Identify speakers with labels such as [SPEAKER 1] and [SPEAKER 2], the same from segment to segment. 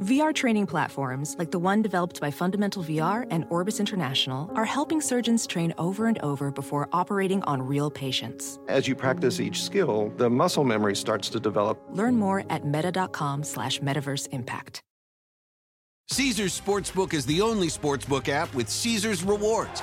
[SPEAKER 1] VR training platforms, like the one developed by Fundamental VR and Orbis International, are helping surgeons train over and over before operating on real patients.
[SPEAKER 2] As you practice each skill, the muscle memory starts to develop.
[SPEAKER 1] Learn more at meta.com slash metaverse impact.
[SPEAKER 3] Caesars Sportsbook is the only sportsbook app with Caesars rewards.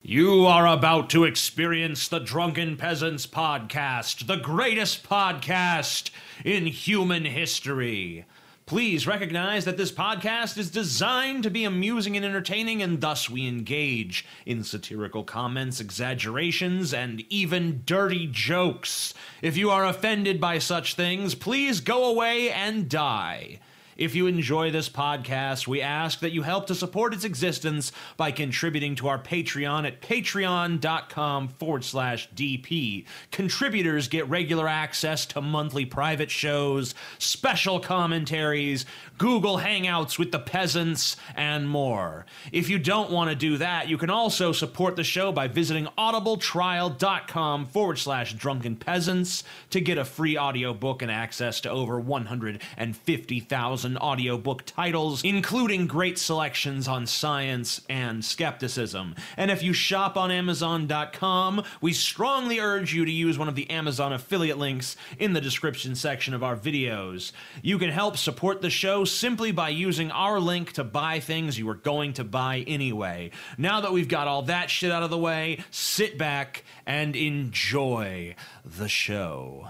[SPEAKER 4] You are about to experience the Drunken Peasants podcast, the greatest podcast in human history. Please recognize that this podcast is designed to be amusing and entertaining, and thus we engage in satirical comments, exaggerations, and even dirty jokes. If you are offended by such things, please go away and die. If you enjoy this podcast, we ask that you help to support its existence by contributing to our Patreon at patreon.com forward slash DP. Contributors get regular access to monthly private shows, special commentaries, Google Hangouts with the peasants, and more. If you don't want to do that, you can also support the show by visiting audibletrial.com forward slash drunken peasants to get a free audiobook and access to over 150,000 and audiobook titles, including great selections on science and skepticism. And if you shop on Amazon.com, we strongly urge you to use one of the Amazon affiliate links in the description section of our videos. You can help support the show simply by using our link to buy things you were going to buy anyway. Now that we've got all that shit out of the way, sit back and enjoy the show.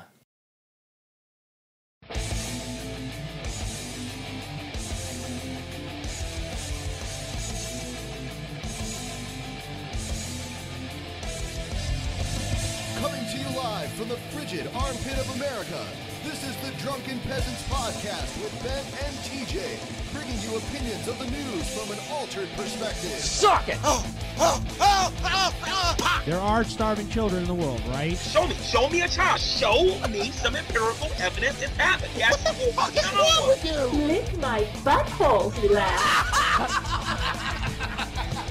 [SPEAKER 5] Coming to you live from the frigid armpit of America, this is the Drunken Peasants Podcast with Ben and TJ, bringing you opinions of the news from an altered perspective.
[SPEAKER 6] Suck it! Oh, oh, oh, oh, oh, ah.
[SPEAKER 7] There are starving children in the world, right?
[SPEAKER 6] Show me, show me a child. Show me some empirical evidence it's happened. Yes,
[SPEAKER 5] what the fuck is wrong with you?
[SPEAKER 8] Lick my butthole, he laughed.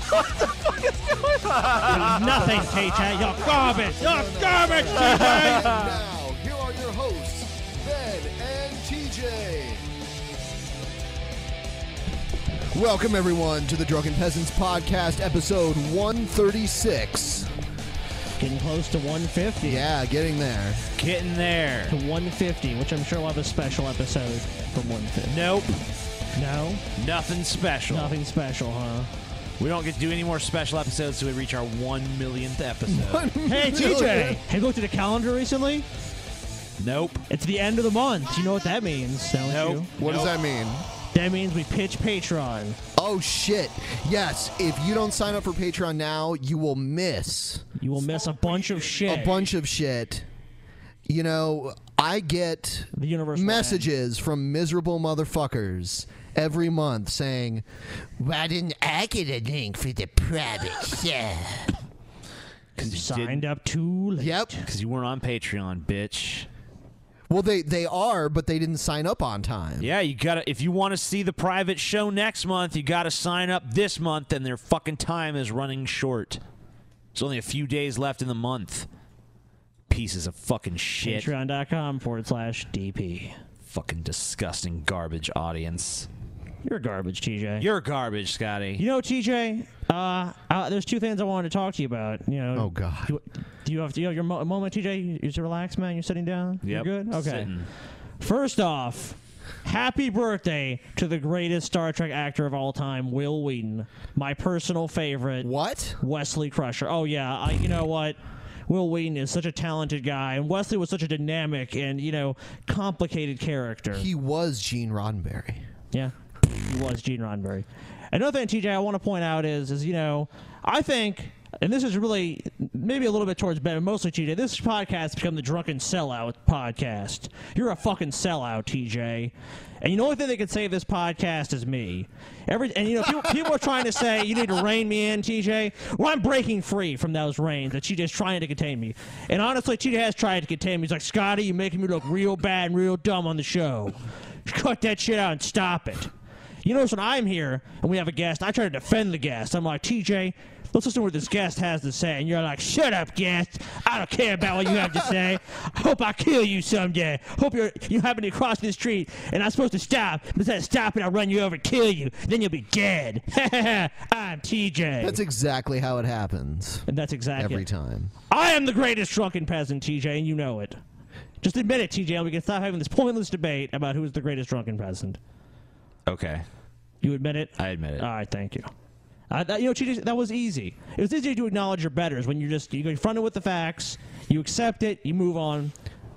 [SPEAKER 6] what the fuck is going
[SPEAKER 7] You're nothing, TJ. You're garbage. You're garbage, TJ.
[SPEAKER 5] Now, here are your hosts, Ben and TJ. Welcome, everyone, to the Drunken Peasants Podcast, episode 136.
[SPEAKER 9] Getting close to 150.
[SPEAKER 5] Yeah, getting there.
[SPEAKER 7] Getting there.
[SPEAKER 9] To 150, which I'm sure we'll have a special episode from 150.
[SPEAKER 7] Nope.
[SPEAKER 9] No?
[SPEAKER 7] Nothing special.
[SPEAKER 9] Nothing special, huh?
[SPEAKER 7] We don't get to do any more special episodes till we reach our one millionth episode.
[SPEAKER 9] Hey, TJ! Have you looked at the calendar recently?
[SPEAKER 7] Nope.
[SPEAKER 9] It's the end of the month. You know what that means, don't
[SPEAKER 7] Nope.
[SPEAKER 5] What does that mean?
[SPEAKER 9] you? That means we pitch Patreon.
[SPEAKER 5] Oh, shit. Yes, if you don't sign up for Patreon now, you will miss
[SPEAKER 9] You will miss a bunch of shit.
[SPEAKER 5] a bunch of shit. You know, I get
[SPEAKER 9] The universe will
[SPEAKER 5] messages from miserable motherfuckers every month saying, "Why didn't I get a link for the private stuff?"
[SPEAKER 9] You signed up too late.
[SPEAKER 5] yep.
[SPEAKER 7] Because you weren't on Patreon, bitch.
[SPEAKER 5] Well, they they are, but they didn't sign up on time.
[SPEAKER 7] Yeah, you gotta. If you want to see the private show next month, you gotta sign up this month, and their fucking time is running short. There's only a few days left in the month. Pieces of fucking shit.
[SPEAKER 9] Patreon.com forward slash DP.
[SPEAKER 7] Fucking disgusting garbage audience.
[SPEAKER 9] You're garbage, TJ.
[SPEAKER 4] You're garbage, Scotty.
[SPEAKER 9] you know, TJ. Uh, uh, there's two things I wanted to talk to you about. You know.
[SPEAKER 5] Oh, God.
[SPEAKER 9] Do, do you have do you have your mo- moment, TJ? You, you should relax, man. You're sitting down.
[SPEAKER 4] Yep.
[SPEAKER 9] You're good. Okay.
[SPEAKER 4] Sitting.
[SPEAKER 9] First off, happy birthday to the greatest Star Trek actor of all time, Will Wheaton. My personal favorite.
[SPEAKER 5] What?
[SPEAKER 9] Wesley Crusher. Oh yeah, I, you know what? Will Wheaton is such a talented guy, and Wesley was such a dynamic and you know complicated character.
[SPEAKER 5] He was Gene Roddenberry.
[SPEAKER 9] yeah, he was Gene Roddenberry. Another thing, TJ, I want to point out is is you know I think. And this is really maybe a little bit towards Ben, mostly TJ. This podcast has become the drunken sellout podcast. You're a fucking sellout, TJ. And you know, the only thing that can save this podcast is me. Every and you know, people, people are trying to say you need to rein me in, TJ. Well, I'm breaking free from those reins that TJ's trying to contain me. And honestly, TJ has tried to contain me. He's like, Scotty, you're making me look real bad and real dumb on the show. Cut that shit out and stop it. You notice when I'm here and we have a guest, I try to defend the guest. I'm like, TJ, let's listen to what this guest has to say. And you're like, shut up, guest. I don't care about what you have to say. I hope I kill you someday. Hope you're, you happen to cross the street and I'm supposed to stop. But instead of stopping, I'll run you over and kill you. Then you'll be dead. I'm TJ.
[SPEAKER 5] That's exactly how it happens
[SPEAKER 9] and that's exactly
[SPEAKER 5] every
[SPEAKER 9] it.
[SPEAKER 5] time.
[SPEAKER 9] I am the greatest drunken peasant, TJ, and you know it. Just admit it, TJ, and we can stop having this pointless debate about who is the greatest drunken peasant.
[SPEAKER 4] Okay.
[SPEAKER 9] You admit it?
[SPEAKER 4] I admit it.
[SPEAKER 9] All right, thank you. Uh, that, you know, TJ, that was easy. It was easy to acknowledge your betters when you're just you go confronted with the facts, you accept it, you move on.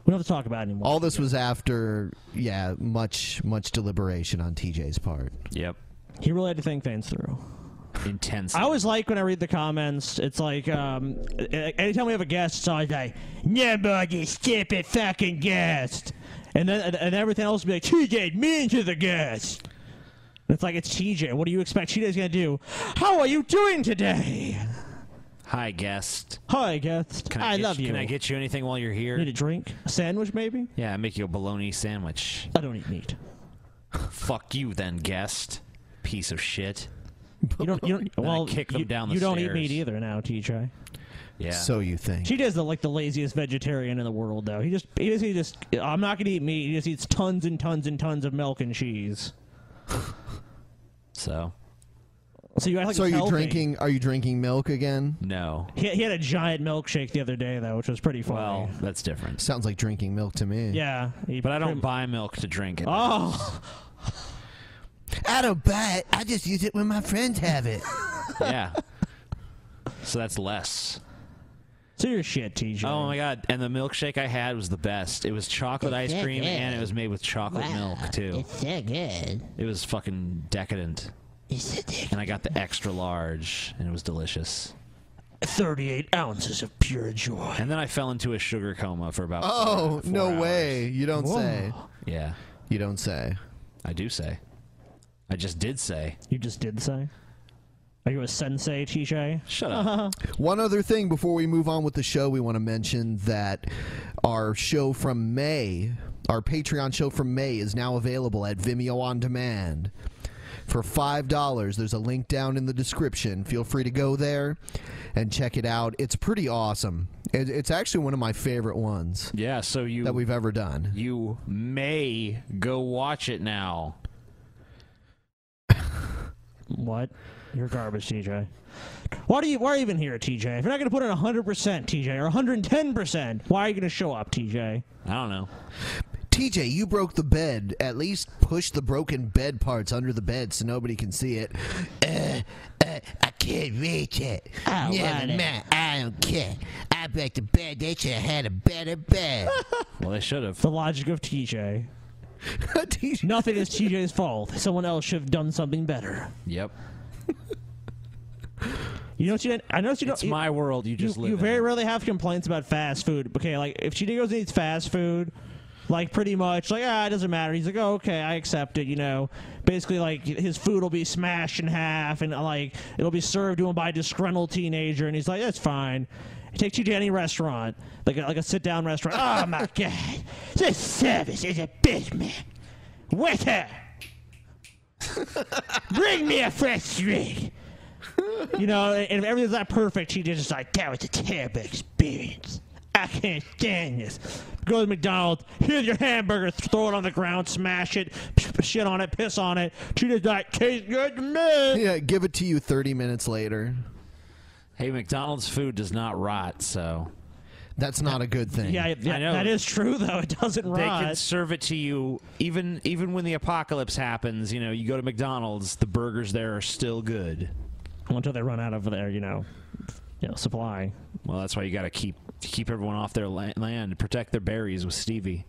[SPEAKER 9] We don't have to talk about it anymore.
[SPEAKER 5] All this was after, yeah, much much deliberation on TJ's part.
[SPEAKER 4] Yep.
[SPEAKER 9] he really had to think things through.
[SPEAKER 4] Intense.
[SPEAKER 9] I always like when I read the comments. It's like um, a- anytime we have a guest, it's always like, "Nobody stupid fucking guest," and then and, and everything else will be like, "TJ, mean to the guest." And it's like it's TJ. What do you expect TJ's gonna do? How are you doing today?
[SPEAKER 4] Hi, guest.
[SPEAKER 9] Hi, guest.
[SPEAKER 4] Can I, get
[SPEAKER 9] love you.
[SPEAKER 4] Can I get you anything while you're here?
[SPEAKER 9] Need a drink? A sandwich, maybe?
[SPEAKER 4] yeah, I make you a bologna sandwich.
[SPEAKER 9] I don't eat meat.
[SPEAKER 4] Fuck you, then, guest. Piece of shit.
[SPEAKER 9] You don't. You don't.
[SPEAKER 4] Then I
[SPEAKER 9] Well,
[SPEAKER 4] kick them
[SPEAKER 9] you,
[SPEAKER 4] down the
[SPEAKER 9] you don't eat
[SPEAKER 4] stairs.
[SPEAKER 9] meat either now, TJ.
[SPEAKER 4] Yeah.
[SPEAKER 5] So you think.
[SPEAKER 9] She does the like the laziest vegetarian in the world, though. He just he just, he just I'm not gonna eat meat. He just eats tons and tons and tons of milk and cheese.
[SPEAKER 4] so
[SPEAKER 9] So you act like
[SPEAKER 5] so are
[SPEAKER 9] it's
[SPEAKER 5] you
[SPEAKER 9] healthy.
[SPEAKER 5] drinking are you drinking milk again?
[SPEAKER 4] no.
[SPEAKER 9] He, he had a giant milkshake the other day though, which was pretty funny.
[SPEAKER 4] Well, that's different.
[SPEAKER 5] Sounds like drinking milk to me.
[SPEAKER 9] yeah, he
[SPEAKER 4] But I don't
[SPEAKER 9] pretty-
[SPEAKER 4] buy milk to drink it.
[SPEAKER 9] Oh,
[SPEAKER 5] I don't buy it. I just use it when my friends have it.
[SPEAKER 4] Yeah. So that's less.
[SPEAKER 9] so you're shit, TJ.
[SPEAKER 4] Oh my god! And the milkshake I had was the best. It was chocolate ice cream, and it was made with chocolate milk too.
[SPEAKER 10] It's so good.
[SPEAKER 4] It was fucking decadent.
[SPEAKER 10] It's so good.
[SPEAKER 4] And I got the extra large, and it was delicious.
[SPEAKER 9] 38 ounces of pure joy.
[SPEAKER 4] And then I fell into a sugar coma for about.
[SPEAKER 5] Oh,
[SPEAKER 4] four- four
[SPEAKER 5] no
[SPEAKER 4] hours.
[SPEAKER 5] way. You don't say.
[SPEAKER 4] Yeah,
[SPEAKER 5] You don't say.
[SPEAKER 4] I do say. I just did say.
[SPEAKER 9] You just did say. Are you a sensei, TJ?
[SPEAKER 4] Shut up.
[SPEAKER 5] One other thing before we move on with the show, we want to mention that our show from May, our Patreon show from May, is now available at Vimeo on demand. For $5, there's a link down in the description. Feel free to go there and check it out. It's pretty awesome. It, it's actually one of my favorite ones
[SPEAKER 4] yeah. So you
[SPEAKER 5] that we've ever done.
[SPEAKER 4] you may go watch it now.
[SPEAKER 9] What? You're garbage, TJ. Why do you? Why are you even here, TJ? If you're not going to put in 100 percent, TJ, or 110 percent, why are you going to show up, TJ?
[SPEAKER 4] I don't know.
[SPEAKER 5] TJ, you broke the bed. At least push the broken bed parts under the bed so nobody can see it. Uh, uh, I can't reach it.
[SPEAKER 10] I want it.
[SPEAKER 5] I don't care. I broke the bed. They should have had a better bed.
[SPEAKER 4] Well, they should have.
[SPEAKER 9] The logic of TJ.
[SPEAKER 5] TJ,
[SPEAKER 9] Nothing is TJ's fault. Someone else should have done something better.
[SPEAKER 4] Yep.
[SPEAKER 9] You know what you? I noticed you don't.
[SPEAKER 4] It's
[SPEAKER 9] you-
[SPEAKER 4] my world. You just
[SPEAKER 9] you,
[SPEAKER 4] live.
[SPEAKER 9] you
[SPEAKER 4] in
[SPEAKER 9] very
[SPEAKER 4] it.
[SPEAKER 9] rarely have complaints about fast food. Okay, like if she goes and eats fast food, like pretty much, like ah, it doesn't matter. He's like, oh, okay, I accept it. You know, basically, like his food will be smashed in half, and uh, like it'll be served to him by a disgruntled teenager, and he's like, that's fine. He takes you to any restaurant, like a, like a sit down restaurant. oh my god, this service is abysmal. Waiter, bring me a fresh drink. You know, and if everything's not perfect, she just is like, that was a terrible experience. I I can't stand this. Go to McDonald's, here's your hamburger, th- throw it on the ground, smash it, p- p- shit on it, piss on it. Treat it like tastes good to me.
[SPEAKER 5] Yeah, give it to you 30 minutes later.
[SPEAKER 4] Hey, McDonald's food does not rot, so.
[SPEAKER 5] That's not a good thing.
[SPEAKER 9] Yeah, yeah,
[SPEAKER 4] I know.
[SPEAKER 9] that is true, though. It doesn't
[SPEAKER 4] They can
[SPEAKER 9] rot.
[SPEAKER 4] serve it to you even even when the apocalypse happens. You know, you go to McDonald's, the burgers there are still good.
[SPEAKER 9] Until they run out of their, you know, you know, supply.
[SPEAKER 4] Well, that's why you got to keep keep everyone off their la- land, protect their berries with Stevie.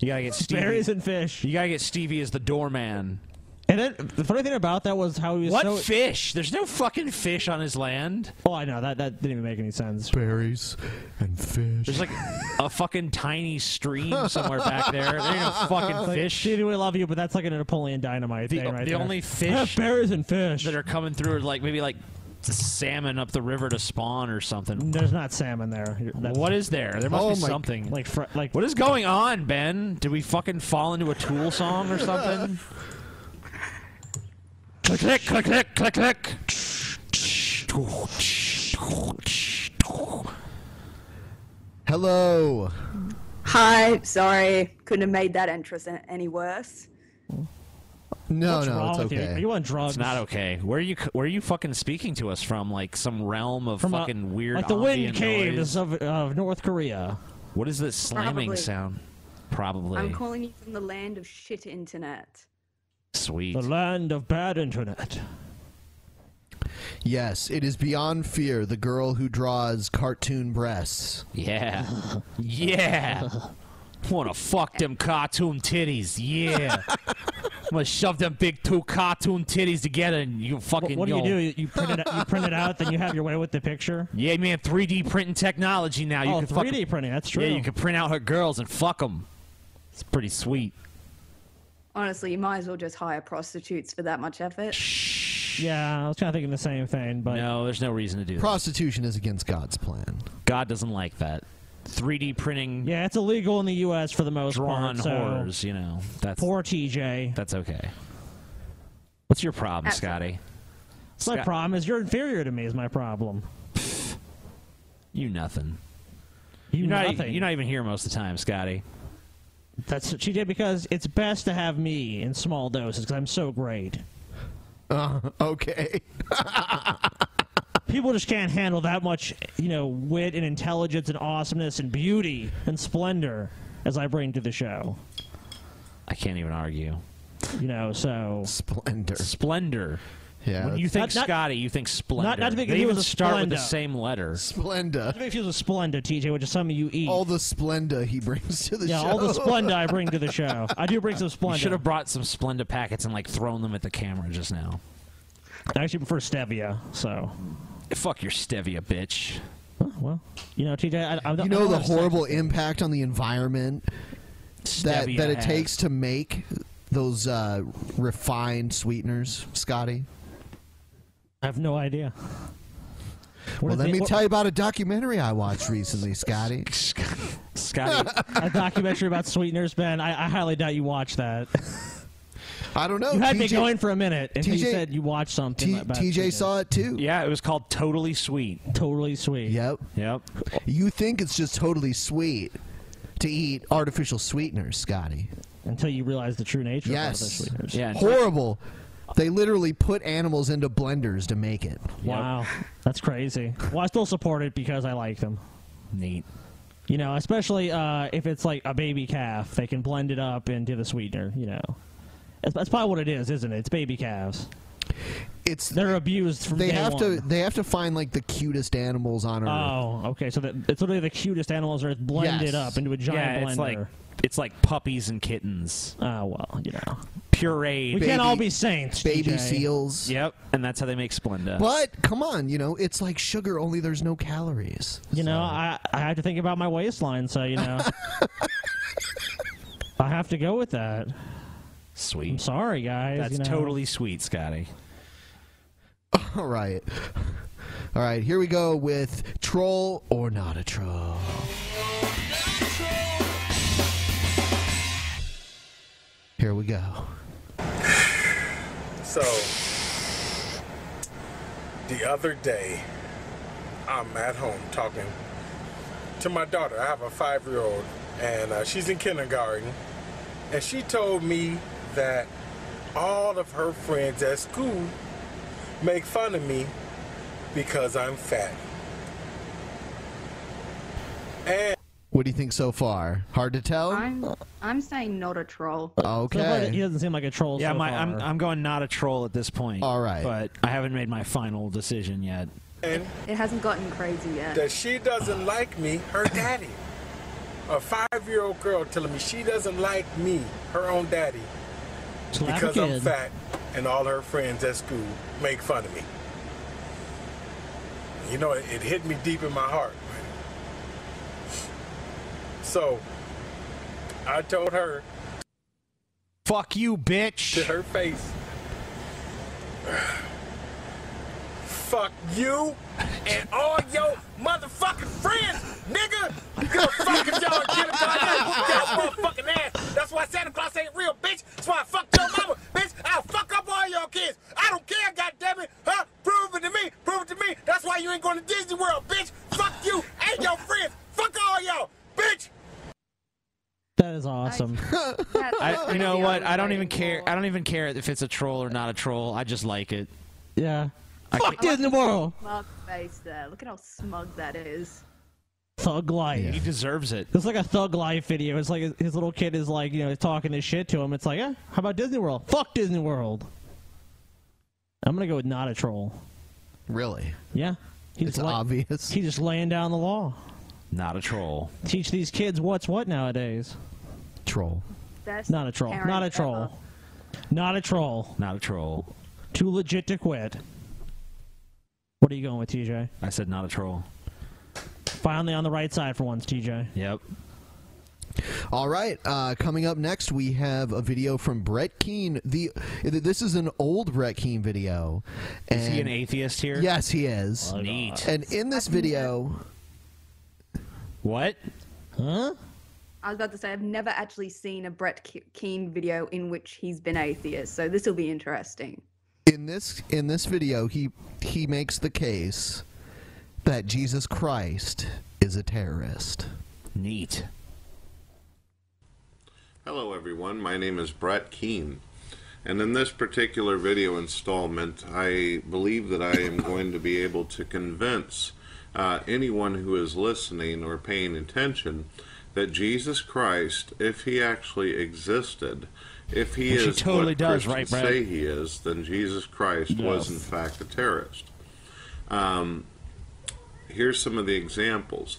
[SPEAKER 4] you gotta get Stevie.
[SPEAKER 9] Berries and fish.
[SPEAKER 4] You gotta get Stevie as the doorman.
[SPEAKER 9] And then the funny thing about that was how he was
[SPEAKER 4] What
[SPEAKER 9] so.
[SPEAKER 4] fish? There's no fucking fish on his land.
[SPEAKER 9] oh, I know that that didn't even make any sense.
[SPEAKER 5] Berries and fish.
[SPEAKER 4] There's like a fucking tiny stream somewhere back there. There ain't no fucking
[SPEAKER 9] Like,
[SPEAKER 4] fish.
[SPEAKER 9] Stevie, we love you, but that's like a Napoleon Dynamite
[SPEAKER 4] The,
[SPEAKER 9] thing, right
[SPEAKER 4] the
[SPEAKER 9] there.
[SPEAKER 4] only
[SPEAKER 9] I have
[SPEAKER 4] fish
[SPEAKER 9] berries and fish.
[SPEAKER 4] that are coming through are like maybe like salmon up the river to spawn or something.
[SPEAKER 9] There's not salmon there. You're- That's
[SPEAKER 4] What is there? There must
[SPEAKER 5] Oh
[SPEAKER 4] be
[SPEAKER 5] my-
[SPEAKER 4] something.
[SPEAKER 9] like fr- like
[SPEAKER 4] what is going on, Ben? Did we fucking fall into a Tool song or something? click, click, click, click, click, click.
[SPEAKER 5] Hello.
[SPEAKER 11] Hi, sorry, couldn't have made that entrance a- any worse.
[SPEAKER 5] No,
[SPEAKER 9] What's
[SPEAKER 5] Oh, no,
[SPEAKER 9] wrong
[SPEAKER 5] it's
[SPEAKER 9] with you?
[SPEAKER 5] okay.
[SPEAKER 9] Are you on drugs?
[SPEAKER 4] It's not okay. Where are you? Where are you fucking speaking to us from? Like some realm of
[SPEAKER 9] From a-
[SPEAKER 4] fucking weird,
[SPEAKER 9] like the wind
[SPEAKER 4] ambient
[SPEAKER 9] caves
[SPEAKER 4] noise?
[SPEAKER 9] of, of North Korea.
[SPEAKER 4] What is this slamming
[SPEAKER 11] Probably.
[SPEAKER 4] sound? Probably.
[SPEAKER 11] I'm calling you from the land of shit internet.
[SPEAKER 4] Sweet.
[SPEAKER 9] The land of bad internet.
[SPEAKER 5] Yes, it is beyond fear. The girl who draws cartoon breasts.
[SPEAKER 4] Yeah. Yeah. Wanna fuck them cartoon titties? Yeah. I'm gonna shove them big two cartoon titties together and you
[SPEAKER 9] What,
[SPEAKER 4] fucking.
[SPEAKER 9] what do you
[SPEAKER 4] yo.
[SPEAKER 9] do? You, you print it. You print it out, then you have your way with the picture.
[SPEAKER 4] Yeah, man. 3D printing technology now. You
[SPEAKER 9] oh,
[SPEAKER 4] can
[SPEAKER 9] 3D
[SPEAKER 4] fucking-
[SPEAKER 9] printing. That's true.
[SPEAKER 4] Yeah, you can print out her girls and fuck them. It's pretty sweet.
[SPEAKER 11] Honestly, you might as well just hire prostitutes for that much effort.
[SPEAKER 9] Yeah, I was kind of thinking the same thing, but
[SPEAKER 4] No, there's no reason to do that.
[SPEAKER 5] Prostitution is against God's plan.
[SPEAKER 4] God doesn't like that. 3D printing
[SPEAKER 9] yeah, it's illegal in the U.S. for the most
[SPEAKER 4] drawn
[SPEAKER 9] part. So
[SPEAKER 4] horrors. You know that's
[SPEAKER 9] poor TJ.
[SPEAKER 4] that's okay. What's your problem,
[SPEAKER 11] That's-
[SPEAKER 4] Scotty?
[SPEAKER 9] That's my
[SPEAKER 4] Scott-
[SPEAKER 9] problem. Is you're inferior to me? Is my problem.
[SPEAKER 4] You nothing.
[SPEAKER 9] You
[SPEAKER 4] You're not, e-,
[SPEAKER 9] nothing.
[SPEAKER 4] you're not even here most of the time, Scotty.
[SPEAKER 9] That's what she did because it's best to have me in small doses because I'm so great.
[SPEAKER 5] Uh, Okay.
[SPEAKER 9] People just can't handle that much, you know, wit and intelligence and awesomeness and beauty and splendor as I bring to the show.
[SPEAKER 4] I can't even argue.
[SPEAKER 9] You know, so
[SPEAKER 5] Splendor.
[SPEAKER 4] Splendor.
[SPEAKER 5] Yeah.
[SPEAKER 4] When you think
[SPEAKER 9] Not- not-
[SPEAKER 4] Scotty, you think Splendor.
[SPEAKER 9] not to be
[SPEAKER 4] they
[SPEAKER 9] confused
[SPEAKER 4] even
[SPEAKER 9] with
[SPEAKER 4] start with the
[SPEAKER 9] Splenda.
[SPEAKER 4] same letter.
[SPEAKER 5] Splenda.
[SPEAKER 9] maybe if you was a Splenda, TJ, which is something you eat.
[SPEAKER 5] All the Splenda he brings to the
[SPEAKER 9] yeah,
[SPEAKER 5] show.
[SPEAKER 9] all the Splenda I bring to the show. I do bring some
[SPEAKER 4] You should
[SPEAKER 9] Splenda.
[SPEAKER 4] have brought some Splenda packets and like thrown them at the camera just now.
[SPEAKER 9] I actually prefer stevia. So,
[SPEAKER 4] Fuck your stevia, bitch.
[SPEAKER 9] Oh, well, you know, TJ, I, I'm not-
[SPEAKER 5] You know
[SPEAKER 9] I'm not
[SPEAKER 5] the
[SPEAKER 9] upset.
[SPEAKER 5] horrible impact on the environment that,
[SPEAKER 4] Stevia
[SPEAKER 5] that it
[SPEAKER 4] has-
[SPEAKER 5] takes to make those uh, refined sweeteners, Scotty?
[SPEAKER 9] I have no idea. What
[SPEAKER 5] Well,
[SPEAKER 9] did
[SPEAKER 5] let
[SPEAKER 9] they-
[SPEAKER 5] me
[SPEAKER 9] what-
[SPEAKER 5] tell you about a documentary I watched recently, Scotty.
[SPEAKER 4] Scotty,
[SPEAKER 9] a documentary about sweeteners, Ben. I, I highly doubt you watched that.
[SPEAKER 5] I don't know.
[SPEAKER 9] You had
[SPEAKER 5] TJ,
[SPEAKER 9] me going for a minute until you
[SPEAKER 5] TJ
[SPEAKER 9] said you watched something.
[SPEAKER 5] T-
[SPEAKER 9] about
[SPEAKER 5] TJ saw it too.
[SPEAKER 4] yeah, it was called Totally Sweet.
[SPEAKER 9] Totally sweet.
[SPEAKER 5] Yep.
[SPEAKER 4] Yep.
[SPEAKER 5] You think it's just totally sweet to eat artificial sweeteners, Scotty?
[SPEAKER 9] Until you realize the true nature
[SPEAKER 5] Yes.
[SPEAKER 9] of all those sweeteners.
[SPEAKER 4] Yeah.
[SPEAKER 5] Horrible. They literally put animals into blenders to make it.
[SPEAKER 9] Wow. That's crazy. Well, I still support it because I like them.
[SPEAKER 4] Neat.
[SPEAKER 9] You know, especially uh, if it's like a baby calf, they can blend it up into the sweetener, you know. That's, that's probably what it is, isn't it? It's baby calves.
[SPEAKER 5] It's
[SPEAKER 9] They're abused from
[SPEAKER 5] they
[SPEAKER 9] day
[SPEAKER 5] have to
[SPEAKER 9] one.
[SPEAKER 5] they have to find like the cutest animals on earth.
[SPEAKER 9] Oh, okay. So that, it's literally the cutest animals on earth blended
[SPEAKER 5] Yes.
[SPEAKER 9] up into a giant
[SPEAKER 4] Yeah,
[SPEAKER 9] blender.
[SPEAKER 4] it's like it's like puppies and kittens
[SPEAKER 9] oh, well, you know.
[SPEAKER 4] pureed.
[SPEAKER 9] We
[SPEAKER 5] Baby-
[SPEAKER 9] can't all be saints.
[SPEAKER 5] Baby
[SPEAKER 9] TJ.
[SPEAKER 5] seals.
[SPEAKER 4] Yep, and that's how they make Splenda.
[SPEAKER 5] But come on, you know, it's like sugar only there's no calories.
[SPEAKER 9] You know, I, I have to think about my waistline, so you know. I have to go with that. I'm
[SPEAKER 4] Sweet.
[SPEAKER 9] sorry, guys.
[SPEAKER 4] That's
[SPEAKER 9] you know.
[SPEAKER 4] totally sweet, Scotty.
[SPEAKER 5] All right. All right, here we go with troll or not a troll. Here we go.
[SPEAKER 6] So, the other day, I'm at home talking to my daughter. I have a five year old, and uh, she's in kindergarten. And she told me that all of her friends at school make fun of me because I'm fat. And
[SPEAKER 5] What do you think so far? Hard to tell.
[SPEAKER 11] I'm, I'm saying not a troll.
[SPEAKER 5] Uh, okay.
[SPEAKER 9] He doesn't seem like a troll.
[SPEAKER 4] Yeah,
[SPEAKER 9] so
[SPEAKER 4] my,
[SPEAKER 9] far.
[SPEAKER 4] I'm I'm going not a troll at this point. All right, but I haven't made my final decision yet.
[SPEAKER 11] It hasn't gotten crazy yet.
[SPEAKER 6] that she doesn't like me, her daddy. A five year old girl telling me she doesn't like me, her own daddy,
[SPEAKER 9] Slap
[SPEAKER 6] because I'm
[SPEAKER 9] again.
[SPEAKER 6] fat and all her friends at school make fun of me. You know, it, it hit me deep in my heart. So I told her.
[SPEAKER 4] Fuck you, bitch.
[SPEAKER 6] To her face. Fuck you and all your motherfucking friends, nigga. Give a fuck if y'all get it y'all motherfucking ass. That's why Santa Claus ain't real, bitch. That's why I fucked your mama, bitch. I'll fuck up all your kids. I don't care, goddammit. Huh? Prove it to me. Prove it to me. That's why you ain't going to Disney World, bitch. Fuck you and your friends. Fuck all y'all, bitch.
[SPEAKER 9] That is awesome.
[SPEAKER 4] I, you know what? I don't even care. I don't even care if it's a troll or not a troll. I just like it.
[SPEAKER 9] Yeah.
[SPEAKER 4] I
[SPEAKER 9] Fuck Disney World.
[SPEAKER 11] Smug face there. Look at how smug that is.
[SPEAKER 9] Thug life. He
[SPEAKER 4] deserves it.
[SPEAKER 9] It's like a thug life video. It's like his, his little kid is like, you know, talking his shit to him. It's like, yeah, how about Disney World? Fuck Disney World. I'm gonna go with not a troll.
[SPEAKER 5] Really?
[SPEAKER 9] Yeah. He's it's
[SPEAKER 5] obvious.
[SPEAKER 9] He's just laying down the law.
[SPEAKER 4] Not a troll.
[SPEAKER 9] Teach these kids what's what nowadays.
[SPEAKER 5] Troll.
[SPEAKER 11] Best
[SPEAKER 9] Not a troll.
[SPEAKER 11] parent
[SPEAKER 9] Not a
[SPEAKER 11] ever.
[SPEAKER 9] troll. Not a troll.
[SPEAKER 4] Not a troll.
[SPEAKER 9] Too legit to quit. What are you going with, TJ?
[SPEAKER 4] I said not a troll.
[SPEAKER 9] Finally on the right side for once, TJ.
[SPEAKER 4] Yep.
[SPEAKER 5] All right. Uh, coming up next, we have a video from Brett Keen. The this is an old Brett Keen video.
[SPEAKER 4] Is he
[SPEAKER 5] and-
[SPEAKER 4] an atheist here?
[SPEAKER 5] Yes, he is.
[SPEAKER 4] Oh, Neat.
[SPEAKER 5] And in this video,
[SPEAKER 4] what?
[SPEAKER 9] Huh?
[SPEAKER 11] I was about to say, I've never actually seen a Brett Ke- Keane video in which he's been atheist, so this will be interesting.
[SPEAKER 5] in this in this video, he he makes the case that Jesus Christ is a terrorist.
[SPEAKER 4] Neat.
[SPEAKER 12] Hello everyone, my name is Brett Keene, and in this particular video installment, I believe that I am going to be able to convince uh, anyone who is listening or paying attention that Jesus Christ, if he actually existed, if he
[SPEAKER 4] Which he
[SPEAKER 12] is
[SPEAKER 4] totally
[SPEAKER 12] what
[SPEAKER 4] does, right,
[SPEAKER 12] Christians
[SPEAKER 4] Brett?
[SPEAKER 12] say he is, then Jesus Christ was in fact a terrorist. Um, here's some of the examples.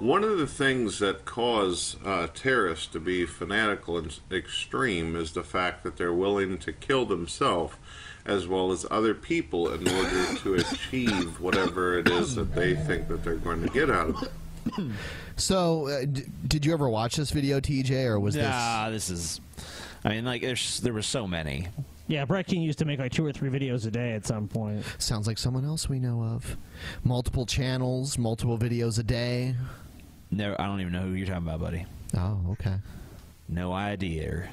[SPEAKER 12] One of the things that cause uh, terrorists to be fanatical and s- extreme is the fact that they're willing to kill themselves as well as other people in order to achieve whatever it is that they think that they're going to get out of it.
[SPEAKER 5] So, uh, d- did you ever watch this video, TJ, or was
[SPEAKER 4] nah, this? is. I mean, like, there's there were so many.
[SPEAKER 9] Yeah, Brett King used to make like two or three videos a day at some point.
[SPEAKER 5] this sounds like someone else we know of? Multiple channels, multiple videos a day.
[SPEAKER 4] No, I don't even know who you're talking about, buddy.
[SPEAKER 5] Oh, okay.
[SPEAKER 4] No idea.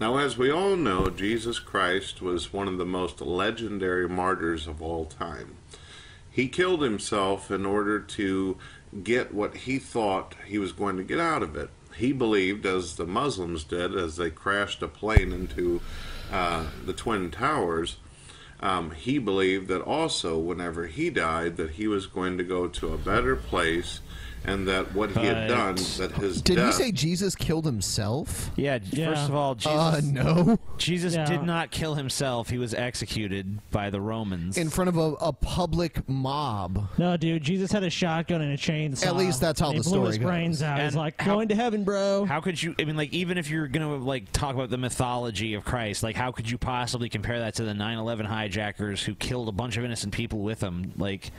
[SPEAKER 12] Now, as we all know, Jesus Christ was one of the most legendary martyrs of all time. He killed himself in order to get what he thought he was going to get out of it. He believed, as the Muslims did, as they crashed a plane into uh, the Twin Towers, um, he believed that also, whenever he died, that he was going to go to a better place and that what he had
[SPEAKER 5] But-
[SPEAKER 12] done, that his
[SPEAKER 5] Did
[SPEAKER 12] death.
[SPEAKER 5] he say Jesus killed himself?
[SPEAKER 4] Yeah, j- First of all, Jesus.
[SPEAKER 5] Uh, no.
[SPEAKER 4] Jesus
[SPEAKER 5] Yeah.
[SPEAKER 4] did not kill himself. He was executed by the Romans.
[SPEAKER 5] In front of a, a public mob.
[SPEAKER 9] No, dude, Jesus had a shotgun and a chainsaw.
[SPEAKER 5] At least that's how
[SPEAKER 9] And he
[SPEAKER 5] the
[SPEAKER 9] blew
[SPEAKER 5] story
[SPEAKER 9] his
[SPEAKER 5] goes.
[SPEAKER 9] brains out. He's
[SPEAKER 4] And
[SPEAKER 9] like,
[SPEAKER 4] how-
[SPEAKER 9] going to heaven, bro.
[SPEAKER 4] How could you? I mean, like, even if you're gonna like talk about the mythology of Christ, like, how could you possibly compare that to the 9/11 hijackers who killed a bunch of innocent people with them? Like,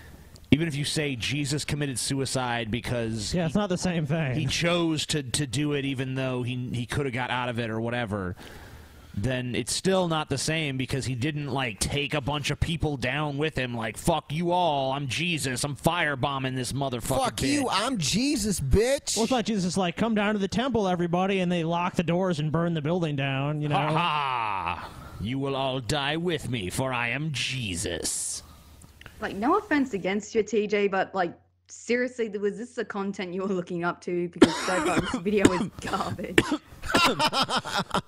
[SPEAKER 4] even if you say Jesus committed suicide because
[SPEAKER 9] Yeah, it's not the same thing.
[SPEAKER 4] he chose to to do it, even though he he could have got out of it or whatever. Then it's still not the same because he didn't like take a bunch of people down with him. Like fuck you all, I'm Jesus. I'm firebombing this motherfucker. bitch."
[SPEAKER 5] I'm Jesus, bitch.
[SPEAKER 9] Well, it's not Jesus. It's like, come down to the temple, everybody, and they lock the doors and burn the building down. You know,
[SPEAKER 4] Ha ha! You will all die with me, for I am Jesus.
[SPEAKER 11] Like, no offense against you, TJ, but like, seriously, th- was this the content you were looking up to? Because so far this video is garbage.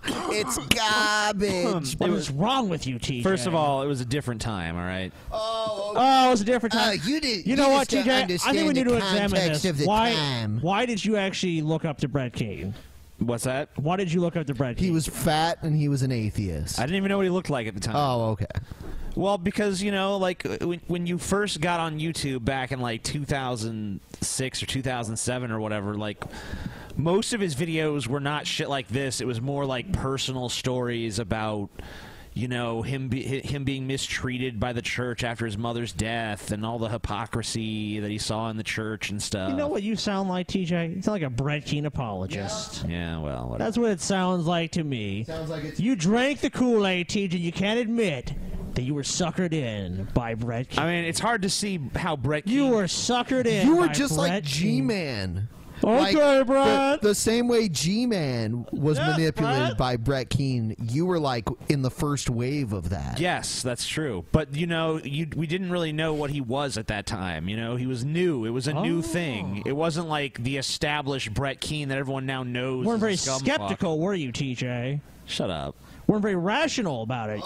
[SPEAKER 5] it's garbage.
[SPEAKER 9] What is wrong with you, TJ?
[SPEAKER 4] First of all, it was a different time. All right.
[SPEAKER 9] Oh, it was a different time.
[SPEAKER 5] Uh, you did-
[SPEAKER 9] You
[SPEAKER 5] you
[SPEAKER 9] know what,
[SPEAKER 5] just don't
[SPEAKER 9] TJ? I think we
[SPEAKER 5] understand
[SPEAKER 9] need
[SPEAKER 5] the
[SPEAKER 9] to examine
[SPEAKER 5] context
[SPEAKER 9] this.
[SPEAKER 5] of the
[SPEAKER 9] why?
[SPEAKER 5] time.
[SPEAKER 9] Why did you actually look up to Brett Kane?
[SPEAKER 4] What's that?
[SPEAKER 9] Why did you look up to Brett?
[SPEAKER 5] He was fat and he was an atheist.
[SPEAKER 4] I didn't even know what he looked like at the time.
[SPEAKER 5] Oh, okay.
[SPEAKER 4] Well, because you know, like uh, when when you first got on YouTube back in like 2006 or 2007 or whatever, like most of his videos were not shit like this. It was more like personal stories about you know him be, hi- him being mistreated by the church after his mother's death and all the hypocrisy that he saw in the church and stuff.
[SPEAKER 9] You know what you sound like, TJ? You sound like a Brett Keen apologist.
[SPEAKER 4] yeah, well, whatever.
[SPEAKER 9] That's what it sounds like to me. Sounds like it's you drank the Kool Aid, TJ. You can't admit that you were suckered in by Brett. Keen. I
[SPEAKER 4] mean, it's hard to see how Brett.
[SPEAKER 9] You were suckered in.
[SPEAKER 5] You were
[SPEAKER 9] by
[SPEAKER 5] just
[SPEAKER 9] Brett
[SPEAKER 5] like G
[SPEAKER 9] Keane.
[SPEAKER 5] Man.
[SPEAKER 9] Okay, Brett.
[SPEAKER 5] The, the same way G Man was manipulated by Brett Keane, you were like in the first wave of that.
[SPEAKER 4] Yes, that's true. But you know, you we didn't really know what he was at that time. You know, he was new. It was a
[SPEAKER 9] Oh.
[SPEAKER 4] new thing. It wasn't like the established Brett Keene that everyone now knows.
[SPEAKER 9] weren't
[SPEAKER 4] is a
[SPEAKER 9] very
[SPEAKER 4] scumfuck.
[SPEAKER 9] skeptical, were you, TJ?
[SPEAKER 4] Shut up.
[SPEAKER 9] Weren't very rational about it.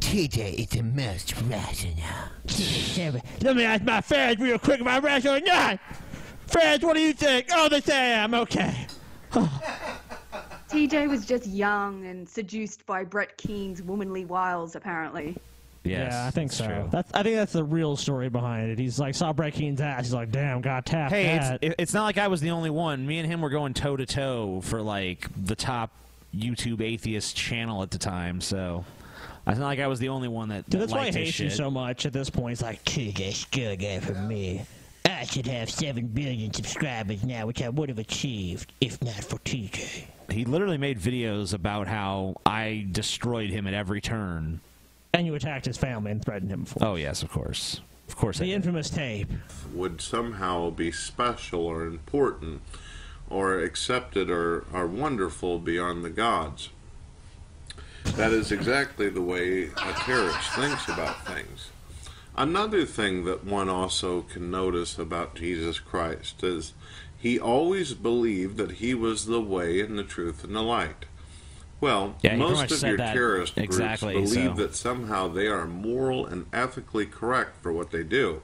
[SPEAKER 5] TJ is the most rational.
[SPEAKER 9] Let me ask my fans real quick, am I rational or not? Fans, what do you think? Oh, they say I am. Okay.
[SPEAKER 11] TJ was just young and seduced by Brett Keene's womanly wiles, apparently.
[SPEAKER 9] yeah, I think so. That's, I think that's the real story behind it. He's like saw Brett Keene's ass. He's like, damn, got tapped.
[SPEAKER 4] Hey, it's,
[SPEAKER 9] that.
[SPEAKER 4] it- it's not like I was the only one. Me and him were going toe to toe for like the top YouTube atheist channel at the time. So it's not like I was the only one that.
[SPEAKER 9] Dude, that's
[SPEAKER 4] that
[SPEAKER 9] why he
[SPEAKER 4] liked his
[SPEAKER 9] hates you
[SPEAKER 4] shit.
[SPEAKER 9] so much at this point. He's like,
[SPEAKER 10] TJ still got from me. I should have 7 billion subscribers now, which I would have achieved if not for TJ.
[SPEAKER 4] He literally made videos about how I destroyed him at every turn.
[SPEAKER 9] and you attacked his family and threatened him.
[SPEAKER 4] Oh yes, of course, of course. I
[SPEAKER 9] The
[SPEAKER 4] did.
[SPEAKER 9] infamous tape.
[SPEAKER 12] would somehow be special or important or accepted or, or wonderful beyond the gods. That is exactly the way a terrorist thinks about things. Another thing that one also can notice about Jesus Christ is he always believed that he was the way and the truth and the light. Well,
[SPEAKER 4] Yeah, he pretty much
[SPEAKER 12] most of
[SPEAKER 4] said
[SPEAKER 12] your
[SPEAKER 4] that
[SPEAKER 12] terrorist groups
[SPEAKER 4] exactly,
[SPEAKER 12] believe
[SPEAKER 4] so-
[SPEAKER 12] that somehow they are moral and ethically correct for what they do.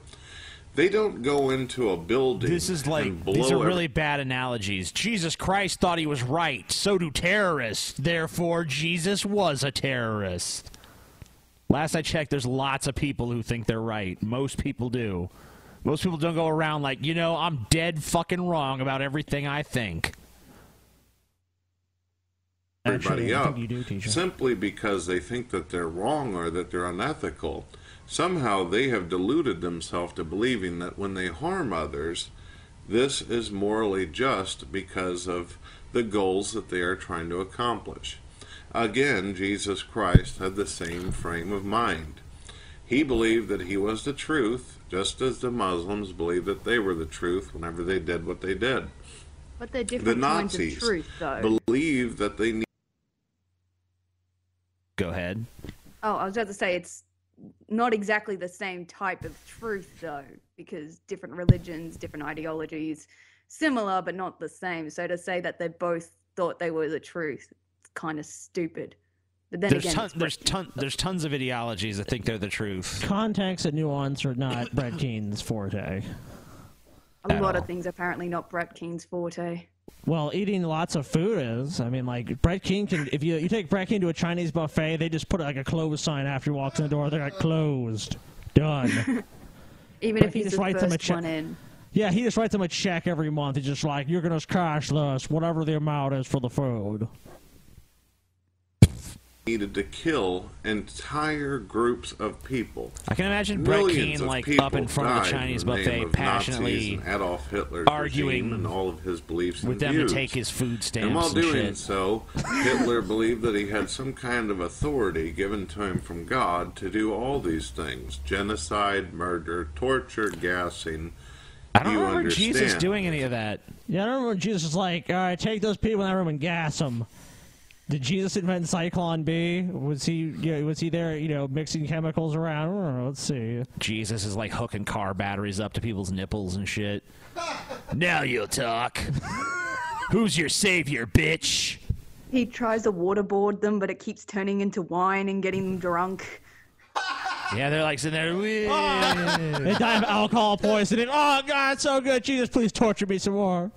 [SPEAKER 12] They don't go into a building.
[SPEAKER 4] This is like
[SPEAKER 12] and blow
[SPEAKER 4] these are
[SPEAKER 12] every-
[SPEAKER 4] really bad analogies. Jesus Christ thought he was right. So do terrorists. Therefore, Jesus was a terrorist. Last I checked, there's lots of people who think they're right. Most people do. Most people don't go around like, you know, I'm dead fucking wrong about everything I think.
[SPEAKER 12] everybody
[SPEAKER 4] Actually, I
[SPEAKER 12] up
[SPEAKER 4] think you do, teacher.
[SPEAKER 12] simply because they think that they're wrong or that they're unethical. Somehow they have deluded themselves to believing that when they harm others, this is morally just because of the goals that they are trying to accomplish. Again, Jesus Christ had the same frame of mind. He believed that he was the truth, just as the Muslims believed that they were the truth whenever they did what they did
[SPEAKER 11] But they're
[SPEAKER 12] the
[SPEAKER 11] different kinds
[SPEAKER 12] Nazis
[SPEAKER 11] of truth, though.
[SPEAKER 12] believe that they need.
[SPEAKER 4] Go ahead.
[SPEAKER 11] oh, I was about to say it's not exactly the same type of truth, though, because different religions, different ideologies, similar but not the same. So to say that they both thought they were the truth, it's kind of stupid. But then
[SPEAKER 4] There's,
[SPEAKER 11] again,
[SPEAKER 4] ton,
[SPEAKER 11] it's
[SPEAKER 4] there's, ton, there's tons of ideologies that think they're the truth.
[SPEAKER 9] Context and nuance are not Brett Keene's forte.
[SPEAKER 11] a lot of things apparently not Brett King's forte.
[SPEAKER 9] Well, eating lots of food is. I mean, like Brett King can. If you you take Brett King to a Chinese buffet, they just put like a closed sign after he walks in the door. They're like closed, done.
[SPEAKER 11] Even
[SPEAKER 9] But
[SPEAKER 11] if
[SPEAKER 9] he
[SPEAKER 11] he's
[SPEAKER 9] just
[SPEAKER 11] the
[SPEAKER 9] writes them a
[SPEAKER 11] first
[SPEAKER 9] check.
[SPEAKER 11] one in.
[SPEAKER 9] yeah, he just writes them a check every month. He's just like, you're gonna cash us whatever the amount is for the food.
[SPEAKER 12] needed to kill entire groups of people.
[SPEAKER 4] I can imagine Brett
[SPEAKER 12] Brett
[SPEAKER 4] Keane, like, up in front of the Chinese buffet, passionately
[SPEAKER 12] and Adolf Hitler
[SPEAKER 4] arguing
[SPEAKER 12] and all of his beliefs
[SPEAKER 4] with
[SPEAKER 12] and
[SPEAKER 4] them to
[SPEAKER 12] views.
[SPEAKER 4] take his food stamps
[SPEAKER 12] And while
[SPEAKER 4] and
[SPEAKER 12] doing
[SPEAKER 4] shit.
[SPEAKER 12] so, Hitler believed that he had some kind of authority given to him from God to do all these things: genocide, murder, torture, gassing.
[SPEAKER 4] I don't
[SPEAKER 12] you
[SPEAKER 4] remember
[SPEAKER 12] understand.
[SPEAKER 4] Jesus doing any of that.
[SPEAKER 9] Yeah, I remember Jesus was like, all right, take those people in that room and gas them. Did Jesus invent Cyclone B? Was he? You know, was he there? You know, mixing chemicals around. I don't know, let's see.
[SPEAKER 4] Jesus is like hooking car batteries up to people's nipples and shit. now you'll talk. Who's your savior, bitch?
[SPEAKER 11] He tries to waterboard them, but it keeps turning into wine and getting them drunk.
[SPEAKER 4] Yeah, they're like sitting there. "Wee."
[SPEAKER 9] they die of alcohol poisoning. Oh God, so good. Jesus, please torture me some more.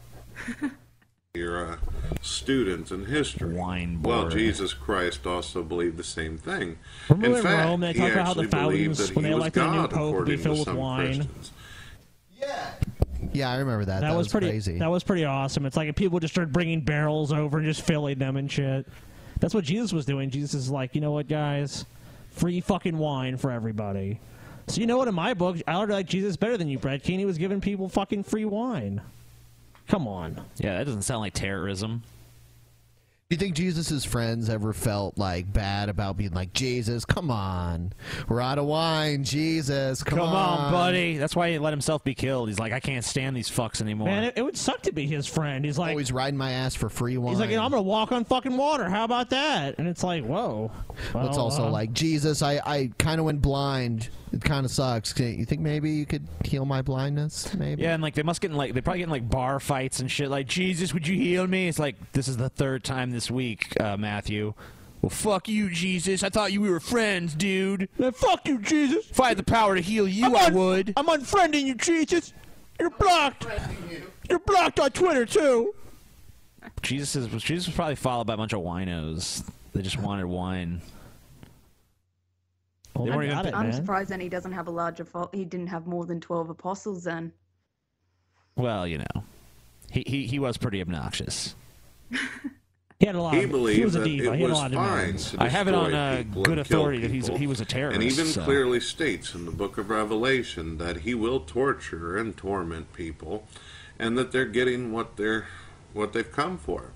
[SPEAKER 12] your uh, students in history.
[SPEAKER 4] Wine
[SPEAKER 12] well,
[SPEAKER 4] board.
[SPEAKER 12] Jesus Christ also believed the same thing.
[SPEAKER 9] Remember
[SPEAKER 12] in
[SPEAKER 9] in
[SPEAKER 12] fact,
[SPEAKER 9] Rome, they
[SPEAKER 12] he
[SPEAKER 9] talk about how the
[SPEAKER 12] actually believed
[SPEAKER 9] fountains,
[SPEAKER 12] that
[SPEAKER 9] when
[SPEAKER 12] he
[SPEAKER 9] they
[SPEAKER 12] was
[SPEAKER 9] elect their new
[SPEAKER 12] God,
[SPEAKER 9] pope, would be
[SPEAKER 12] according to
[SPEAKER 9] filled with
[SPEAKER 12] some
[SPEAKER 9] wine.
[SPEAKER 12] Christians.
[SPEAKER 5] Yeah, I remember that. That,
[SPEAKER 9] was,
[SPEAKER 5] was,
[SPEAKER 9] pretty
[SPEAKER 5] crazy.
[SPEAKER 9] That was pretty awesome. It's like if people just started bringing barrels over and just filling them and shit. That's what Jesus was doing. Jesus is like, you know what, guys, free fucking wine for everybody. So you know what? In my book, I already like Jesus better than you, Brad Keene. He was giving people fucking free wine. Come on.
[SPEAKER 4] Yeah, that doesn't sound like terrorism.
[SPEAKER 5] Do you think Jesus' friends ever felt like bad about being like Jesus? Come on, we're out of wine. Jesus, come,
[SPEAKER 4] Come, on. buddy. That's why he let himself be killed. He's like, I can't stand these fucks anymore.
[SPEAKER 9] Man, it, it would suck to be his friend. He's like,
[SPEAKER 5] Always riding my ass for free wine.
[SPEAKER 9] he's like, you know, I'm gonna walk on fucking water. How about that? And it's like, whoa.
[SPEAKER 5] Well, it's
[SPEAKER 9] Well,
[SPEAKER 5] also
[SPEAKER 9] uh,
[SPEAKER 5] like Jesus. I, I kind of went blind. It kind of sucks. Can- You think maybe you could heal my blindness? Maybe.
[SPEAKER 4] Yeah, and like they must get in like they probably get in like bar fights and shit. Like Jesus, would you heal me? It's like this is the third time this week, uh, Matthew. Well, fuck you, Jesus. I thought you we were friends, dude.
[SPEAKER 9] fuck you, Jesus.
[SPEAKER 4] If I had the power to heal you,
[SPEAKER 9] I'm
[SPEAKER 4] I
[SPEAKER 9] un-
[SPEAKER 4] would.
[SPEAKER 9] I'm unfriending you, Jesus. You're blocked. You're blocked on Twitter too.
[SPEAKER 4] Jesus is Jesus was probably followed by a bunch of winos. They just wanted wine. they weren't even.
[SPEAKER 11] I'm surprised then he doesn't have a larger fault. He didn't have more than 12 apostles then.
[SPEAKER 4] Well, you know, he he, he was pretty obnoxious.
[SPEAKER 9] He had a lot.
[SPEAKER 12] He
[SPEAKER 9] of-
[SPEAKER 12] believed
[SPEAKER 9] was a
[SPEAKER 12] that
[SPEAKER 9] diva.
[SPEAKER 12] it
[SPEAKER 9] He had a
[SPEAKER 12] was
[SPEAKER 9] lot of
[SPEAKER 12] fine
[SPEAKER 9] demands.
[SPEAKER 12] to
[SPEAKER 4] I have it on,
[SPEAKER 12] destroy
[SPEAKER 4] uh,
[SPEAKER 12] people
[SPEAKER 4] good
[SPEAKER 12] and kill
[SPEAKER 4] authority that he's-
[SPEAKER 12] people.
[SPEAKER 4] he was a terrorist,
[SPEAKER 12] And even
[SPEAKER 4] so-
[SPEAKER 12] clearly states in the book of Revelation that he will torture and torment people, and that they're getting what they're what they've come for.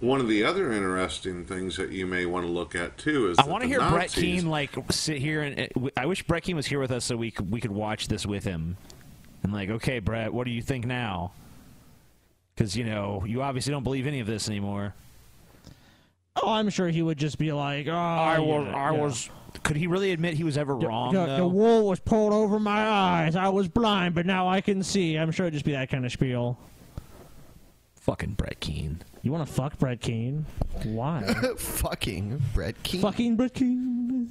[SPEAKER 12] One of the other interesting things that you may want to look at too is
[SPEAKER 4] I
[SPEAKER 12] want to
[SPEAKER 4] hear
[SPEAKER 12] Nazis,
[SPEAKER 4] Brett Keane like sit here and uh, I wish Brett Keane was here with us so we could, we could watch this with him. And like, okay, Brett, what do you think now? Because you know you obviously don't believe any of this anymore.
[SPEAKER 9] Oh, I'm sure he would just be like, oh,
[SPEAKER 4] I
[SPEAKER 9] yeah,
[SPEAKER 4] was, I
[SPEAKER 9] yeah.
[SPEAKER 4] was. Could he really admit he was ever wrong?
[SPEAKER 9] The, the
[SPEAKER 4] though?
[SPEAKER 9] wool was pulled over my eyes. I was blind, but now I can see. I'm sure it'd just be that kind of spiel.
[SPEAKER 4] Fucking Brett Keane.
[SPEAKER 9] You want to fuck Brett Keane? Why?
[SPEAKER 5] Fucking Brett Keane.
[SPEAKER 9] Fucking Brett Keane.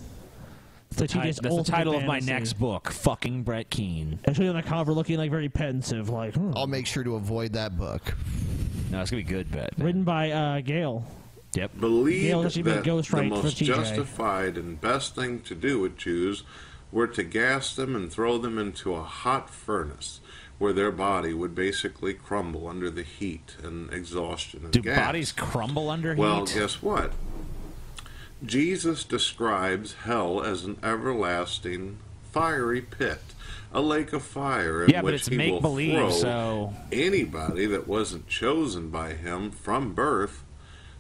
[SPEAKER 9] It's
[SPEAKER 4] That's
[SPEAKER 9] like
[SPEAKER 4] the,
[SPEAKER 9] he
[SPEAKER 4] ti-
[SPEAKER 9] just
[SPEAKER 4] that's the
[SPEAKER 9] ultimate
[SPEAKER 4] title of my
[SPEAKER 9] fantasy.
[SPEAKER 4] next book. Fucking Brett Keane.
[SPEAKER 9] Actually, on the cover, looking like very pensive, like hmm.
[SPEAKER 5] I'll make sure to avoid that book.
[SPEAKER 4] No, it's gonna be good, Brett.
[SPEAKER 9] written by uh, Gail.
[SPEAKER 4] Yep.
[SPEAKER 12] believed
[SPEAKER 9] Gail should be a
[SPEAKER 12] that
[SPEAKER 9] ghostwriter
[SPEAKER 12] the
[SPEAKER 9] for
[SPEAKER 12] most
[SPEAKER 9] TJ.
[SPEAKER 12] justified and best thing to do with Jews were to gas them and throw them into a hot furnace where their body would basically crumble under the heat and exhaustion and
[SPEAKER 4] Do
[SPEAKER 12] gas.
[SPEAKER 4] bodies crumble under
[SPEAKER 12] Well,
[SPEAKER 4] heat?
[SPEAKER 12] guess what? Jesus describes hell as an everlasting fiery pit, a lake of fire in
[SPEAKER 4] Yeah, but it's
[SPEAKER 12] which he will
[SPEAKER 4] make-believe,
[SPEAKER 12] throw
[SPEAKER 4] so-
[SPEAKER 12] anybody that wasn't chosen by him from birth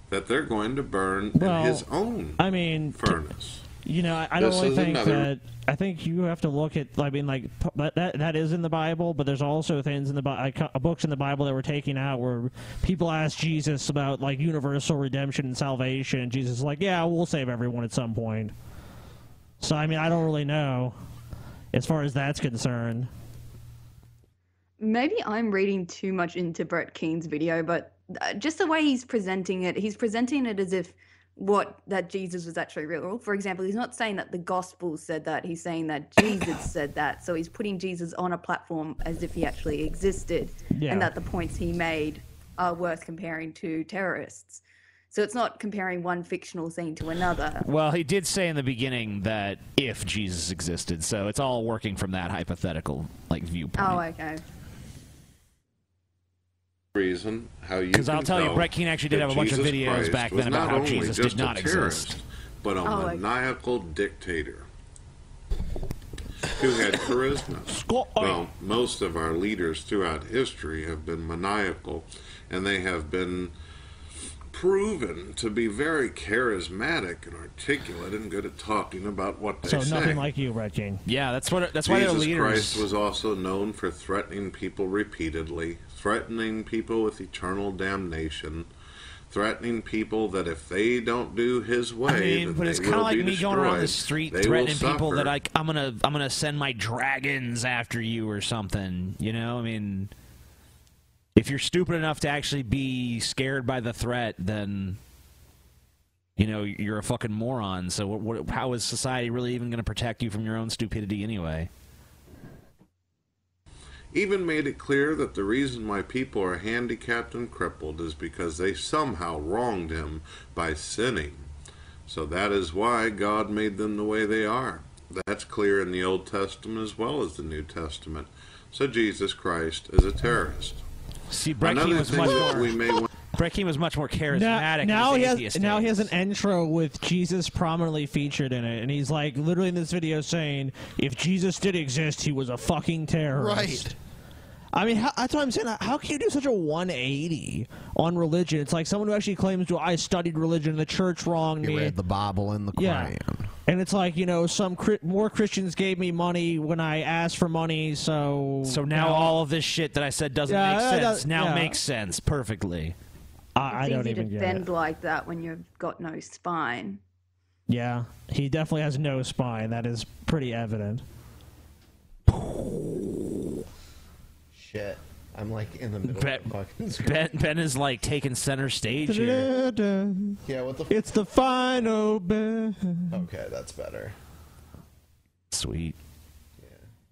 [SPEAKER 12] that they're going to burn
[SPEAKER 9] Well,
[SPEAKER 12] in his own
[SPEAKER 9] I mean,
[SPEAKER 12] furnace.
[SPEAKER 9] You know, I, I don't
[SPEAKER 12] This
[SPEAKER 9] really
[SPEAKER 12] is
[SPEAKER 9] think
[SPEAKER 12] another-
[SPEAKER 9] that. I think you have to look at. I mean, like p- that that, that is in the Bible, but there's also things in the Bi- like, uh, books in the Bible that were taken out where people asked Jesus about like universal redemption and salvation. And Jesus is like, yeah, we'll save everyone at some point. So I mean, I don't really know as far as that's concerned.
[SPEAKER 11] Maybe I'm reading too much into Brett Keene's video, but uh, just the way he's presenting it, he's presenting it as if what that Jesus was actually real. For example, he's not saying that the gospel said that, he's saying that Jesus said that. So he's putting Jesus on a platform as if he actually existed
[SPEAKER 13] Yeah.
[SPEAKER 11] and that the points he made are worth comparing to terrorists. So it's not comparing one fictional thing to another.
[SPEAKER 4] Well, he did say in the beginning that if Jesus existed, so it's all working from that hypothetical like viewpoint.
[SPEAKER 11] Oh, okay.
[SPEAKER 12] reason how you
[SPEAKER 4] 'Cause I'll
[SPEAKER 12] can
[SPEAKER 4] tell you,
[SPEAKER 12] tell
[SPEAKER 4] Brett Keane actually did
[SPEAKER 12] that
[SPEAKER 4] have a bunch of
[SPEAKER 12] Jesus
[SPEAKER 4] videos
[SPEAKER 12] Christ
[SPEAKER 4] back
[SPEAKER 12] was
[SPEAKER 4] then about
[SPEAKER 12] not
[SPEAKER 4] how
[SPEAKER 12] only
[SPEAKER 4] Jesus did
[SPEAKER 12] just
[SPEAKER 4] not
[SPEAKER 12] a terrorist,
[SPEAKER 4] exist.
[SPEAKER 12] but a
[SPEAKER 4] Oh, I-
[SPEAKER 12] maniacal dictator who had charisma.
[SPEAKER 4] oh,
[SPEAKER 12] well, most of our leaders throughout history have been maniacal, and they have been proven to be very charismatic and articulate and good at talking about what they
[SPEAKER 9] So
[SPEAKER 12] say.
[SPEAKER 9] nothing like you, Red King.
[SPEAKER 4] Yeah, that's what. That's why
[SPEAKER 12] Jesus
[SPEAKER 4] they're leaders.
[SPEAKER 12] Christ was also known for threatening people repeatedly, threatening people with eternal damnation, threatening people that if they don't do his way,
[SPEAKER 4] I mean,
[SPEAKER 12] then
[SPEAKER 4] but it's
[SPEAKER 12] they
[SPEAKER 4] kind of
[SPEAKER 12] will
[SPEAKER 4] like
[SPEAKER 12] be
[SPEAKER 4] me going around the
[SPEAKER 12] destroyed.
[SPEAKER 4] street
[SPEAKER 12] They will
[SPEAKER 4] threatening people
[SPEAKER 12] suffer.
[SPEAKER 4] that like I'm gonna I'm gonna send my dragons after you or something. You know, I mean, if you're stupid enough to actually be scared by the threat, then you know you're a fucking moron. So what, what, how is society really even gonna protect you from your own stupidity anyway?
[SPEAKER 12] even made it clear that the reason why people are handicapped and crippled is because they somehow wronged him by sinning. So that is why God made them the way they are. That's clear in the Old Testament as well as the New Testament. So Jesus Christ is a terrorist.
[SPEAKER 4] See, Brecky
[SPEAKER 12] Another
[SPEAKER 4] was
[SPEAKER 12] thing
[SPEAKER 4] much
[SPEAKER 12] that
[SPEAKER 4] more-
[SPEAKER 12] we may want
[SPEAKER 4] Brecky was much more charismatic.
[SPEAKER 9] Now, now
[SPEAKER 4] in his
[SPEAKER 9] he has
[SPEAKER 4] atheist
[SPEAKER 9] now he
[SPEAKER 4] days.
[SPEAKER 9] has an intro with Jesus prominently featured in it, and he's like literally in this video saying, "If Jesus did exist, he was a fucking terrorist."
[SPEAKER 5] Right.
[SPEAKER 9] I mean, how, that's what I'm saying. How can you do such a 180 on religion? It's like someone who actually claims, "Well, I studied religion, the church wronged me."
[SPEAKER 5] You read the Bible and the
[SPEAKER 9] Yeah.
[SPEAKER 5] Quran.
[SPEAKER 9] And it's like you know, some Chri- more Christians gave me money when I asked for money, so
[SPEAKER 4] So now all of this shit that I said doesn't
[SPEAKER 9] Yeah,
[SPEAKER 4] make
[SPEAKER 9] that-
[SPEAKER 4] sense.
[SPEAKER 9] that-
[SPEAKER 4] now
[SPEAKER 9] yeah.
[SPEAKER 4] makes sense perfectly.
[SPEAKER 9] I, I
[SPEAKER 11] It's
[SPEAKER 9] don't
[SPEAKER 11] easy to
[SPEAKER 9] even get it.
[SPEAKER 11] bend like that when you've got no spine.
[SPEAKER 9] Yeah, he definitely has no spine. That is pretty evident.
[SPEAKER 5] Shit. I'm like in the middle
[SPEAKER 4] Ben,
[SPEAKER 5] of the fucking
[SPEAKER 4] ben, ben is like taking center stage here.
[SPEAKER 5] Yeah, what the
[SPEAKER 9] It's the final bell.
[SPEAKER 5] Okay, that's better.
[SPEAKER 4] Sweet.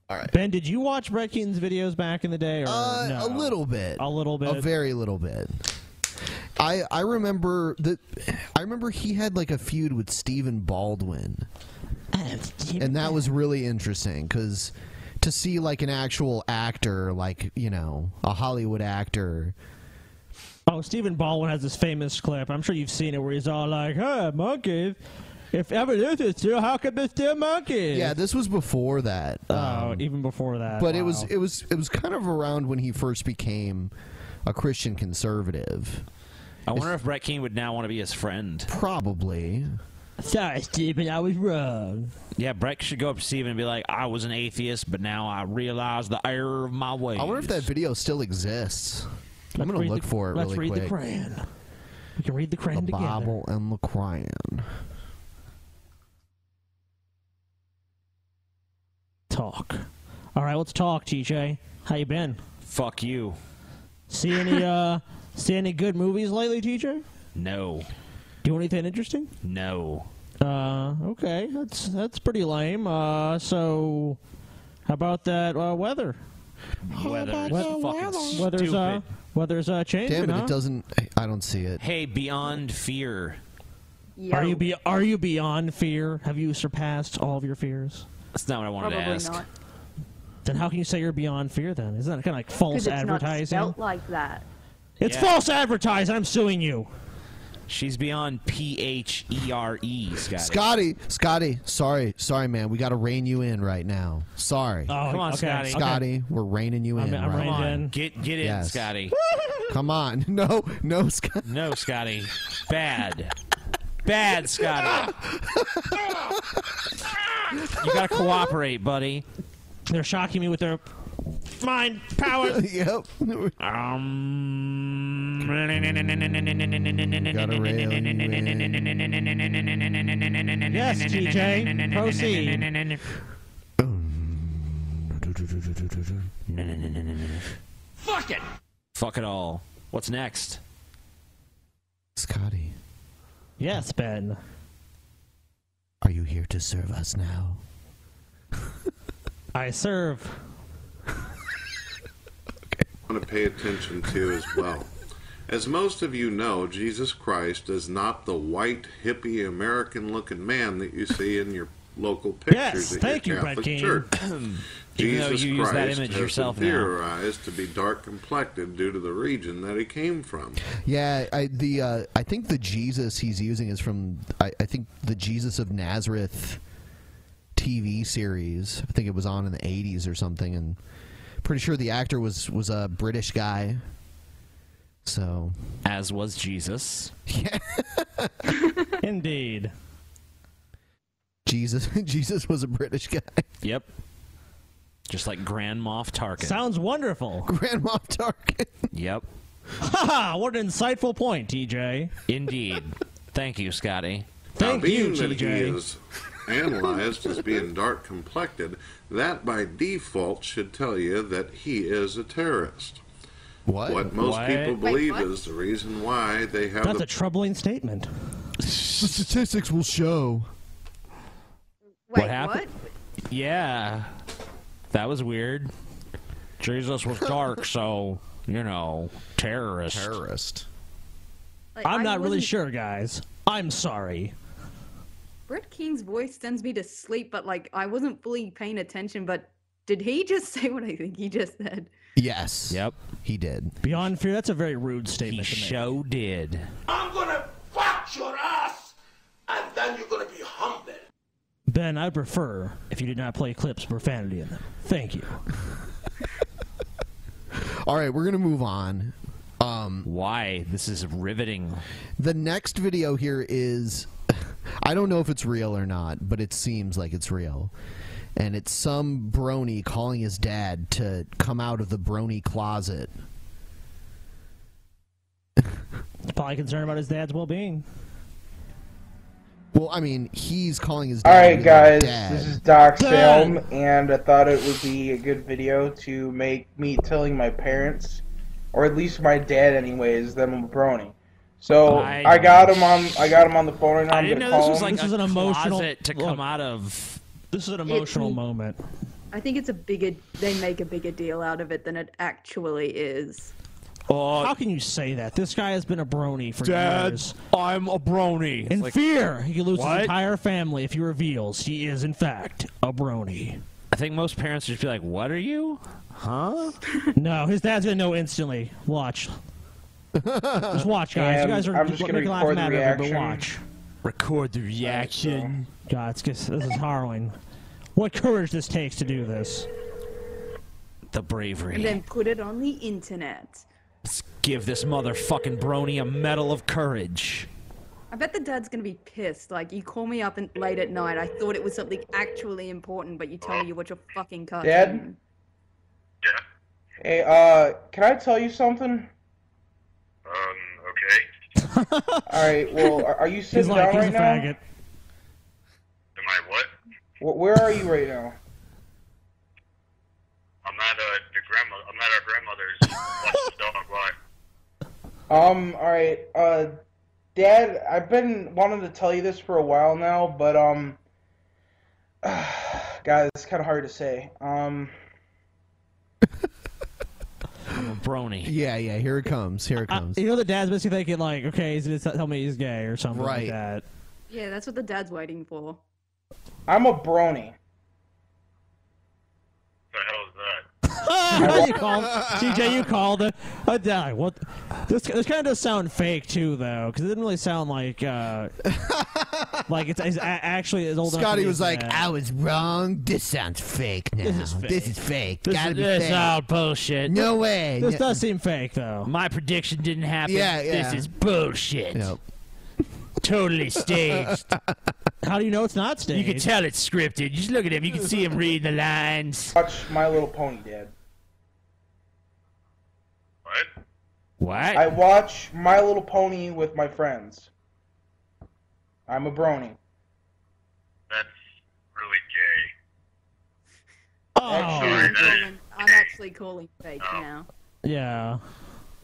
[SPEAKER 5] All right.
[SPEAKER 9] Ben, did you watch Brett Keaton's videos back in the day? Or
[SPEAKER 5] Uh,
[SPEAKER 9] no?
[SPEAKER 5] A little bit.
[SPEAKER 9] A little bit.
[SPEAKER 5] A very little bit. I I remember that. I remember he had like a feud with Stephen Baldwin, and that was really interesting because to see like an actual actor, like you know, a Hollywood actor.
[SPEAKER 9] Oh, Stephen Baldwin has this famous clip. I'm sure you've seen it where he's all like, "Hey, monkeys! If ever this is true, how could this still monkeys?"
[SPEAKER 5] Yeah, this was before that. Um,
[SPEAKER 9] Oh, even before that.
[SPEAKER 5] but it was
[SPEAKER 9] Wow.
[SPEAKER 5] it was it was kind of around when he first became a Christian conservative.
[SPEAKER 4] I wonder if Brett Keane would now want to be his friend.
[SPEAKER 5] Probably.
[SPEAKER 9] Sorry, Stephen, I was wrong.
[SPEAKER 4] Yeah, Brett should go up to Steven and be like, I was an atheist, but now I realize the error of my ways.
[SPEAKER 5] I wonder if that video still exists. I'm gonna look for it
[SPEAKER 9] Let's
[SPEAKER 5] really
[SPEAKER 9] read
[SPEAKER 5] quick.
[SPEAKER 9] the Quran. We can read the Quran
[SPEAKER 5] The
[SPEAKER 9] together.
[SPEAKER 5] Bible and the Quran.
[SPEAKER 9] Talk. All right, let's talk, TJ. How you been?
[SPEAKER 4] Fuck you.
[SPEAKER 9] See any uh, see any good movies lately, TJ?
[SPEAKER 4] No.
[SPEAKER 9] Do anything interesting?
[SPEAKER 4] No.
[SPEAKER 9] Uh, okay, that's that's pretty lame. Uh, so how about that uh, weather?
[SPEAKER 4] Weather is fucking stupid.
[SPEAKER 9] Weather's uh, weather's uh, changing.
[SPEAKER 5] Damn it!
[SPEAKER 9] huh?
[SPEAKER 5] It doesn't. I don't see it.
[SPEAKER 4] Hey, Beyond Fear.
[SPEAKER 9] Are you be Are you beyond fear? Have you surpassed all of your fears?
[SPEAKER 4] That's not what I wanted to
[SPEAKER 11] Probably
[SPEAKER 4] ask.
[SPEAKER 11] not.
[SPEAKER 9] Then how can you say you're beyond fear? Then isn't that kind of like false
[SPEAKER 11] Because it's not
[SPEAKER 9] advertising?
[SPEAKER 11] spelt like that.
[SPEAKER 9] It's
[SPEAKER 4] Yeah.
[SPEAKER 9] false advertising. I'm suing you.
[SPEAKER 4] She's beyond P H E R E, Scotty.
[SPEAKER 5] Scotty, Scotty, sorry, sorry, man. We got to rein you in right now. Sorry.
[SPEAKER 4] Oh, Come on, okay. Scotty.
[SPEAKER 5] Scotty, we're reining you in.
[SPEAKER 4] I'm- I'm
[SPEAKER 5] right
[SPEAKER 4] reined
[SPEAKER 5] now.
[SPEAKER 4] in. Get- get in,
[SPEAKER 5] Yes.
[SPEAKER 4] Scotty.
[SPEAKER 5] Come on. No, no, Scotty.
[SPEAKER 4] No, Scotty. Bad. Bad, Scotty. you gotta cooperate, buddy.
[SPEAKER 9] They're shocking me with their mind powers.
[SPEAKER 5] yep.
[SPEAKER 4] Um.
[SPEAKER 9] Yes, TJ. Proceed.
[SPEAKER 14] Fuck it.
[SPEAKER 4] Fuck it all. What's next?
[SPEAKER 5] Scotty,
[SPEAKER 9] Yes, Ben.
[SPEAKER 5] are you here to serve us now?
[SPEAKER 9] I serve.
[SPEAKER 12] to pay attention to as well. As most of you know, Jesus Christ is not the white, hippie, American looking man that you see in your local pictures
[SPEAKER 9] Yes,
[SPEAKER 12] at
[SPEAKER 9] thank you,
[SPEAKER 12] your
[SPEAKER 9] Brett
[SPEAKER 12] Catholic
[SPEAKER 9] Keane.
[SPEAKER 12] Church.
[SPEAKER 4] Even though
[SPEAKER 12] Jesus
[SPEAKER 4] you use
[SPEAKER 12] Christ
[SPEAKER 4] that image
[SPEAKER 12] has
[SPEAKER 4] yourself
[SPEAKER 12] been
[SPEAKER 4] now.
[SPEAKER 12] theorized to be dark complected due to the region that he came from.
[SPEAKER 5] Yeah, I the uh, I think the Jesus he's using is from I, I think the Jesus of Nazareth TV series. I think it was on in the eighties or something, and pretty sure the actor was was a British guy. So
[SPEAKER 4] As was Jesus.
[SPEAKER 9] Indeed.
[SPEAKER 5] Jesus Jesus was a British guy.
[SPEAKER 4] Yep. Just like Grand Moff Tarkin.
[SPEAKER 9] Sounds wonderful.
[SPEAKER 5] Grand Moff Tarkin.
[SPEAKER 4] Yep.
[SPEAKER 9] Ha! What an insightful point, TJ.
[SPEAKER 4] Indeed. Thank you, Scotty.
[SPEAKER 12] Now,
[SPEAKER 9] Thank you,
[SPEAKER 12] being that he
[SPEAKER 9] TJ.
[SPEAKER 12] is analyzed as being dark complected, that by default should tell you that he is a terrorist.
[SPEAKER 5] What?
[SPEAKER 12] What most
[SPEAKER 9] What?
[SPEAKER 12] people
[SPEAKER 9] Wait,
[SPEAKER 12] believe
[SPEAKER 9] what?
[SPEAKER 12] is the reason why they have
[SPEAKER 9] That's
[SPEAKER 12] the
[SPEAKER 9] a troubling statement.
[SPEAKER 5] The statistics will show.
[SPEAKER 4] Wait, what happened? Yeah. That was weird. Jesus was dark, so, you know, terrorist.
[SPEAKER 5] Terrorist.
[SPEAKER 9] I'm not really
[SPEAKER 11] wasn't-
[SPEAKER 9] sure, guys. I'm sorry.
[SPEAKER 11] Brett King's voice sends me to sleep, but like I wasn't fully paying attention. But did he just say what I think he just said?
[SPEAKER 5] Yes.
[SPEAKER 4] Yep.
[SPEAKER 5] He did.
[SPEAKER 9] Beyond fear, that's a very rude statement.
[SPEAKER 4] He show did.
[SPEAKER 6] I'm gonna fuck your ass, and then you're gonna be humble.
[SPEAKER 9] Ben, I'd prefer if you did not play clips of profanity in them. Thank you.
[SPEAKER 5] All right, we're gonna move on. Um,
[SPEAKER 4] Why? This is riveting.
[SPEAKER 5] The next video here is, I don't know if it's real or not, but it seems like it's real, and it's some brony calling his dad to come out of the brony closet.
[SPEAKER 9] He's probably concerned about his dad's well-being.
[SPEAKER 5] Well, I mean, he's calling his. Dad
[SPEAKER 13] All right,
[SPEAKER 5] his
[SPEAKER 13] guys,
[SPEAKER 5] dad.
[SPEAKER 13] this is Doc
[SPEAKER 5] Dad.
[SPEAKER 13] Film, and I thought it would be a good video to make me telling my parents, or at least my dad, anyways, that I'm a brony. So
[SPEAKER 4] I-
[SPEAKER 13] I, got him on. I got him on the phone, and
[SPEAKER 4] I
[SPEAKER 13] I'm
[SPEAKER 4] didn't
[SPEAKER 13] gonna
[SPEAKER 4] know
[SPEAKER 13] call
[SPEAKER 4] this was
[SPEAKER 13] him.
[SPEAKER 4] like a closet to
[SPEAKER 13] look.
[SPEAKER 4] come out of.
[SPEAKER 9] This is an
[SPEAKER 11] emotional
[SPEAKER 9] moment.
[SPEAKER 11] I think it's a bigger. They make a bigger deal out of it than it actually is.
[SPEAKER 4] Oh.
[SPEAKER 9] How can you say that? This guy has been a brony for
[SPEAKER 4] Dad,
[SPEAKER 9] years.
[SPEAKER 4] I'm a brony.
[SPEAKER 9] In
[SPEAKER 4] Like-
[SPEAKER 9] fear, he could lose
[SPEAKER 4] What?
[SPEAKER 9] his entire family if he reveals he is, in fact, a brony.
[SPEAKER 4] I think most parents would just be like, "What are you? Huh?"
[SPEAKER 9] no, his dad's gonna know instantly. Watch. Just watch, guys.
[SPEAKER 4] And
[SPEAKER 9] you guys are
[SPEAKER 4] I'm just gonna
[SPEAKER 9] making a laugh
[SPEAKER 4] record the
[SPEAKER 9] matter of it, but
[SPEAKER 4] reaction.
[SPEAKER 9] watch.
[SPEAKER 4] Record the reaction.
[SPEAKER 9] God, it's just, this is harrowing. What courage this takes to do this.
[SPEAKER 4] The bravery.
[SPEAKER 11] And then put it on the internet.
[SPEAKER 4] Let's give this motherfucking brony a medal of courage.
[SPEAKER 11] I bet the dad's gonna be pissed. Like you call me up and late at night. I thought it was something actually important, but you tell me you watch a fucking cartoon.
[SPEAKER 13] Dad. Hey, uh, can I tell you something? Um. Okay. All right. Well, are, are you sitting
[SPEAKER 9] He's like,
[SPEAKER 13] down
[SPEAKER 9] he's
[SPEAKER 13] right
[SPEAKER 9] a
[SPEAKER 13] now?
[SPEAKER 9] faggot.
[SPEAKER 13] Wh- Where are you right now?
[SPEAKER 15] I'm not a the grandma. I'm not our grandmother's. Watch the dog lie.
[SPEAKER 13] Um, alright, uh, Dad, I've been wanting to tell you this for a while now, but, um, guys, it's kind of hard to say. Um,
[SPEAKER 4] I'm a brony.
[SPEAKER 5] Yeah, yeah. Here it comes. Here it comes.
[SPEAKER 9] You know, the dad's basically thinking, like, okay, he's gonna tell me he's gay or something
[SPEAKER 5] Right.
[SPEAKER 9] like that.
[SPEAKER 11] Yeah, that's what the dad's waiting for.
[SPEAKER 13] I'm a brony.
[SPEAKER 9] you called, TJ, you called it. I die. What? This this kind of does sound fake too, though, because it didn't really sound like uh, like it's, it's a- actually as old. enough to
[SPEAKER 5] Scotty
[SPEAKER 9] be
[SPEAKER 5] was like,
[SPEAKER 9] that.
[SPEAKER 5] "I was wrong. This sounds fake. Now
[SPEAKER 9] This is fake.
[SPEAKER 5] This is fake.
[SPEAKER 9] This
[SPEAKER 5] Gotta
[SPEAKER 9] is-
[SPEAKER 5] be
[SPEAKER 9] this
[SPEAKER 5] fake.
[SPEAKER 9] all bullshit.
[SPEAKER 5] No way.
[SPEAKER 9] This
[SPEAKER 5] No-
[SPEAKER 9] does seem fake, though.
[SPEAKER 4] My prediction didn't happen.
[SPEAKER 5] Yeah, yeah.
[SPEAKER 4] This is
[SPEAKER 5] Oh,
[SPEAKER 4] bullshit.
[SPEAKER 5] Yep.
[SPEAKER 4] Totally staged.
[SPEAKER 9] How do you know it's not staged?
[SPEAKER 4] You can tell it's scripted. You just look at him. You can see him reading the lines.
[SPEAKER 13] Watch My Little Pony, Dad.
[SPEAKER 4] What?
[SPEAKER 13] I watch My Little Pony with my friends. I'm a brony.
[SPEAKER 15] Really gay.
[SPEAKER 9] Oh,
[SPEAKER 11] I'm, calling, I'm actually calling fake now.
[SPEAKER 9] yeah.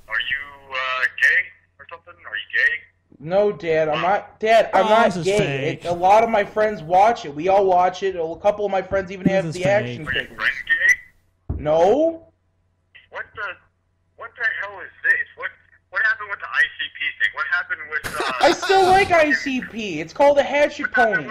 [SPEAKER 15] Are you uh, gay or something? Are you gay?
[SPEAKER 13] No, Dad, I'm not, Dad, I'm
[SPEAKER 15] Oh,
[SPEAKER 13] not
[SPEAKER 15] this is
[SPEAKER 13] gay.
[SPEAKER 15] fake.
[SPEAKER 13] It, a lot of my friends watch it. We all watch it. A couple of my friends even have
[SPEAKER 15] is
[SPEAKER 13] the
[SPEAKER 15] fake.
[SPEAKER 13] action figures. No?
[SPEAKER 15] What the what the hell is this? What what happened with the ICP thing? What happened with uh,
[SPEAKER 13] I still like ICP. It's called a hatchet pony.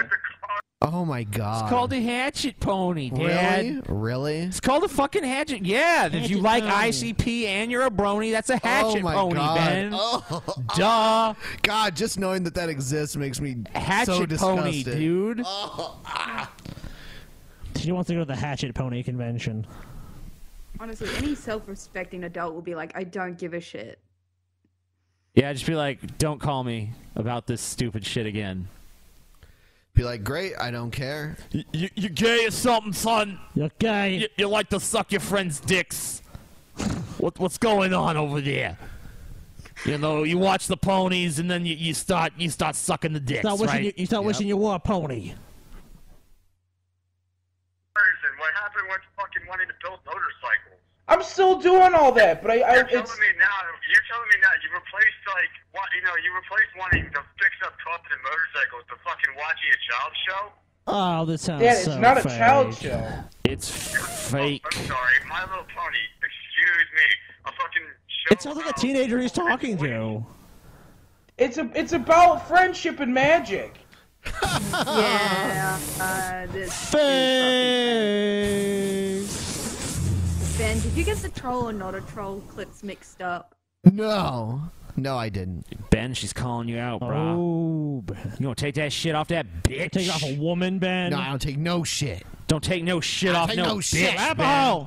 [SPEAKER 5] Oh my god.
[SPEAKER 4] It's called a hatchet pony, Dad.
[SPEAKER 5] Really? Really?
[SPEAKER 4] It's called a fucking hatchet. Yeah, if you like
[SPEAKER 5] pony.
[SPEAKER 4] ICP and you're a brony, that's a
[SPEAKER 5] oh
[SPEAKER 4] hatchet
[SPEAKER 5] my
[SPEAKER 4] pony,
[SPEAKER 5] god.
[SPEAKER 4] Ben.
[SPEAKER 5] Oh.
[SPEAKER 4] Duh.
[SPEAKER 5] God, just knowing that that exists makes me so
[SPEAKER 4] Hatchet pony,
[SPEAKER 5] disgusted.
[SPEAKER 4] dude.
[SPEAKER 5] Oh, ah.
[SPEAKER 9] She wants to go to the Hatchet Pony convention.
[SPEAKER 11] Honestly, any self-respecting adult will be like, I don't give a shit.
[SPEAKER 4] Yeah, just be like, don't call me about this stupid shit again.
[SPEAKER 5] Be like, great, I don't care.
[SPEAKER 4] You, you gay or something, son?
[SPEAKER 9] You're gay.
[SPEAKER 4] You, you like to suck your friends' dicks. What, what's going on over there? You know, you watch the ponies, and then you, you start you start sucking the dicks,
[SPEAKER 9] start wishing
[SPEAKER 4] right?
[SPEAKER 9] you, you start wishing you were a pony.
[SPEAKER 6] person? What happened with fucking wanting to build motorcycles?
[SPEAKER 13] I'm still doing all that, but I, I
[SPEAKER 6] You're
[SPEAKER 13] it's
[SPEAKER 6] telling me now. You're telling me now. You replaced like what? You know, you replaced wanting to fix up trucks and motorcycles to fucking watching a child show.
[SPEAKER 9] Oh, this sounds
[SPEAKER 13] Yeah, it's
[SPEAKER 9] so
[SPEAKER 13] not a
[SPEAKER 9] fake.
[SPEAKER 13] child show.
[SPEAKER 4] It's fake.
[SPEAKER 6] I'm sorry, My Little Pony. Excuse me. A fucking
[SPEAKER 9] It sounds like a teenager he's talking to.
[SPEAKER 13] it's a it's about friendship and magic.
[SPEAKER 11] yeah. Uh, this. Ben, did you get the troll or not a troll clips mixed up?
[SPEAKER 5] No. No, I didn't.
[SPEAKER 4] Ben, she's calling you out, bro. You gonna take that shit off that bitch?
[SPEAKER 5] Take it off a
[SPEAKER 9] woman, Ben?
[SPEAKER 5] No, I don't take no shit.
[SPEAKER 4] Don't take no shit
[SPEAKER 5] I
[SPEAKER 4] off
[SPEAKER 5] take
[SPEAKER 4] no,
[SPEAKER 5] no
[SPEAKER 4] bitch,
[SPEAKER 5] shit,
[SPEAKER 4] man.
[SPEAKER 5] Ben.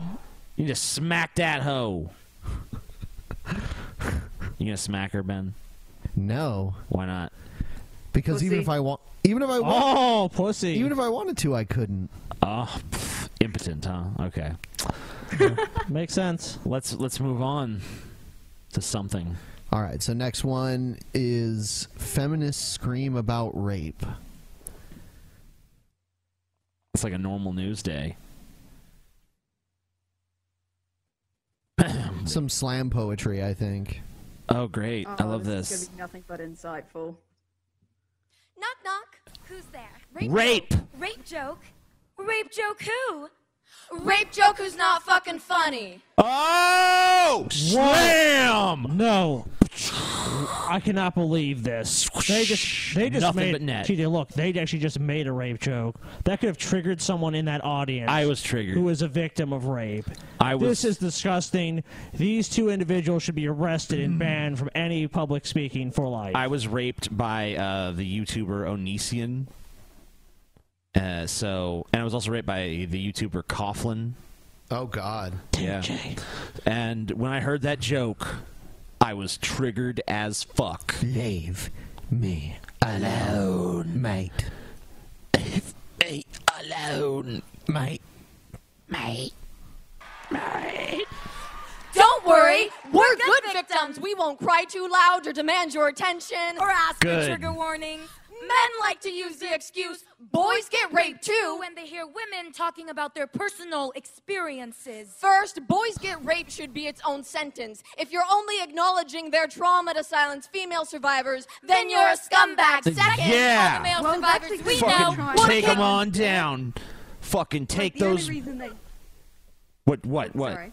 [SPEAKER 4] You need to smack that hoe. you gonna smack her, Ben?
[SPEAKER 5] No.
[SPEAKER 4] Why not?
[SPEAKER 5] Because even
[SPEAKER 4] Pussy.
[SPEAKER 5] if I want, even if I want,
[SPEAKER 9] oh pussy,
[SPEAKER 5] even if I wanted to, I couldn't.
[SPEAKER 4] Oh, pff, impotent, huh? Okay.
[SPEAKER 9] Makes sense.
[SPEAKER 4] Let's let's move on to something.
[SPEAKER 5] All right. So next one is feminists scream about rape.
[SPEAKER 4] It's like a normal news day.
[SPEAKER 5] Some slam poetry, I think.
[SPEAKER 4] Oh, great!
[SPEAKER 11] Oh, This is gonna be nothing but insightful.
[SPEAKER 16] Knock knock. Who's there?
[SPEAKER 4] Rape.
[SPEAKER 16] joke. Rape joke. Rape joke who? Rape joke who's not fucking funny.
[SPEAKER 4] Oh! Slam!
[SPEAKER 9] No. I cannot believe this. They just they just
[SPEAKER 4] Nothing
[SPEAKER 9] made
[SPEAKER 4] but net.
[SPEAKER 9] TJ, look, they actually just made a rape joke. That could have triggered someone in that audience.
[SPEAKER 4] I was triggered.
[SPEAKER 9] Who was a victim of rape.
[SPEAKER 4] I was-
[SPEAKER 9] This is disgusting. These two individuals should be arrested and banned from any public speaking for life.
[SPEAKER 4] I was raped by uh, the YouTuber Onision. Uh, so, and I was also raped by the YouTuber Coughlin.
[SPEAKER 5] Oh God!
[SPEAKER 4] Yeah. And when I heard that joke, I was triggered as fuck.
[SPEAKER 5] Leave me alone, mate.
[SPEAKER 4] Leave me alone, mate.
[SPEAKER 16] Mate. Mate. Don't worry, we're good victims. We won't cry too loud or demand your attention or ask
[SPEAKER 4] Good.
[SPEAKER 16] for trigger warnings. Men like to use the excuse boys get raped too when they hear women talking about their personal experiences. First, boys get raped should be its own sentence. If you're only acknowledging their trauma to silence female survivors, then you're a scumbag. Second, all
[SPEAKER 4] Yeah.
[SPEAKER 16] the male
[SPEAKER 4] Well,
[SPEAKER 16] survivors we know
[SPEAKER 4] Fucking
[SPEAKER 16] wanna
[SPEAKER 4] take
[SPEAKER 16] get
[SPEAKER 4] them on down. Fucking take
[SPEAKER 11] the
[SPEAKER 4] those.
[SPEAKER 11] only reason they.
[SPEAKER 4] What? What? What?
[SPEAKER 11] Sorry.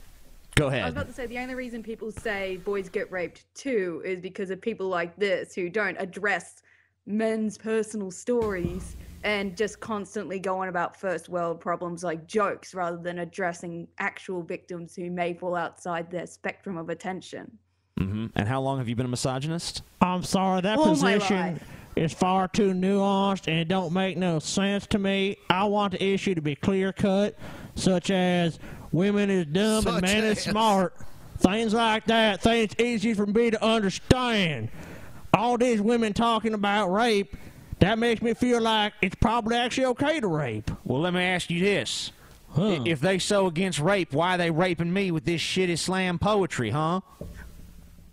[SPEAKER 4] Go
[SPEAKER 11] I was
[SPEAKER 4] ahead.
[SPEAKER 11] about to say the only reason people say boys get raped too is because of people like this who don't address men's personal stories and just constantly go on about first world problems like jokes rather than addressing actual victims who may fall outside their spectrum of attention.
[SPEAKER 4] hmm And how long have you been a misogynist?
[SPEAKER 9] I'm sorry, that
[SPEAKER 11] All Oh, my
[SPEAKER 9] position is far too nuanced and it don't make no sense to me. I want the issue to be clear cut, such as women is dumb
[SPEAKER 4] Such
[SPEAKER 9] and man is
[SPEAKER 4] as.
[SPEAKER 9] smart. Things like that. Things easy for me to understand. All these women talking about rape, that makes me feel like it's probably actually okay to rape.
[SPEAKER 4] Well, let me ask you this. I- If they so against rape, why are they raping me with this shitty slam poetry, huh?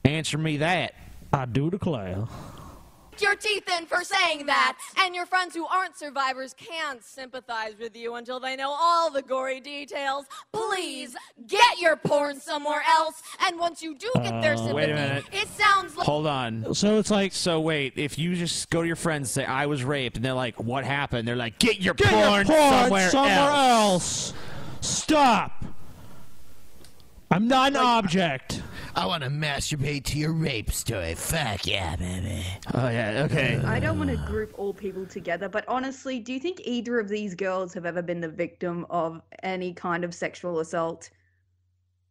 [SPEAKER 4] Answer me that.
[SPEAKER 9] I do declare.
[SPEAKER 16] your teeth in for saying that. And your friends who aren't survivors can't sympathize with you until they know all the gory details. Please get your porn somewhere else. And once you do get their
[SPEAKER 4] Uh,
[SPEAKER 16] sympathy,
[SPEAKER 4] wait a minute.
[SPEAKER 16] it sounds like
[SPEAKER 4] Hold on.
[SPEAKER 9] So it's like.
[SPEAKER 4] So wait, if you just go to your friends and say I was raped, and they're like, "What happened?" They're like, "Get your,
[SPEAKER 9] Get your
[SPEAKER 4] porn,
[SPEAKER 9] porn
[SPEAKER 4] somewhere,
[SPEAKER 9] somewhere
[SPEAKER 4] else.
[SPEAKER 9] Stop. I'm not an object.
[SPEAKER 5] I want to masturbate to your rape story. Fuck yeah, baby.
[SPEAKER 4] Oh yeah.
[SPEAKER 11] I don't want to group all people together, but honestly, do you think either of these girls have ever been the victim of any kind of sexual assault?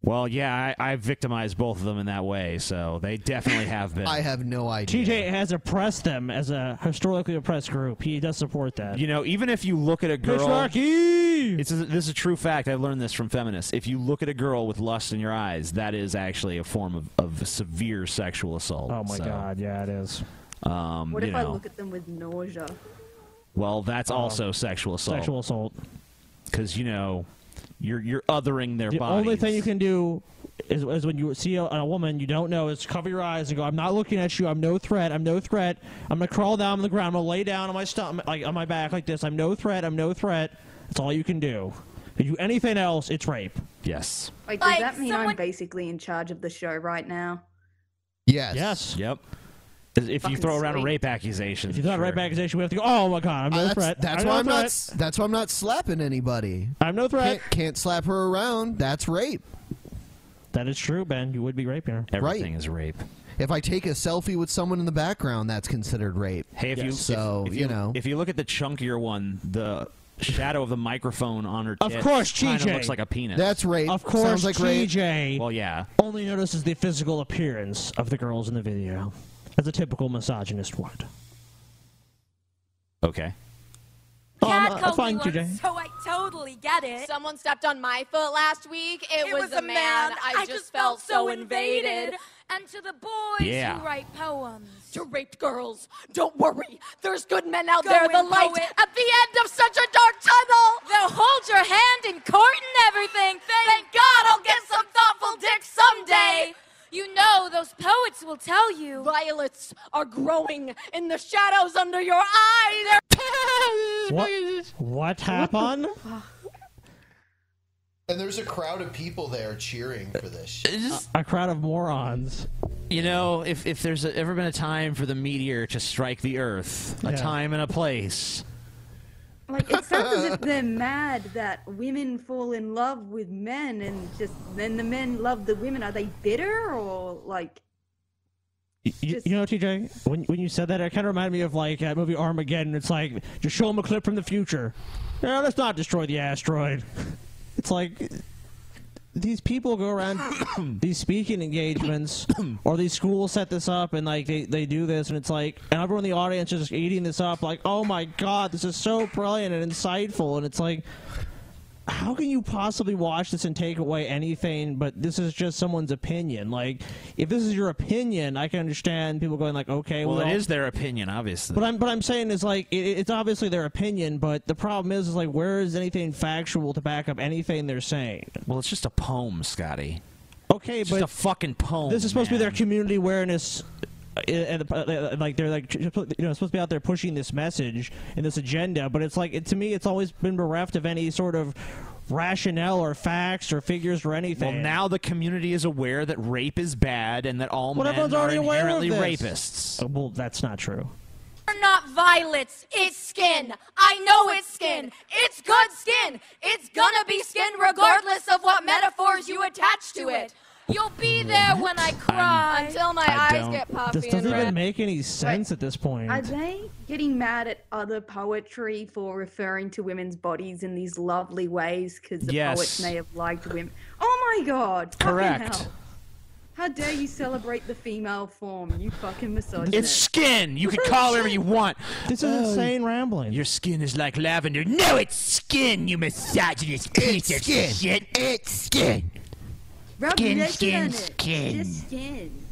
[SPEAKER 4] Well, yeah, I, I victimized both of them in that way, so they definitely have been.
[SPEAKER 5] I have no idea.
[SPEAKER 9] TJ has oppressed them as a historically oppressed group. He does support that.
[SPEAKER 4] You know, even if you look at a girl, It's a, this is a true fact. I've learned this from feminists. If you look at a girl with lust in your eyes, that is actually a form of, of severe sexual assault.
[SPEAKER 9] Oh my
[SPEAKER 4] So,
[SPEAKER 9] God! Yeah, it is.
[SPEAKER 4] Um,
[SPEAKER 11] What
[SPEAKER 4] you
[SPEAKER 11] if I
[SPEAKER 4] know,
[SPEAKER 11] look at them with nausea?
[SPEAKER 4] well, that's also sexual assault.
[SPEAKER 9] Oh. Sexual assault.
[SPEAKER 4] Because you know, you're you're othering their
[SPEAKER 9] The
[SPEAKER 4] body.
[SPEAKER 9] only thing you can do is, is when you see a, a woman you don't know is cover your eyes and go, "I'm not looking at you. I'm no threat. I'm no threat. I'm gonna crawl down on the ground. I'm gonna lay down on my stomach, like on my back, like this. I'm no threat. I'm no threat." That's all you can do. If you do anything else, it's rape.
[SPEAKER 4] Yes.
[SPEAKER 11] Wait, does
[SPEAKER 16] Like,
[SPEAKER 11] that mean I'm
[SPEAKER 16] someone-
[SPEAKER 11] basically in charge of the show right now?
[SPEAKER 5] Yes.
[SPEAKER 9] Yes.
[SPEAKER 4] Yep. If you
[SPEAKER 11] Fucking
[SPEAKER 4] throw around a
[SPEAKER 11] sweet.
[SPEAKER 4] rape accusation,
[SPEAKER 9] If you thought
[SPEAKER 4] sure.
[SPEAKER 9] right back accusation, we have to go. Oh my god, I'm no
[SPEAKER 5] Uh, that's
[SPEAKER 9] threat.
[SPEAKER 5] that's
[SPEAKER 9] I'm
[SPEAKER 5] why
[SPEAKER 9] no
[SPEAKER 5] I'm
[SPEAKER 9] threat.
[SPEAKER 5] not. s- That's why I'm not slapping anybody.
[SPEAKER 9] I'm no threat.
[SPEAKER 5] Can't, can't slap her around. That's rape.
[SPEAKER 9] That is true, Ben. You would be raping her.
[SPEAKER 4] Everything is rape.
[SPEAKER 5] If I take a selfie with someone in the background, that's considered rape.
[SPEAKER 4] Hey, if you
[SPEAKER 5] so
[SPEAKER 4] if, if
[SPEAKER 5] you, know
[SPEAKER 4] if you look at the chunkier one, the shadow of the microphone on her,
[SPEAKER 9] Of
[SPEAKER 4] tits
[SPEAKER 9] course,
[SPEAKER 4] kinda
[SPEAKER 9] TJ.
[SPEAKER 4] looks like a penis.
[SPEAKER 5] That's rape.
[SPEAKER 9] Of course,
[SPEAKER 5] Sounds like rape.
[SPEAKER 9] TJ.
[SPEAKER 4] Well, yeah.
[SPEAKER 9] Only notices the physical appearance of the girls in the video, as a typical misogynist would.
[SPEAKER 4] Okay.
[SPEAKER 9] Um,
[SPEAKER 16] Cat
[SPEAKER 9] uh,
[SPEAKER 16] called
[SPEAKER 9] fine,
[SPEAKER 16] me once,
[SPEAKER 9] TJ.
[SPEAKER 16] so I totally get it. Someone stepped on my foot last week. It, was, a man. I, just, felt so invaded. And to the boys
[SPEAKER 10] Yeah.
[SPEAKER 16] who write poems, to raped girls, don't worry. There's good men out
[SPEAKER 10] there, the light
[SPEAKER 16] at the end of such a dark tunnel. They'll hold your hand in court and everything. Thank, God I'll get some thoughtful dick someday. You know, those poets will tell you. Violets are growing in the shadows under your eyes.
[SPEAKER 9] What? What happened?
[SPEAKER 5] and there's a crowd of people there cheering for this.
[SPEAKER 9] a crowd of morons.
[SPEAKER 4] You know, if, if there's ever been a time for the meteor to strike the Earth, a
[SPEAKER 9] Yeah.
[SPEAKER 4] time and a place.
[SPEAKER 11] Like it sounds as if they're mad that women fall in love with men, and just then the men love the women. Are they bitter or like?
[SPEAKER 9] Y- You, you know, TJ, when when you said that, it kind of reminded me of like that movie Armageddon. It's like just show them a clip from the future. No, let's not destroy the asteroid. It's like these people go around these speaking engagements, or these schools set this up and like they, they do this, and it's like, and everyone in the audience is just eating this up. Like, oh my god, this is so brilliant and insightful, and it's like. How can you possibly watch this and take away anything? But this is just someone's opinion. Like, if this is your opinion, I can understand people going like, "Okay,
[SPEAKER 4] Well,
[SPEAKER 9] well,
[SPEAKER 4] it is their opinion, obviously.
[SPEAKER 9] but I'm but I'm saying is like it, it's obviously their opinion, but the problem is is like where is anything factual to back up anything they're saying?
[SPEAKER 4] Well, it's just a poem, Scotty.
[SPEAKER 9] Okay,
[SPEAKER 4] It's
[SPEAKER 9] but
[SPEAKER 4] just a fucking poem.
[SPEAKER 9] this is supposed to be their community awareness. uh, and, uh, like they're like you know supposed to be out there pushing this message and this agenda, but it's like it, to me it's always been bereft of any sort of rationale or facts or figures or
[SPEAKER 4] Well,
[SPEAKER 9] anything.
[SPEAKER 4] now the community is aware that rape is bad and that all
[SPEAKER 9] Well,
[SPEAKER 4] men
[SPEAKER 9] everyone's
[SPEAKER 4] are
[SPEAKER 9] already aware of
[SPEAKER 4] inherently
[SPEAKER 9] this. Uh,
[SPEAKER 4] rapists.
[SPEAKER 9] well, that's not true.
[SPEAKER 16] are not violets. It's skin. I know it's skin. It's good skin. It's gonna be skin regardless of what metaphors you attach to it. You'll be there when I cry until my
[SPEAKER 11] I
[SPEAKER 16] eyes
[SPEAKER 11] don't-
[SPEAKER 16] get puffy
[SPEAKER 9] This
[SPEAKER 16] and
[SPEAKER 9] doesn't
[SPEAKER 16] red.
[SPEAKER 9] even make any sense at this point.
[SPEAKER 11] Are they getting mad at other poetry for referring to women's bodies in these lovely ways because the
[SPEAKER 9] Yes.
[SPEAKER 11] poets may have liked women? Oh my god! fucking
[SPEAKER 4] Correct.
[SPEAKER 11] hell. How dare you celebrate the female form, you fucking misogynist.
[SPEAKER 4] It's skin. You can call it whatever you want. Oh,
[SPEAKER 9] This
[SPEAKER 11] is insane
[SPEAKER 9] rambling.
[SPEAKER 4] Your skin is like lavender. No, it's skin, you misogynist piece of
[SPEAKER 6] skin.
[SPEAKER 4] shit. It's skin.
[SPEAKER 11] Rub
[SPEAKER 6] Skin,
[SPEAKER 11] lotion
[SPEAKER 6] skin,
[SPEAKER 11] on it.
[SPEAKER 6] skin.
[SPEAKER 11] Just skin.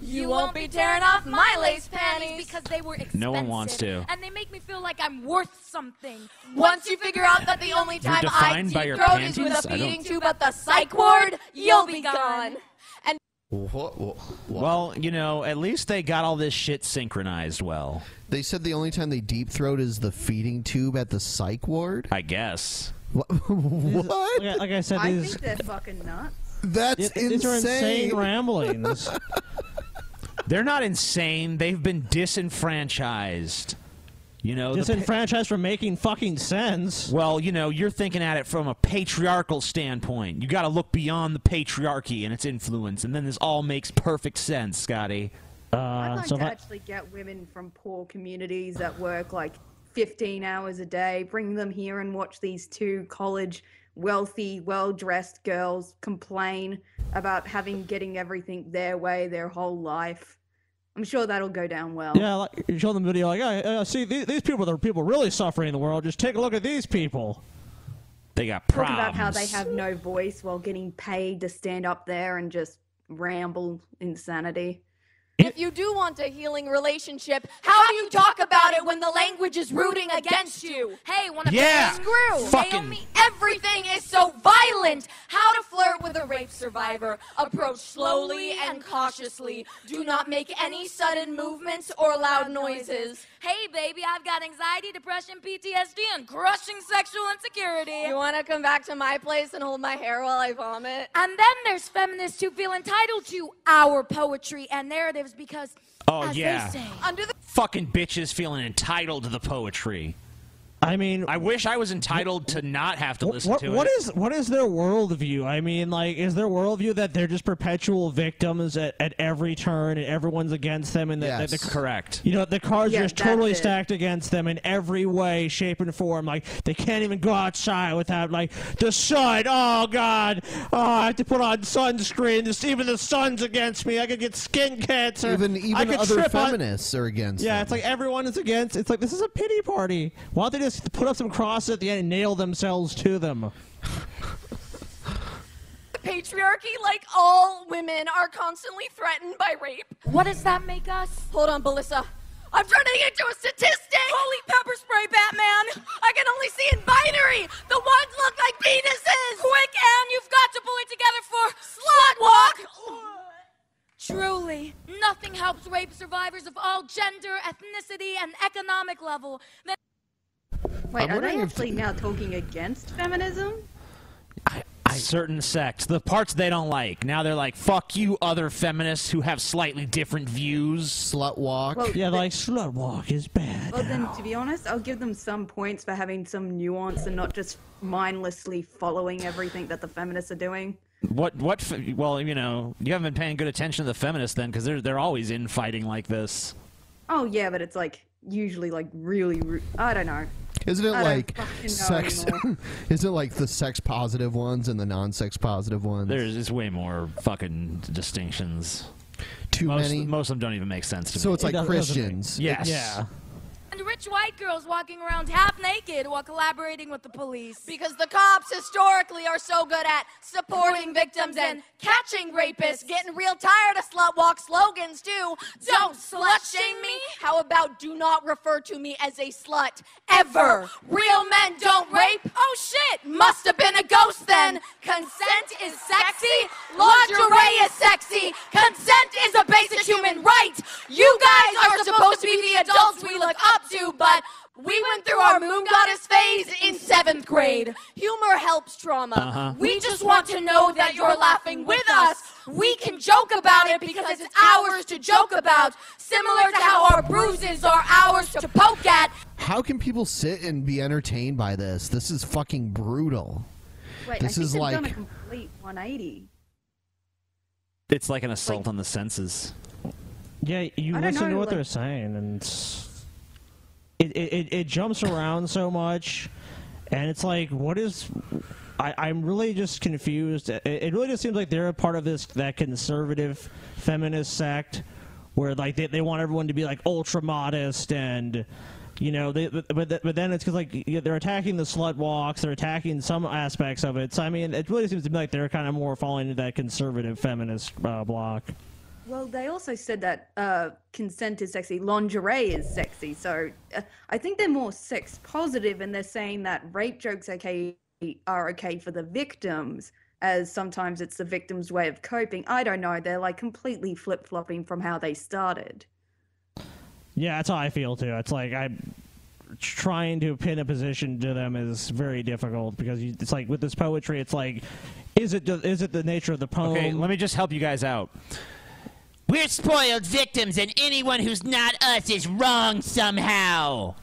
[SPEAKER 16] You won't be tearing off my lace panties because they were expensive.
[SPEAKER 4] No one wants to.
[SPEAKER 16] And they make me feel like I'm worth something. Once you figure out that the only
[SPEAKER 4] You're
[SPEAKER 16] time I
[SPEAKER 4] defined by your
[SPEAKER 16] deep throat is with
[SPEAKER 4] panties?
[SPEAKER 16] a
[SPEAKER 4] I don't-
[SPEAKER 16] feeding tube at the psych ward, you'll be gone. And
[SPEAKER 4] Well, you know, at least they got all this shit synchronized well.
[SPEAKER 5] They said the only time they deep throat is the feeding tube at the psych ward.
[SPEAKER 4] I guess.
[SPEAKER 5] What? what?
[SPEAKER 9] Like, I- like I said,
[SPEAKER 11] I
[SPEAKER 9] these
[SPEAKER 11] think they're fucking nuts.
[SPEAKER 5] That's
[SPEAKER 9] Th- These are insane ramblings.
[SPEAKER 4] They're not insane. They've been disenfranchised. You know, the pa-
[SPEAKER 9] Disenfranchised for making fucking sense.
[SPEAKER 4] Well, you know, you're thinking at it from a patriarchal standpoint. You got to look beyond the patriarchy and its influence, and then this all makes perfect sense, Scotty.
[SPEAKER 11] I'd
[SPEAKER 4] Uh,
[SPEAKER 11] like to actually get women from poor communities that work like 15 hours a day, bring them here and watch these two college wealthy, well-dressed girls complain about having getting everything their way their whole life. I'm sure that'll go down well.
[SPEAKER 9] Yeah, like, you show them the video, like, hey, uh, see, these, these people are the people really suffering in the world. Just take a look at these people.
[SPEAKER 4] They got
[SPEAKER 11] Talk about how they have no voice while getting paid to stand up there and just ramble insanity.
[SPEAKER 16] If you do want a healing relationship, how do you talk about it when the language is rooting against you? Hey, wanna
[SPEAKER 10] Yeah.
[SPEAKER 16] fucking screw?
[SPEAKER 10] Fucking-
[SPEAKER 16] Naomi, everything is so violent. How to flirt with a rapist? rape survivor. Approach slowly and cautiously. Do not make any sudden movements or loud noises. Hey, baby, I've got anxiety, depression, PTSD, and crushing sexual insecurity.
[SPEAKER 17] You want to come back to my place and hold my hair while I vomit?
[SPEAKER 16] And then there's feminists who feel entitled to our poetry and narratives because,
[SPEAKER 4] Oh,
[SPEAKER 16] as
[SPEAKER 4] yeah.
[SPEAKER 16] they say, under the
[SPEAKER 4] Fucking bitches feeling entitled to the poetry. I mean, I wish I was entitled to not have to listen
[SPEAKER 9] What,
[SPEAKER 4] to
[SPEAKER 9] what
[SPEAKER 4] it.
[SPEAKER 9] is what is their worldview? I mean, like, is their worldview that they're just perpetual victims at, at every turn and everyone's against them and that, that the
[SPEAKER 4] Yes. Correct.
[SPEAKER 9] You know, the cards
[SPEAKER 4] Yeah,
[SPEAKER 9] are just
[SPEAKER 4] that's
[SPEAKER 9] totally
[SPEAKER 4] it.
[SPEAKER 9] stacked against them in every way, shape, and form. Like they can't even go outside without like the sun. Oh God, oh, I have to put on sunscreen. This, even the sun's against me. I could get skin cancer.
[SPEAKER 5] Even
[SPEAKER 9] I
[SPEAKER 5] even
[SPEAKER 9] could
[SPEAKER 5] other
[SPEAKER 9] trip on-
[SPEAKER 5] feminists are against.
[SPEAKER 9] yeah, it's like everyone is against. It's like this is a pity party. Why don't they just put up some crosses at the end and nail themselves to them?
[SPEAKER 17] Patriarchy, like all women, are constantly threatened by rape.
[SPEAKER 16] What does that make us?
[SPEAKER 17] Hold on, Belissa. I'm turning into a statistic! Holy pepper spray, Batman!
[SPEAKER 16] I can only see in binary. The ones look like penises. Quick, Anne, you've got to pull it together for slut walk. Truly, nothing helps rape survivors of all gender, ethnicity, and economic level than
[SPEAKER 11] Wait,
[SPEAKER 4] I'm
[SPEAKER 11] are they
[SPEAKER 4] wondering if-
[SPEAKER 11] actually now talking against feminism?
[SPEAKER 4] certain sects, the parts they don't like. Now they're like, "Fuck you, other feminists who have slightly different views."
[SPEAKER 5] Slut walk.
[SPEAKER 11] Well,
[SPEAKER 9] yeah, like slut walk is bad.
[SPEAKER 11] Well, then, to be honest, I'll give them some points for having some nuance and not just mindlessly following everything that the feminists are doing.
[SPEAKER 4] What? What? f- Well, you know, you haven't been paying good attention to the feminists then, because they're they're always infighting like this.
[SPEAKER 11] Oh, yeah, but it's like usually like really, ru- I don't know.
[SPEAKER 5] Isn't it
[SPEAKER 11] I don't
[SPEAKER 5] like
[SPEAKER 11] fucking know
[SPEAKER 5] sex?
[SPEAKER 11] anymore.
[SPEAKER 5] isn't it like the sex positive ones and the non sex positive ones?
[SPEAKER 4] There's just way more fucking distinctions.
[SPEAKER 5] Too
[SPEAKER 4] most,
[SPEAKER 5] many?
[SPEAKER 4] Most of them don't even make sense to me.
[SPEAKER 5] So it's It like doesn't- doesn't make- Christians.
[SPEAKER 4] Yes.
[SPEAKER 5] Yeah.
[SPEAKER 16] and rich white girls walking around half naked while collaborating with the police.
[SPEAKER 17] Because the cops historically are so good at supporting victims and catching rapists. Getting real tired of slut walk slogans, too. Don't slut shame me.
[SPEAKER 16] How about do not refer to me as a slut ever? Real men don't rape. Oh shit! Must have been a ghost then. Consent is sexy. Lingerie is sexy. Consent is a basic human right. You guys are supposed to be the adults we look up to, but we went through our moon goddess phase in seventh grade. Humor helps trauma.
[SPEAKER 17] Uh-huh.
[SPEAKER 16] We just want to know that you're laughing with us. We can joke about it because it's ours to joke about, similar to how our bruises are ours to poke at.
[SPEAKER 5] How can people sit and be entertained by this? This is fucking brutal.
[SPEAKER 11] Wait, I
[SPEAKER 5] this
[SPEAKER 11] think
[SPEAKER 5] is
[SPEAKER 11] they've
[SPEAKER 5] like
[SPEAKER 11] done a complete 180.
[SPEAKER 4] It's like an assault on the senses.
[SPEAKER 9] Yeah, you
[SPEAKER 11] I don't
[SPEAKER 9] listen
[SPEAKER 11] know,
[SPEAKER 9] to what
[SPEAKER 11] like-
[SPEAKER 9] they're saying, and it's- it, it it it jumps around so much, and it's like, what is? I, I'm really just confused. It, it really just seems like they're a part of this that conservative feminist sect, where like they, they want everyone to be like ultra modest and. You know, they, but but th- but then it's because like yeah, they're attacking the slut walks, they're attacking some aspects of it. So I mean, it really seems to me like they're kind of more falling into that conservative feminist uh, block.
[SPEAKER 11] Well, they also said that uh, consent is sexy, lingerie is sexy. So uh, I think they're more sex positive, and they're saying that rape jokes okay are okay for the victims, as sometimes it's the victim's way of coping. I don't know. They're like completely flip flopping from how they started.
[SPEAKER 9] Yeah, that's how I feel too. It's like I trying to pin a position to them is very difficult because you, it's like with this poetry, it's like is it is it the nature of the poem?
[SPEAKER 4] Okay, let me just help you guys out.
[SPEAKER 10] We're spoiled victims, and anyone who's not us is wrong somehow.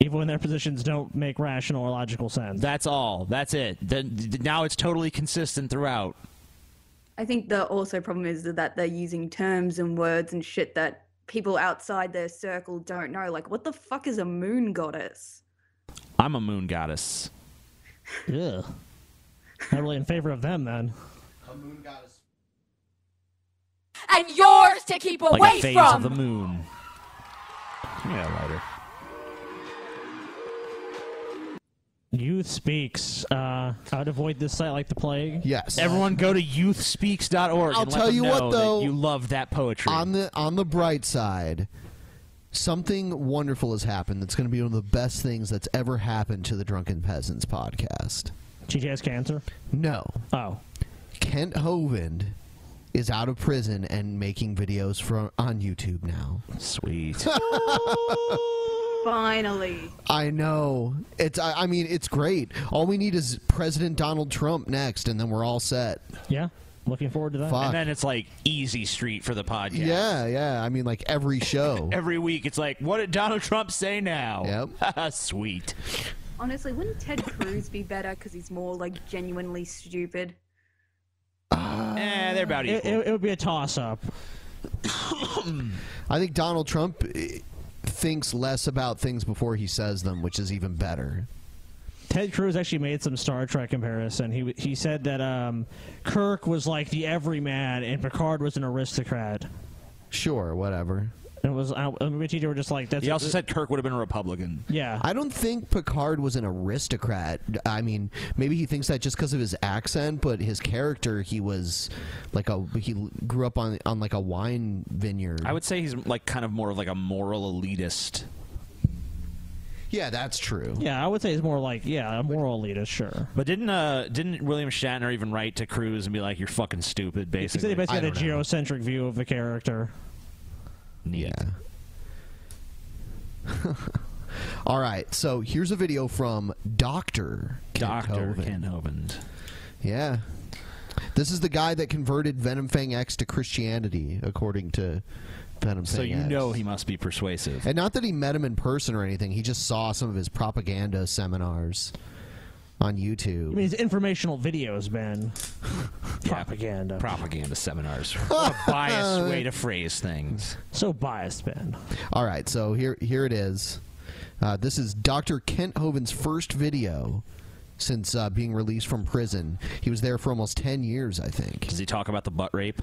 [SPEAKER 9] Even when their positions don't make rational or logical sense.
[SPEAKER 4] That's all. That's it. The, the- now it's totally consistent throughout.
[SPEAKER 11] I think the also problem is that they're using terms and words and shit that people outside their circle don't know. Like, what the fuck is a moon goddess?
[SPEAKER 4] I'm a moon goddess.
[SPEAKER 9] Yeah. Not really in favor of them then.
[SPEAKER 16] and yours to keep away
[SPEAKER 4] like a phase
[SPEAKER 16] from.
[SPEAKER 4] of the moon. Yeah, lighter.
[SPEAKER 9] Youth speaks. Uh, I'd avoid this site like the plague.
[SPEAKER 5] Yes.
[SPEAKER 4] Everyone go to youthspeaks.org.
[SPEAKER 5] I'll
[SPEAKER 4] and let
[SPEAKER 5] tell
[SPEAKER 4] them
[SPEAKER 5] you what,
[SPEAKER 4] know that
[SPEAKER 5] though.
[SPEAKER 4] you love that poetry.
[SPEAKER 5] on the on the bright side. Something wonderful has happened. That's going to be one of the best things that's ever happened to the Drunken Peasants podcast.
[SPEAKER 9] TJ has cancer.
[SPEAKER 5] No.
[SPEAKER 9] Oh.
[SPEAKER 5] Kent Hovind is out of prison and making videos from on YouTube now.
[SPEAKER 4] Sweet.
[SPEAKER 11] Finally.
[SPEAKER 5] I know. It's. I, I mean, it's great. All we need is President Donald Trump next, and then we're all set.
[SPEAKER 9] Yeah. Looking forward to that.
[SPEAKER 5] Fuck.
[SPEAKER 4] And then it's like easy street for the podcast.
[SPEAKER 5] Yeah, yeah. I mean, like every show.
[SPEAKER 4] Every week, it's like, what did Donald Trump say now? Yep. Sweet.
[SPEAKER 11] Honestly, wouldn't Ted Cruz be better because he's more like genuinely stupid?
[SPEAKER 4] eh, they're about
[SPEAKER 9] it,
[SPEAKER 4] equal.
[SPEAKER 9] it, it would be a toss up.
[SPEAKER 5] I think Donald Trump eh, thinks less about things before he says them, which is even better.
[SPEAKER 9] Ted Cruz actually made some Star Trek comparison. He he said that um, Kirk was like the everyman and Picard was an aristocrat.
[SPEAKER 5] Sure, whatever.
[SPEAKER 9] It was I, I mean, teacher were just like that's.
[SPEAKER 5] He also said
[SPEAKER 4] Kirk would have been a Republican.
[SPEAKER 9] Yeah.
[SPEAKER 5] I don't think Picard was an aristocrat. I mean, maybe he thinks that just because of his accent, but his character, he was like a he grew up on on like a wine vineyard.
[SPEAKER 4] I would say he's like kind of more of like a moral elitist.
[SPEAKER 5] Yeah, that's true.
[SPEAKER 9] Yeah, I would say it's more like yeah, a moral leader, sure.
[SPEAKER 4] But didn't uh didn't William Shatner even write to Cruz and be like, "You're fucking stupid,"
[SPEAKER 9] He said
[SPEAKER 4] basically?
[SPEAKER 9] he basically
[SPEAKER 4] I
[SPEAKER 9] had a
[SPEAKER 4] don't know.
[SPEAKER 9] geocentric view of the character.
[SPEAKER 5] Yeah. All right, so here's a video from Doctor
[SPEAKER 4] Doctor Ken Hovind.
[SPEAKER 5] Yeah, this is the guy that converted Venom Fang X to Christianity, according to Venom
[SPEAKER 4] So
[SPEAKER 5] Fang
[SPEAKER 4] you
[SPEAKER 5] X.
[SPEAKER 4] know he must be persuasive.
[SPEAKER 5] And not that he met him in person or anything. He just saw some of his propaganda seminars on YouTube.
[SPEAKER 9] I mean, his informational videos, Ben. propaganda.
[SPEAKER 4] Propaganda seminars. What a biased way to phrase things.
[SPEAKER 9] So biased, Ben.
[SPEAKER 5] All right, so here here it is. Uh, this is Dr. Kent Hovind's first video since uh, being released from prison. He was there for almost 10 years, I think.
[SPEAKER 4] Does he talk about the butt rape?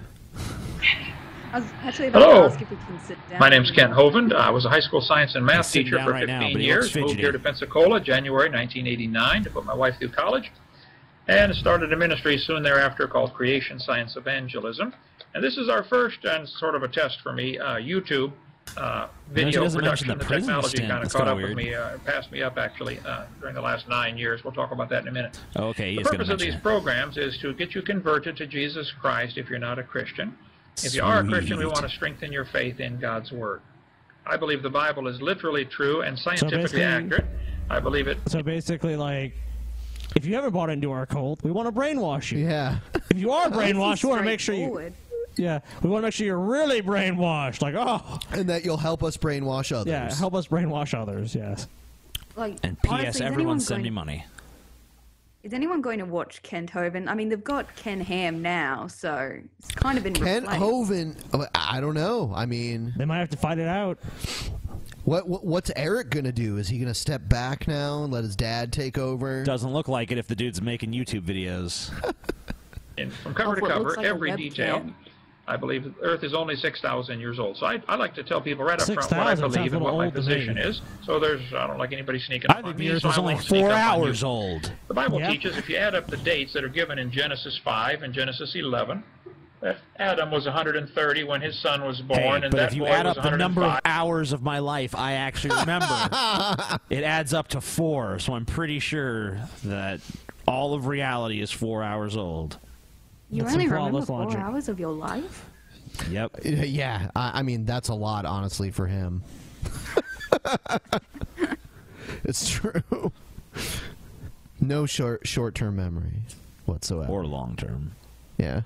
[SPEAKER 11] I was actually about
[SPEAKER 5] Hello.
[SPEAKER 11] to ask if we can sit down.
[SPEAKER 18] My name's Ken Hovind. I was a high school science and
[SPEAKER 4] He's
[SPEAKER 18] math
[SPEAKER 4] sitting
[SPEAKER 18] teacher
[SPEAKER 4] down
[SPEAKER 18] for
[SPEAKER 4] right
[SPEAKER 18] 15
[SPEAKER 4] now, but he looks
[SPEAKER 18] years. Moved
[SPEAKER 4] fidgety.
[SPEAKER 18] here to Pensacola, January 1989, to put my wife through college, and started a ministry soon thereafter called Creation Science Evangelism. And this is our first and sort of a test for me uh, YouTube uh,
[SPEAKER 4] Notice he
[SPEAKER 18] video
[SPEAKER 4] doesn't mention
[SPEAKER 18] production.
[SPEAKER 4] the prison
[SPEAKER 18] technology
[SPEAKER 4] stint.
[SPEAKER 18] kind of
[SPEAKER 4] That's
[SPEAKER 18] caught
[SPEAKER 4] kinda
[SPEAKER 18] up
[SPEAKER 4] weird.
[SPEAKER 18] with me, uh, passed me up actually uh, during the last nine years. We'll talk about that in a minute.
[SPEAKER 4] Okay,
[SPEAKER 18] The
[SPEAKER 4] he's going to
[SPEAKER 18] purpose of
[SPEAKER 4] mention
[SPEAKER 18] these
[SPEAKER 4] it.
[SPEAKER 18] programs is to get you converted to Jesus Christ if you're not a Christian. If you are a Christian, we
[SPEAKER 4] Sweet.
[SPEAKER 18] want to strengthen your faith in God's Word. I believe the Bible is literally true and
[SPEAKER 9] basically-
[SPEAKER 18] scientifically accurate. I believe it.
[SPEAKER 9] So basically, like, if you haven't bought into our cult, we want to brainwash you.
[SPEAKER 5] Yeah.
[SPEAKER 9] If you are brainwashed, we want to make sure you.
[SPEAKER 11] Straightforward.
[SPEAKER 9] Yeah, we want to make sure you're really brainwashed. Like, oh,
[SPEAKER 5] and that you'll help us brainwash others.
[SPEAKER 9] Yeah, help us brainwash others. Yes.
[SPEAKER 11] Like,
[SPEAKER 4] And P.S.
[SPEAKER 11] honestly, is
[SPEAKER 4] everyone
[SPEAKER 11] anyone
[SPEAKER 4] send
[SPEAKER 11] going-
[SPEAKER 4] me money.
[SPEAKER 11] Is anyone going to watch Ken Hovind? I mean, they've got Ken Ham now, so it's kind of in
[SPEAKER 5] Kent
[SPEAKER 11] replace.
[SPEAKER 5] Hovind, uh, I don't know. I mean,
[SPEAKER 9] they might have to fight it out.
[SPEAKER 5] What, what what's Eric gonna do? Is he gonna step back now and let his dad take over?
[SPEAKER 4] Doesn't look like it if the dude's making YouTube videos.
[SPEAKER 18] in, from cover to
[SPEAKER 5] what
[SPEAKER 18] cover,
[SPEAKER 5] looks like a
[SPEAKER 18] every
[SPEAKER 5] webcam.
[SPEAKER 18] detail. I believe the Earth is only 6,000 years old. So I, I like to tell people right up front what I
[SPEAKER 4] 6,000 sounds
[SPEAKER 18] believe
[SPEAKER 4] a
[SPEAKER 18] and
[SPEAKER 4] little
[SPEAKER 18] what my
[SPEAKER 4] old to me.
[SPEAKER 18] position is. So there's, I don't like anybody
[SPEAKER 4] I
[SPEAKER 18] sneaking up
[SPEAKER 4] think
[SPEAKER 18] on
[SPEAKER 4] the
[SPEAKER 18] me.
[SPEAKER 4] Earth
[SPEAKER 18] so
[SPEAKER 4] was
[SPEAKER 18] I
[SPEAKER 4] only
[SPEAKER 18] won't sneak
[SPEAKER 4] four
[SPEAKER 18] up on you.
[SPEAKER 4] hours old.
[SPEAKER 18] The Bible
[SPEAKER 4] Yeah.
[SPEAKER 18] teaches if you add up the dates that are given in Genesis 5 and Genesis 11, that Adam was 130 when his son was born,
[SPEAKER 4] Hey,
[SPEAKER 18] and
[SPEAKER 4] but
[SPEAKER 18] that
[SPEAKER 4] if you
[SPEAKER 18] boy
[SPEAKER 4] add
[SPEAKER 18] was
[SPEAKER 4] up the
[SPEAKER 18] 105.
[SPEAKER 4] number of hours of my life I actually remember, it adds up to four. So I'm pretty sure that all of reality is four hours old.
[SPEAKER 11] You
[SPEAKER 4] That's
[SPEAKER 11] only
[SPEAKER 4] some
[SPEAKER 11] remember
[SPEAKER 4] flawless
[SPEAKER 11] four
[SPEAKER 4] logic.
[SPEAKER 11] hours of your life?
[SPEAKER 4] Yep.
[SPEAKER 5] Yeah, I, I mean that's a lot, honestly, for him. it's true. No short short term memory whatsoever, or
[SPEAKER 4] long term.
[SPEAKER 5] Yeah.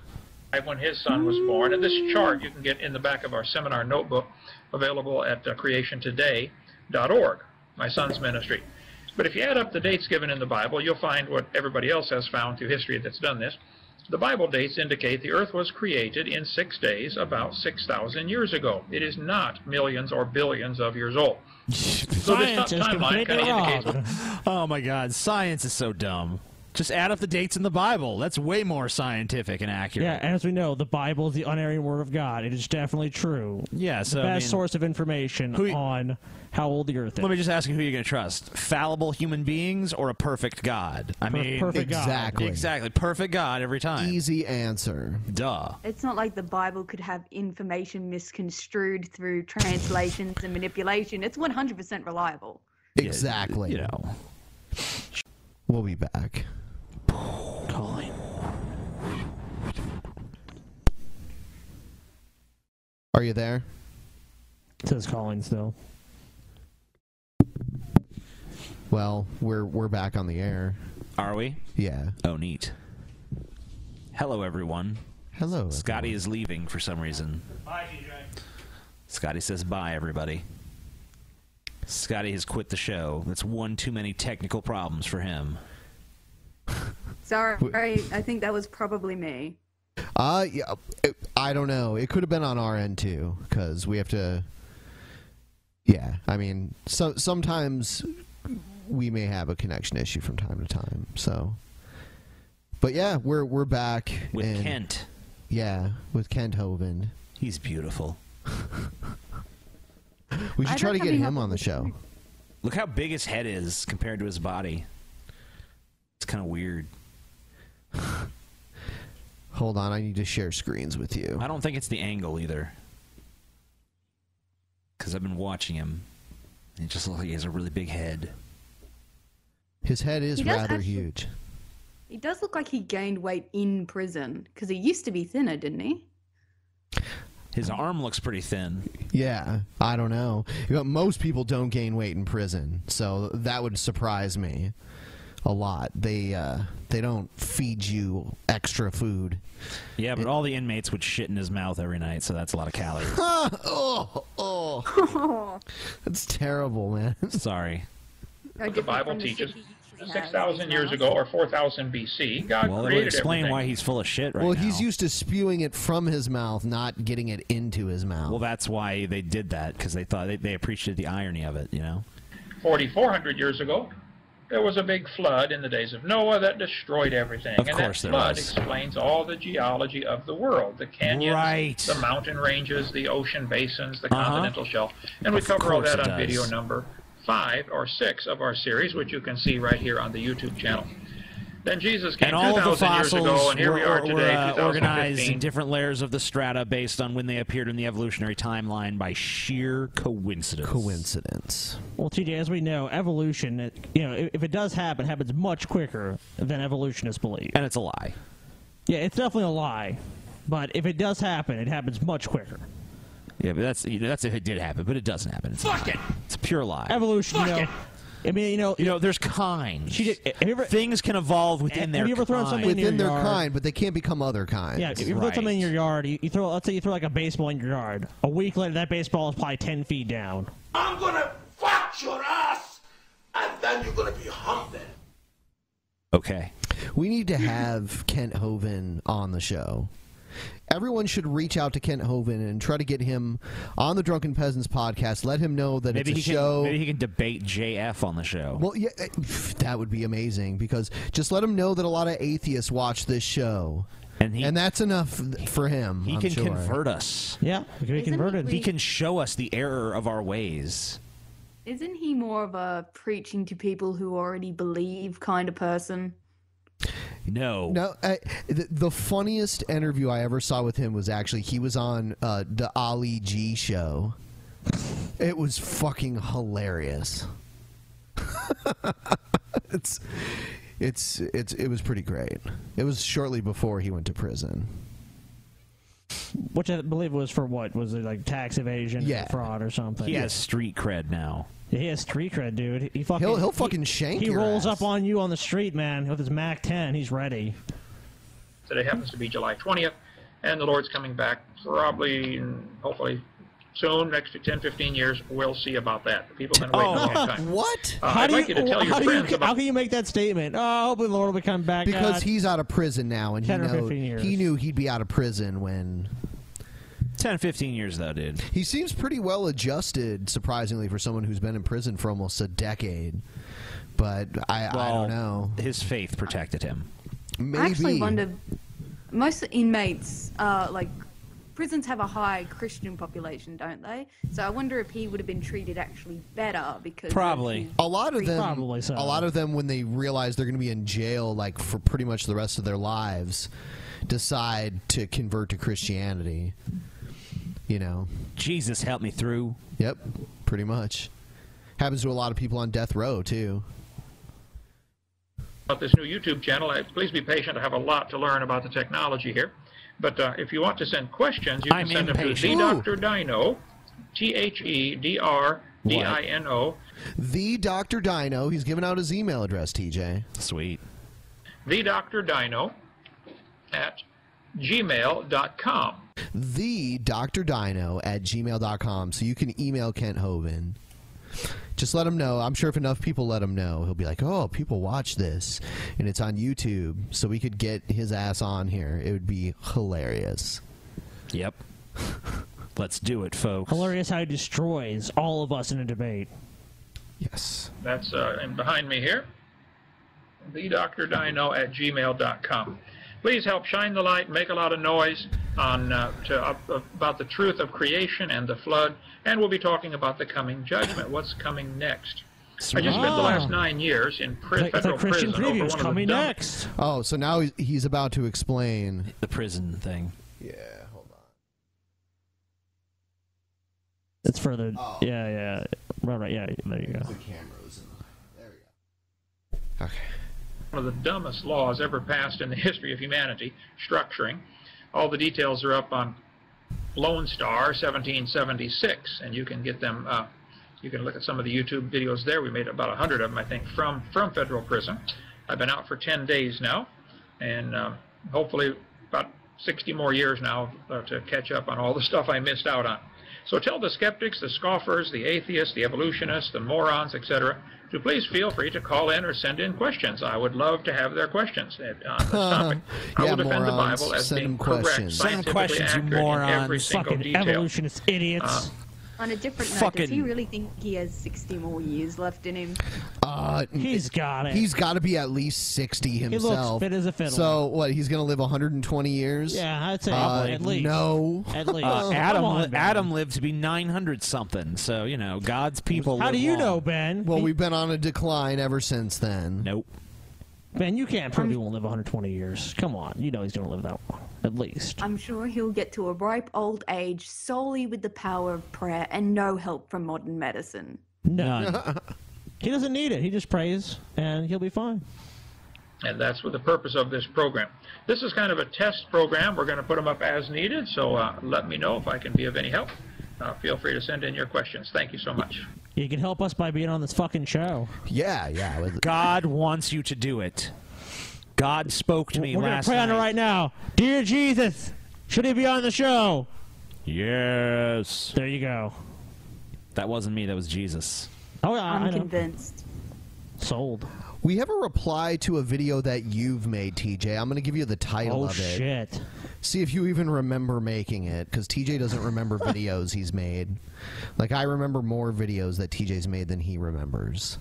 [SPEAKER 18] when his son was born. And this chart you can get in the back of our seminar notebook available at uh, creationtoday.org, my son's ministry. But if you add up the dates given in the Bible, you'll find what everybody else has found through history that's done this. The Bible dates indicate the earth was created in six days about 6,000 years ago. It is not millions or billions of years old. so this
[SPEAKER 4] Science
[SPEAKER 18] top
[SPEAKER 4] is
[SPEAKER 18] timeline kind
[SPEAKER 4] completely
[SPEAKER 18] of indicates
[SPEAKER 4] wrong. Oh my god, science is so dumb. Just add up the dates in the Bible. That's way more scientific and accurate.
[SPEAKER 9] Yeah, and as we know, the Bible is the unerring word of God. It is definitely true.
[SPEAKER 4] Yeah,
[SPEAKER 9] It's
[SPEAKER 4] so, I
[SPEAKER 9] the best
[SPEAKER 4] mean-
[SPEAKER 9] source of information on how old the Earth is.
[SPEAKER 4] Let me just ask you who you're going to trust: fallible human beings or a perfect God? I
[SPEAKER 9] Per-
[SPEAKER 4] mean,
[SPEAKER 9] perfect God.
[SPEAKER 5] Exactly.
[SPEAKER 4] exactly, perfect God every time.
[SPEAKER 5] Easy answer.
[SPEAKER 4] Duh.
[SPEAKER 11] It's not like the Bible could have information misconstrued through translations and manipulation. It's 100% reliable.
[SPEAKER 5] Exactly. You
[SPEAKER 4] know.
[SPEAKER 5] We'll be back.
[SPEAKER 9] Calling.
[SPEAKER 5] Are you there?
[SPEAKER 9] says calling still.
[SPEAKER 5] Well, we're we're back on the air.
[SPEAKER 4] Are we?
[SPEAKER 5] Yeah.
[SPEAKER 4] Oh, neat. Hello, everyone.
[SPEAKER 5] Hello.
[SPEAKER 4] Scotty is leaving for some reason.
[SPEAKER 6] Bye, DJ.
[SPEAKER 4] Scotty says bye, everybody. Scotty has quit the show. That's one too many technical problems for him.
[SPEAKER 11] Sorry, I think that was probably me.
[SPEAKER 5] Uh, yeah, it- I don't know. It could have been on our end too, because we have to. Yeah, I mean, so sometimes we may have a connection issue from time to time. So, but yeah, we're we're back
[SPEAKER 4] With
[SPEAKER 5] and-
[SPEAKER 4] Kent.
[SPEAKER 5] Yeah, with Kent Hovind.
[SPEAKER 4] He's beautiful.
[SPEAKER 5] we
[SPEAKER 4] I
[SPEAKER 5] should try to
[SPEAKER 4] don't
[SPEAKER 5] get
[SPEAKER 4] think
[SPEAKER 5] him
[SPEAKER 4] I-
[SPEAKER 5] on the show.
[SPEAKER 4] Look how big his head is compared to his body. It's kind of weird.
[SPEAKER 5] Hold on, I need to share screens with you.
[SPEAKER 4] I don't think it's the angle either. Because I've been watching him. It just looks like he has a really big head.
[SPEAKER 5] His head is
[SPEAKER 11] He does
[SPEAKER 5] rather
[SPEAKER 11] actually-
[SPEAKER 5] huge.
[SPEAKER 11] He does look like he gained weight in prison because he used to be thinner, didn't he?
[SPEAKER 4] His arm looks pretty thin.
[SPEAKER 5] Yeah, I don't know. You know, Most people don't gain weight in prison, so that would surprise me a lot. They uh, they don't feed you extra food.
[SPEAKER 4] Yeah, but all the inmates would shit in his mouth every night, so that's a lot of calories.
[SPEAKER 5] oh, oh, that's terrible, man.
[SPEAKER 4] Sorry.
[SPEAKER 18] The Bible teaches 6,000 years ago or 4,000 BC, God
[SPEAKER 4] Well, it would
[SPEAKER 18] created
[SPEAKER 4] explain
[SPEAKER 18] everything.
[SPEAKER 4] why he's full of shit right
[SPEAKER 5] well,
[SPEAKER 4] now.
[SPEAKER 5] he's used to spewing it from his mouth, not getting it into his mouth.
[SPEAKER 4] Well, that's why they did that because they thought they, they appreciated the irony of it. You know,
[SPEAKER 18] 4,400 years ago, there was a big flood in the days of Noah that destroyed everything.
[SPEAKER 4] Of
[SPEAKER 18] and
[SPEAKER 4] course
[SPEAKER 18] that
[SPEAKER 4] there
[SPEAKER 18] flood
[SPEAKER 4] was.
[SPEAKER 18] explains all the geology of the world the canyons,
[SPEAKER 4] Right.
[SPEAKER 18] the mountain ranges, the ocean basins, the
[SPEAKER 4] Uh-huh.
[SPEAKER 18] continental shelf. And we
[SPEAKER 4] Of
[SPEAKER 18] cover all
[SPEAKER 4] course
[SPEAKER 18] that
[SPEAKER 4] it
[SPEAKER 18] on video
[SPEAKER 4] does.
[SPEAKER 18] number five or six of our series, which you can see right here on the YouTube channel. Then Jesus came
[SPEAKER 4] and all of the
[SPEAKER 18] 2,000 years
[SPEAKER 4] fossils
[SPEAKER 18] ago, and here
[SPEAKER 4] were,
[SPEAKER 18] we are
[SPEAKER 4] were,
[SPEAKER 18] today,
[SPEAKER 4] uh,
[SPEAKER 18] 2015.
[SPEAKER 4] organized in different layers of the strata based on when they appeared in the evolutionary timeline by sheer coincidence.
[SPEAKER 5] Coincidence.
[SPEAKER 9] Well, TJ, as we know, evolution, it, you know, i- if it does happen, it happens much quicker than evolutionists believe.
[SPEAKER 4] And it's a lie.
[SPEAKER 9] Yeah, it's definitely a lie. But if it does happen, it happens much quicker.
[SPEAKER 4] Yeah, but that's you know, that's if it did happen, but it doesn't happen. It's Fuck it. It's a pure lie.
[SPEAKER 9] Evolution, you know, I mean, you know,
[SPEAKER 4] you know, there's kinds. Things can evolve within their
[SPEAKER 9] Have you ever thrown
[SPEAKER 4] kind.
[SPEAKER 9] something in
[SPEAKER 5] Within
[SPEAKER 9] your
[SPEAKER 5] their
[SPEAKER 9] yard?
[SPEAKER 5] kind, but they can't become other kinds.
[SPEAKER 9] Yeah, if you put something in your yard, you, you throw. Let's say you throw like a baseball in your yard. A week later, that baseball is probably ten feet down.
[SPEAKER 6] I'm gonna fuck your ass, and then you're gonna be humble.
[SPEAKER 4] Okay.
[SPEAKER 5] We need to have Kent Hovind on the show. Everyone should reach out to Kent Hovind and try to get him on the Drunken Peasants podcast. Let him know that
[SPEAKER 4] maybe
[SPEAKER 5] it's
[SPEAKER 4] he
[SPEAKER 5] a show.
[SPEAKER 4] can maybe he can debate JF on the show.
[SPEAKER 5] Well, yeah, eh, pff, that would be amazing because just let him know that a lot of atheists watch this show,
[SPEAKER 4] and,
[SPEAKER 5] that's enough th- for him.
[SPEAKER 4] He
[SPEAKER 5] I'm
[SPEAKER 4] can
[SPEAKER 5] sure.
[SPEAKER 4] convert us.
[SPEAKER 9] Yeah, he can be converted.
[SPEAKER 4] He can show us the error of our ways.
[SPEAKER 11] Isn't he more of a preaching to people who already believe kind of person?
[SPEAKER 4] No,
[SPEAKER 5] no. I, the, the funniest interview I ever saw with him was actually he was on uh, the Ali G show. It was fucking hilarious. it's, it's, it's, it was pretty great. It was shortly before he went to prison.
[SPEAKER 9] Which I believe was for what was it like tax evasion,
[SPEAKER 5] Yeah.
[SPEAKER 9] or fraud, or something.
[SPEAKER 4] He has street cred now.
[SPEAKER 9] He has street cred, dude. He fucking
[SPEAKER 5] He'll- he'll fucking shank
[SPEAKER 9] He
[SPEAKER 5] your
[SPEAKER 9] rolls up on you on the street, man, with his Mac 10. He's ready.
[SPEAKER 18] Today happens to be July 20th, and the Lord's coming back probably, hopefully, soon, next 10, 15 years. We'll see about that. The people have been waiting
[SPEAKER 19] Oh.
[SPEAKER 18] a long time.
[SPEAKER 5] What?
[SPEAKER 18] Uh, I'd like you to tell your
[SPEAKER 9] how, do
[SPEAKER 18] friends
[SPEAKER 9] you
[SPEAKER 18] about
[SPEAKER 9] how can you make that statement? Oh, hopefully the Lord will come back.
[SPEAKER 5] because
[SPEAKER 9] God.
[SPEAKER 5] he's out of prison now, and he
[SPEAKER 9] 10 or
[SPEAKER 5] know,
[SPEAKER 9] 15 years.
[SPEAKER 5] he knew he'd be out of prison when
[SPEAKER 4] 10, 15 years though, dude.
[SPEAKER 5] he seems pretty well adjusted, surprisingly for someone who's been in prison for almost a decade. But I, I
[SPEAKER 4] Well,
[SPEAKER 5] don't know.
[SPEAKER 4] His faith protected him.
[SPEAKER 5] Maybe
[SPEAKER 11] I actually wonder. Most inmates, uh, like prisons, have a high Christian population, don't they? So I wonder if he would have been treated actually better because
[SPEAKER 5] a lot of them.
[SPEAKER 9] Probably so.
[SPEAKER 5] A lot of them, when they realize they're going to be in jail, like for pretty much the rest of their lives, decide to convert to Christianity. You know,
[SPEAKER 4] Jesus helped me through.
[SPEAKER 5] Yep, pretty much. Happens to a lot of people on death row too.
[SPEAKER 18] about this new YouTube channel. Uh, Please be patient. I have a lot to learn about the technology here. But uh, if you want to send questions, you can
[SPEAKER 19] I'm
[SPEAKER 18] send
[SPEAKER 19] impatient.
[SPEAKER 18] them to the Dr. Dino, T H E D R D I N O,
[SPEAKER 5] The Dr. Dino. He's giving out his email address, TJ.
[SPEAKER 19] Sweet.
[SPEAKER 18] the Dr. Dino at gmail.com.
[SPEAKER 5] The Dr. Dino at gmail.com. So you can email Kent Hovind. Just let him know. I'm sure if enough people let him know, he'll be like, oh, people watch this. And it's on YouTube. So we could get his ass on here. It would be hilarious.
[SPEAKER 19] Yep. Let's do it, folks.
[SPEAKER 9] Hilarious how he destroys all of us in a debate.
[SPEAKER 5] Yes.
[SPEAKER 18] That's uh, and behind me here, thedrdino at gmail.com. Please help shine the light, make a lot of noise on uh, to, uh, about the truth of creation and the flood, and we'll be talking about the coming judgment. What's coming next? I just spent the last
[SPEAKER 5] Ah.
[SPEAKER 18] nine years in pri-
[SPEAKER 9] It's like- it's like
[SPEAKER 18] federal
[SPEAKER 9] Christian
[SPEAKER 18] prison over
[SPEAKER 9] previews
[SPEAKER 18] one of the
[SPEAKER 9] coming
[SPEAKER 18] dumbest-
[SPEAKER 9] next.
[SPEAKER 5] Oh, so now he's- he's about to explain
[SPEAKER 19] the prison thing.
[SPEAKER 5] Yeah.
[SPEAKER 9] It's further. Yeah, yeah. Right, right. Yeah, there you go.
[SPEAKER 18] one of the dumbest laws ever passed in the history of humanity, structuring. All the details are up on Lone Star 1776, and you can get them. Uh, you can look at some of the YouTube videos there. We made about a hundred of them, I think, from from federal prison. I've been out for 10 days now, and um, hopefully about 60 more years now uh, to catch up on all the stuff I missed out on. So tell the skeptics, the scoffers, the atheists, the evolutionists, the morons, etc., to please feel free to call in or send in questions. I would love to have their questions uh, on this topic. I
[SPEAKER 5] Yeah,
[SPEAKER 18] will defend the
[SPEAKER 5] morons.
[SPEAKER 18] Bible as
[SPEAKER 5] Send
[SPEAKER 18] being
[SPEAKER 5] them
[SPEAKER 18] correct,
[SPEAKER 5] questions. Send them
[SPEAKER 18] scientifically
[SPEAKER 5] questions, you
[SPEAKER 18] accurate in every
[SPEAKER 5] morons.
[SPEAKER 18] single
[SPEAKER 5] Fucking
[SPEAKER 18] detail. Uh,
[SPEAKER 9] evolutionist idiots.
[SPEAKER 11] On a different note, does he
[SPEAKER 5] Fucking-
[SPEAKER 11] really think he has 60 more years left in him?
[SPEAKER 5] Uh,
[SPEAKER 9] He's got it.
[SPEAKER 5] He's got to be at least 60
[SPEAKER 9] looks
[SPEAKER 5] himself.
[SPEAKER 9] fit as a fiddle.
[SPEAKER 5] So, what, he's going to live 120 years?
[SPEAKER 9] Yeah, I'd say
[SPEAKER 5] Uh,
[SPEAKER 9] at least.
[SPEAKER 5] No.
[SPEAKER 9] At least.
[SPEAKER 5] Uh,
[SPEAKER 19] Adam li- Adam lived to be 900 something. So, you know, God's people live long.
[SPEAKER 9] Ben?
[SPEAKER 5] Well, we've been on a decline ever since then.
[SPEAKER 19] Nope.
[SPEAKER 9] Ben, you can't prove he won't live 120 years. Come on, you know he's gonna live that long, at least.
[SPEAKER 11] I'm sure he'll get to a ripe old age solely with the power of prayer and no help from modern medicine.
[SPEAKER 9] No. he doesn't need it. He just prays, and he'll be fine.
[SPEAKER 18] and that's what the purpose of this program. This is kind of a test program. We're going to put them up as needed, so uh, let me know if I can be of any help. Uh, feel free to send in your questions. Thank you so much.
[SPEAKER 9] You can help us by being on this fucking show.
[SPEAKER 5] Yeah, yeah.
[SPEAKER 19] God wants you to do it. God spoke to me
[SPEAKER 9] We're gonna
[SPEAKER 19] last
[SPEAKER 9] pray on it
[SPEAKER 19] night.
[SPEAKER 9] right now. Dear Jesus, should he be on the show?
[SPEAKER 19] Yes.
[SPEAKER 9] There you go.
[SPEAKER 19] That wasn't me. That was Jesus.
[SPEAKER 9] Oh, yeah,
[SPEAKER 11] I'm
[SPEAKER 9] I know.
[SPEAKER 11] convinced.
[SPEAKER 9] Sold.
[SPEAKER 5] We have a reply to a video that you've made, TJ. I'm going to give you the title
[SPEAKER 9] Oh,
[SPEAKER 5] of it.
[SPEAKER 9] shit.
[SPEAKER 5] See if you even remember making it, because TJ doesn't remember videos he's made. Like, I remember more videos that TJ's made than he remembers.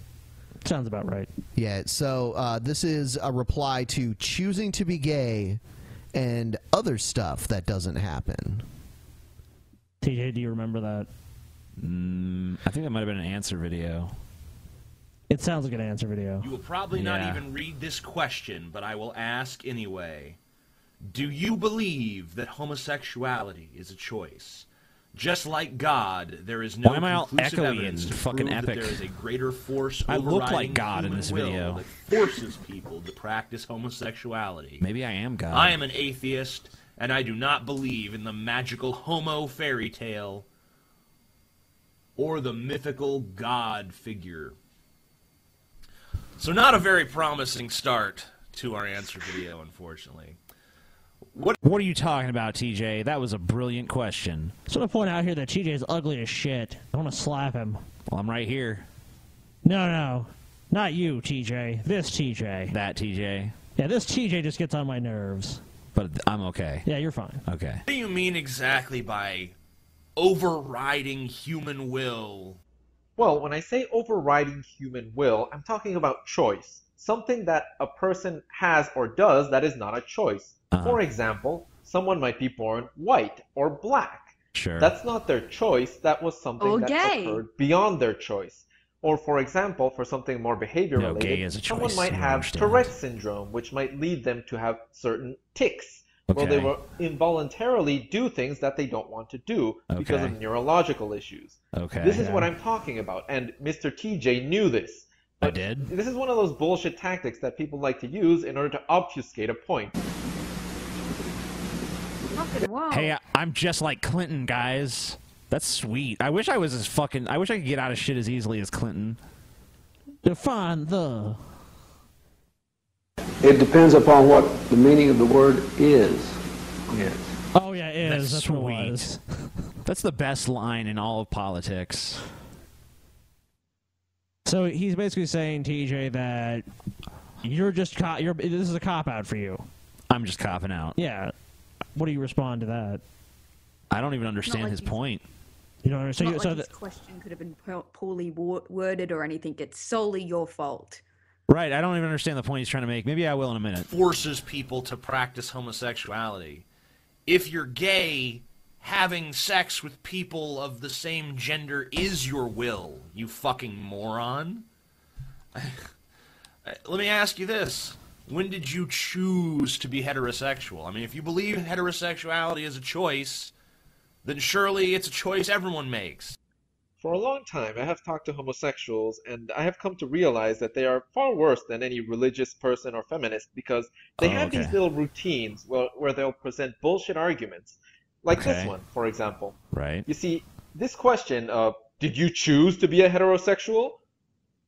[SPEAKER 9] Sounds about right.
[SPEAKER 5] Yeah, so uh, this is a reply to choosing to be gay and other stuff that doesn't happen.
[SPEAKER 9] TJ, do you remember that?
[SPEAKER 19] Mm, I think that might have been an answer video.
[SPEAKER 9] It sounds like an answer video.
[SPEAKER 3] You will probably not
[SPEAKER 19] Yeah.
[SPEAKER 3] even read this question, but I will ask anyway. Do you believe that homosexuality is a choice? Just like God, there is no
[SPEAKER 19] Why am I all
[SPEAKER 3] conclusive
[SPEAKER 19] echoey
[SPEAKER 3] evidence
[SPEAKER 19] and
[SPEAKER 3] to
[SPEAKER 19] fucking
[SPEAKER 3] prove that
[SPEAKER 19] epic?
[SPEAKER 3] there is a greater force
[SPEAKER 19] I look like
[SPEAKER 3] overriding
[SPEAKER 19] God in
[SPEAKER 3] human
[SPEAKER 19] this
[SPEAKER 3] will
[SPEAKER 19] video.
[SPEAKER 3] that forces people to practice homosexuality.
[SPEAKER 19] Maybe I am God.
[SPEAKER 3] I am an atheist, and I do not believe in the magical homo fairy tale or the mythical god figure. So, not a very promising start to our answer video, unfortunately.
[SPEAKER 19] What? What are you talking about, TJ? That was a brilliant question.
[SPEAKER 9] Just want to point out here that TJ is ugly as shit. I want to slap him.
[SPEAKER 19] Well, I'm right here.
[SPEAKER 9] No, no. Not you, TJ. This TJ.
[SPEAKER 19] That TJ.
[SPEAKER 9] Yeah, this TJ just gets on my nerves.
[SPEAKER 19] But I'm okay.
[SPEAKER 9] Yeah, you're fine.
[SPEAKER 19] Okay.
[SPEAKER 3] What do you mean exactly by overriding human will?
[SPEAKER 20] Well, when I say overriding human will, I'm talking about choice. Something that a person has or does that is not a choice.
[SPEAKER 19] Uh-huh.
[SPEAKER 20] For example, someone might be born white or black.
[SPEAKER 19] Sure.
[SPEAKER 20] That's not their choice. That was something
[SPEAKER 11] Or
[SPEAKER 20] that
[SPEAKER 11] gay.
[SPEAKER 20] occurred beyond their choice. Or, for example, for something more behavior
[SPEAKER 19] No,
[SPEAKER 20] related,
[SPEAKER 19] gay is a
[SPEAKER 20] someone
[SPEAKER 19] choice.
[SPEAKER 20] might
[SPEAKER 19] I
[SPEAKER 20] have
[SPEAKER 19] understand.
[SPEAKER 20] Tourette syndrome, which might lead them to have certain tics, where they
[SPEAKER 19] Okay.
[SPEAKER 20] will involuntarily do things that they don't want to do because
[SPEAKER 19] Okay.
[SPEAKER 20] of neurological issues.
[SPEAKER 19] Okay.
[SPEAKER 20] This is what
[SPEAKER 19] Yeah.
[SPEAKER 20] I'm talking about, and Mr. TJ knew this.
[SPEAKER 19] I did.
[SPEAKER 20] This is one of those bullshit tactics that people like to use in order to obfuscate a point.
[SPEAKER 11] Fucking whoa.
[SPEAKER 4] Hey,
[SPEAKER 21] Oh.
[SPEAKER 4] I- I'm just like Clinton, guys. That's sweet. I wish I was as fucking. I wish I could get out of shit as easily as Clinton.
[SPEAKER 9] Define the.
[SPEAKER 3] It depends upon what the meaning of the word is.
[SPEAKER 4] Yes.
[SPEAKER 9] Oh yeah, it is.
[SPEAKER 4] That's
[SPEAKER 9] That's what it
[SPEAKER 4] sweet.
[SPEAKER 9] was.
[SPEAKER 4] That's the best line in all of politics.
[SPEAKER 9] So he's basically saying, TJ, that you're just co- you're this is a cop out for you.
[SPEAKER 4] I'm just copping
[SPEAKER 19] Uh.
[SPEAKER 4] out.
[SPEAKER 9] Yeah. What do you respond to that?
[SPEAKER 4] I don't even understand his point.
[SPEAKER 9] You don't understand.
[SPEAKER 11] Not
[SPEAKER 9] so
[SPEAKER 11] like
[SPEAKER 9] the-
[SPEAKER 11] his question could have been po- poorly wo- worded or anything. It's solely your fault.
[SPEAKER 4] Right. I don't even understand the point he's trying to make. Maybe I will in a minute.
[SPEAKER 22] forces people to practice homosexuality. If you're gay, having sex with people of the same gender is your will, you fucking moron. Uh, Let me ask you this. When did you choose to be heterosexual? I mean, if you believe heterosexuality is a choice, then surely it's a choice everyone makes.
[SPEAKER 20] For a long time, I have talked to homosexuals, and I have come to realize that they are far worse than any religious person or feminist because they
[SPEAKER 23] Oh,
[SPEAKER 20] have
[SPEAKER 23] okay.
[SPEAKER 20] these little routines where, where they'll present bullshit arguments. Like this
[SPEAKER 23] Okay.
[SPEAKER 20] one, for example.
[SPEAKER 4] Right.
[SPEAKER 20] You see, this question of, did you choose to be a heterosexual?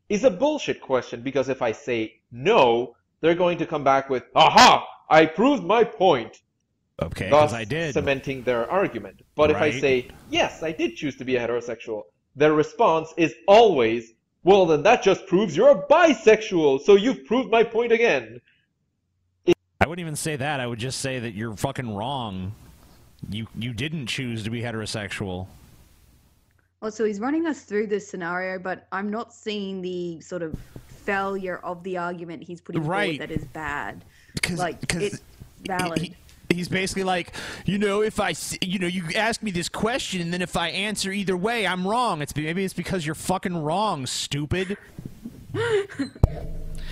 [SPEAKER 20] is a bullshit question because if I say no, they're going to come back with, aha, I proved my point.
[SPEAKER 4] Okay,
[SPEAKER 20] thus
[SPEAKER 4] 'cause I did.
[SPEAKER 20] cementing their argument. But if I
[SPEAKER 4] Right.
[SPEAKER 20] say, yes, I did choose to be a heterosexual, their response is always, well, then that just proves you're a bisexual, so you've proved my point again.
[SPEAKER 4] I wouldn't even say that. I would just say that you're fucking wrong. You you didn't choose to be heterosexual.
[SPEAKER 11] Also, Oh, he's running us through this scenario, but I'm not seeing the sort of failure of the argument he's putting
[SPEAKER 4] Right.
[SPEAKER 11] forward that is bad.
[SPEAKER 4] 'Cause-
[SPEAKER 11] like
[SPEAKER 4] 'cause
[SPEAKER 11] it's valid.
[SPEAKER 4] He's basically like, you know, if I, s- you know, you ask me this question, and then if I answer either way, I'm wrong. It's be- maybe it's because you're fucking wrong, stupid.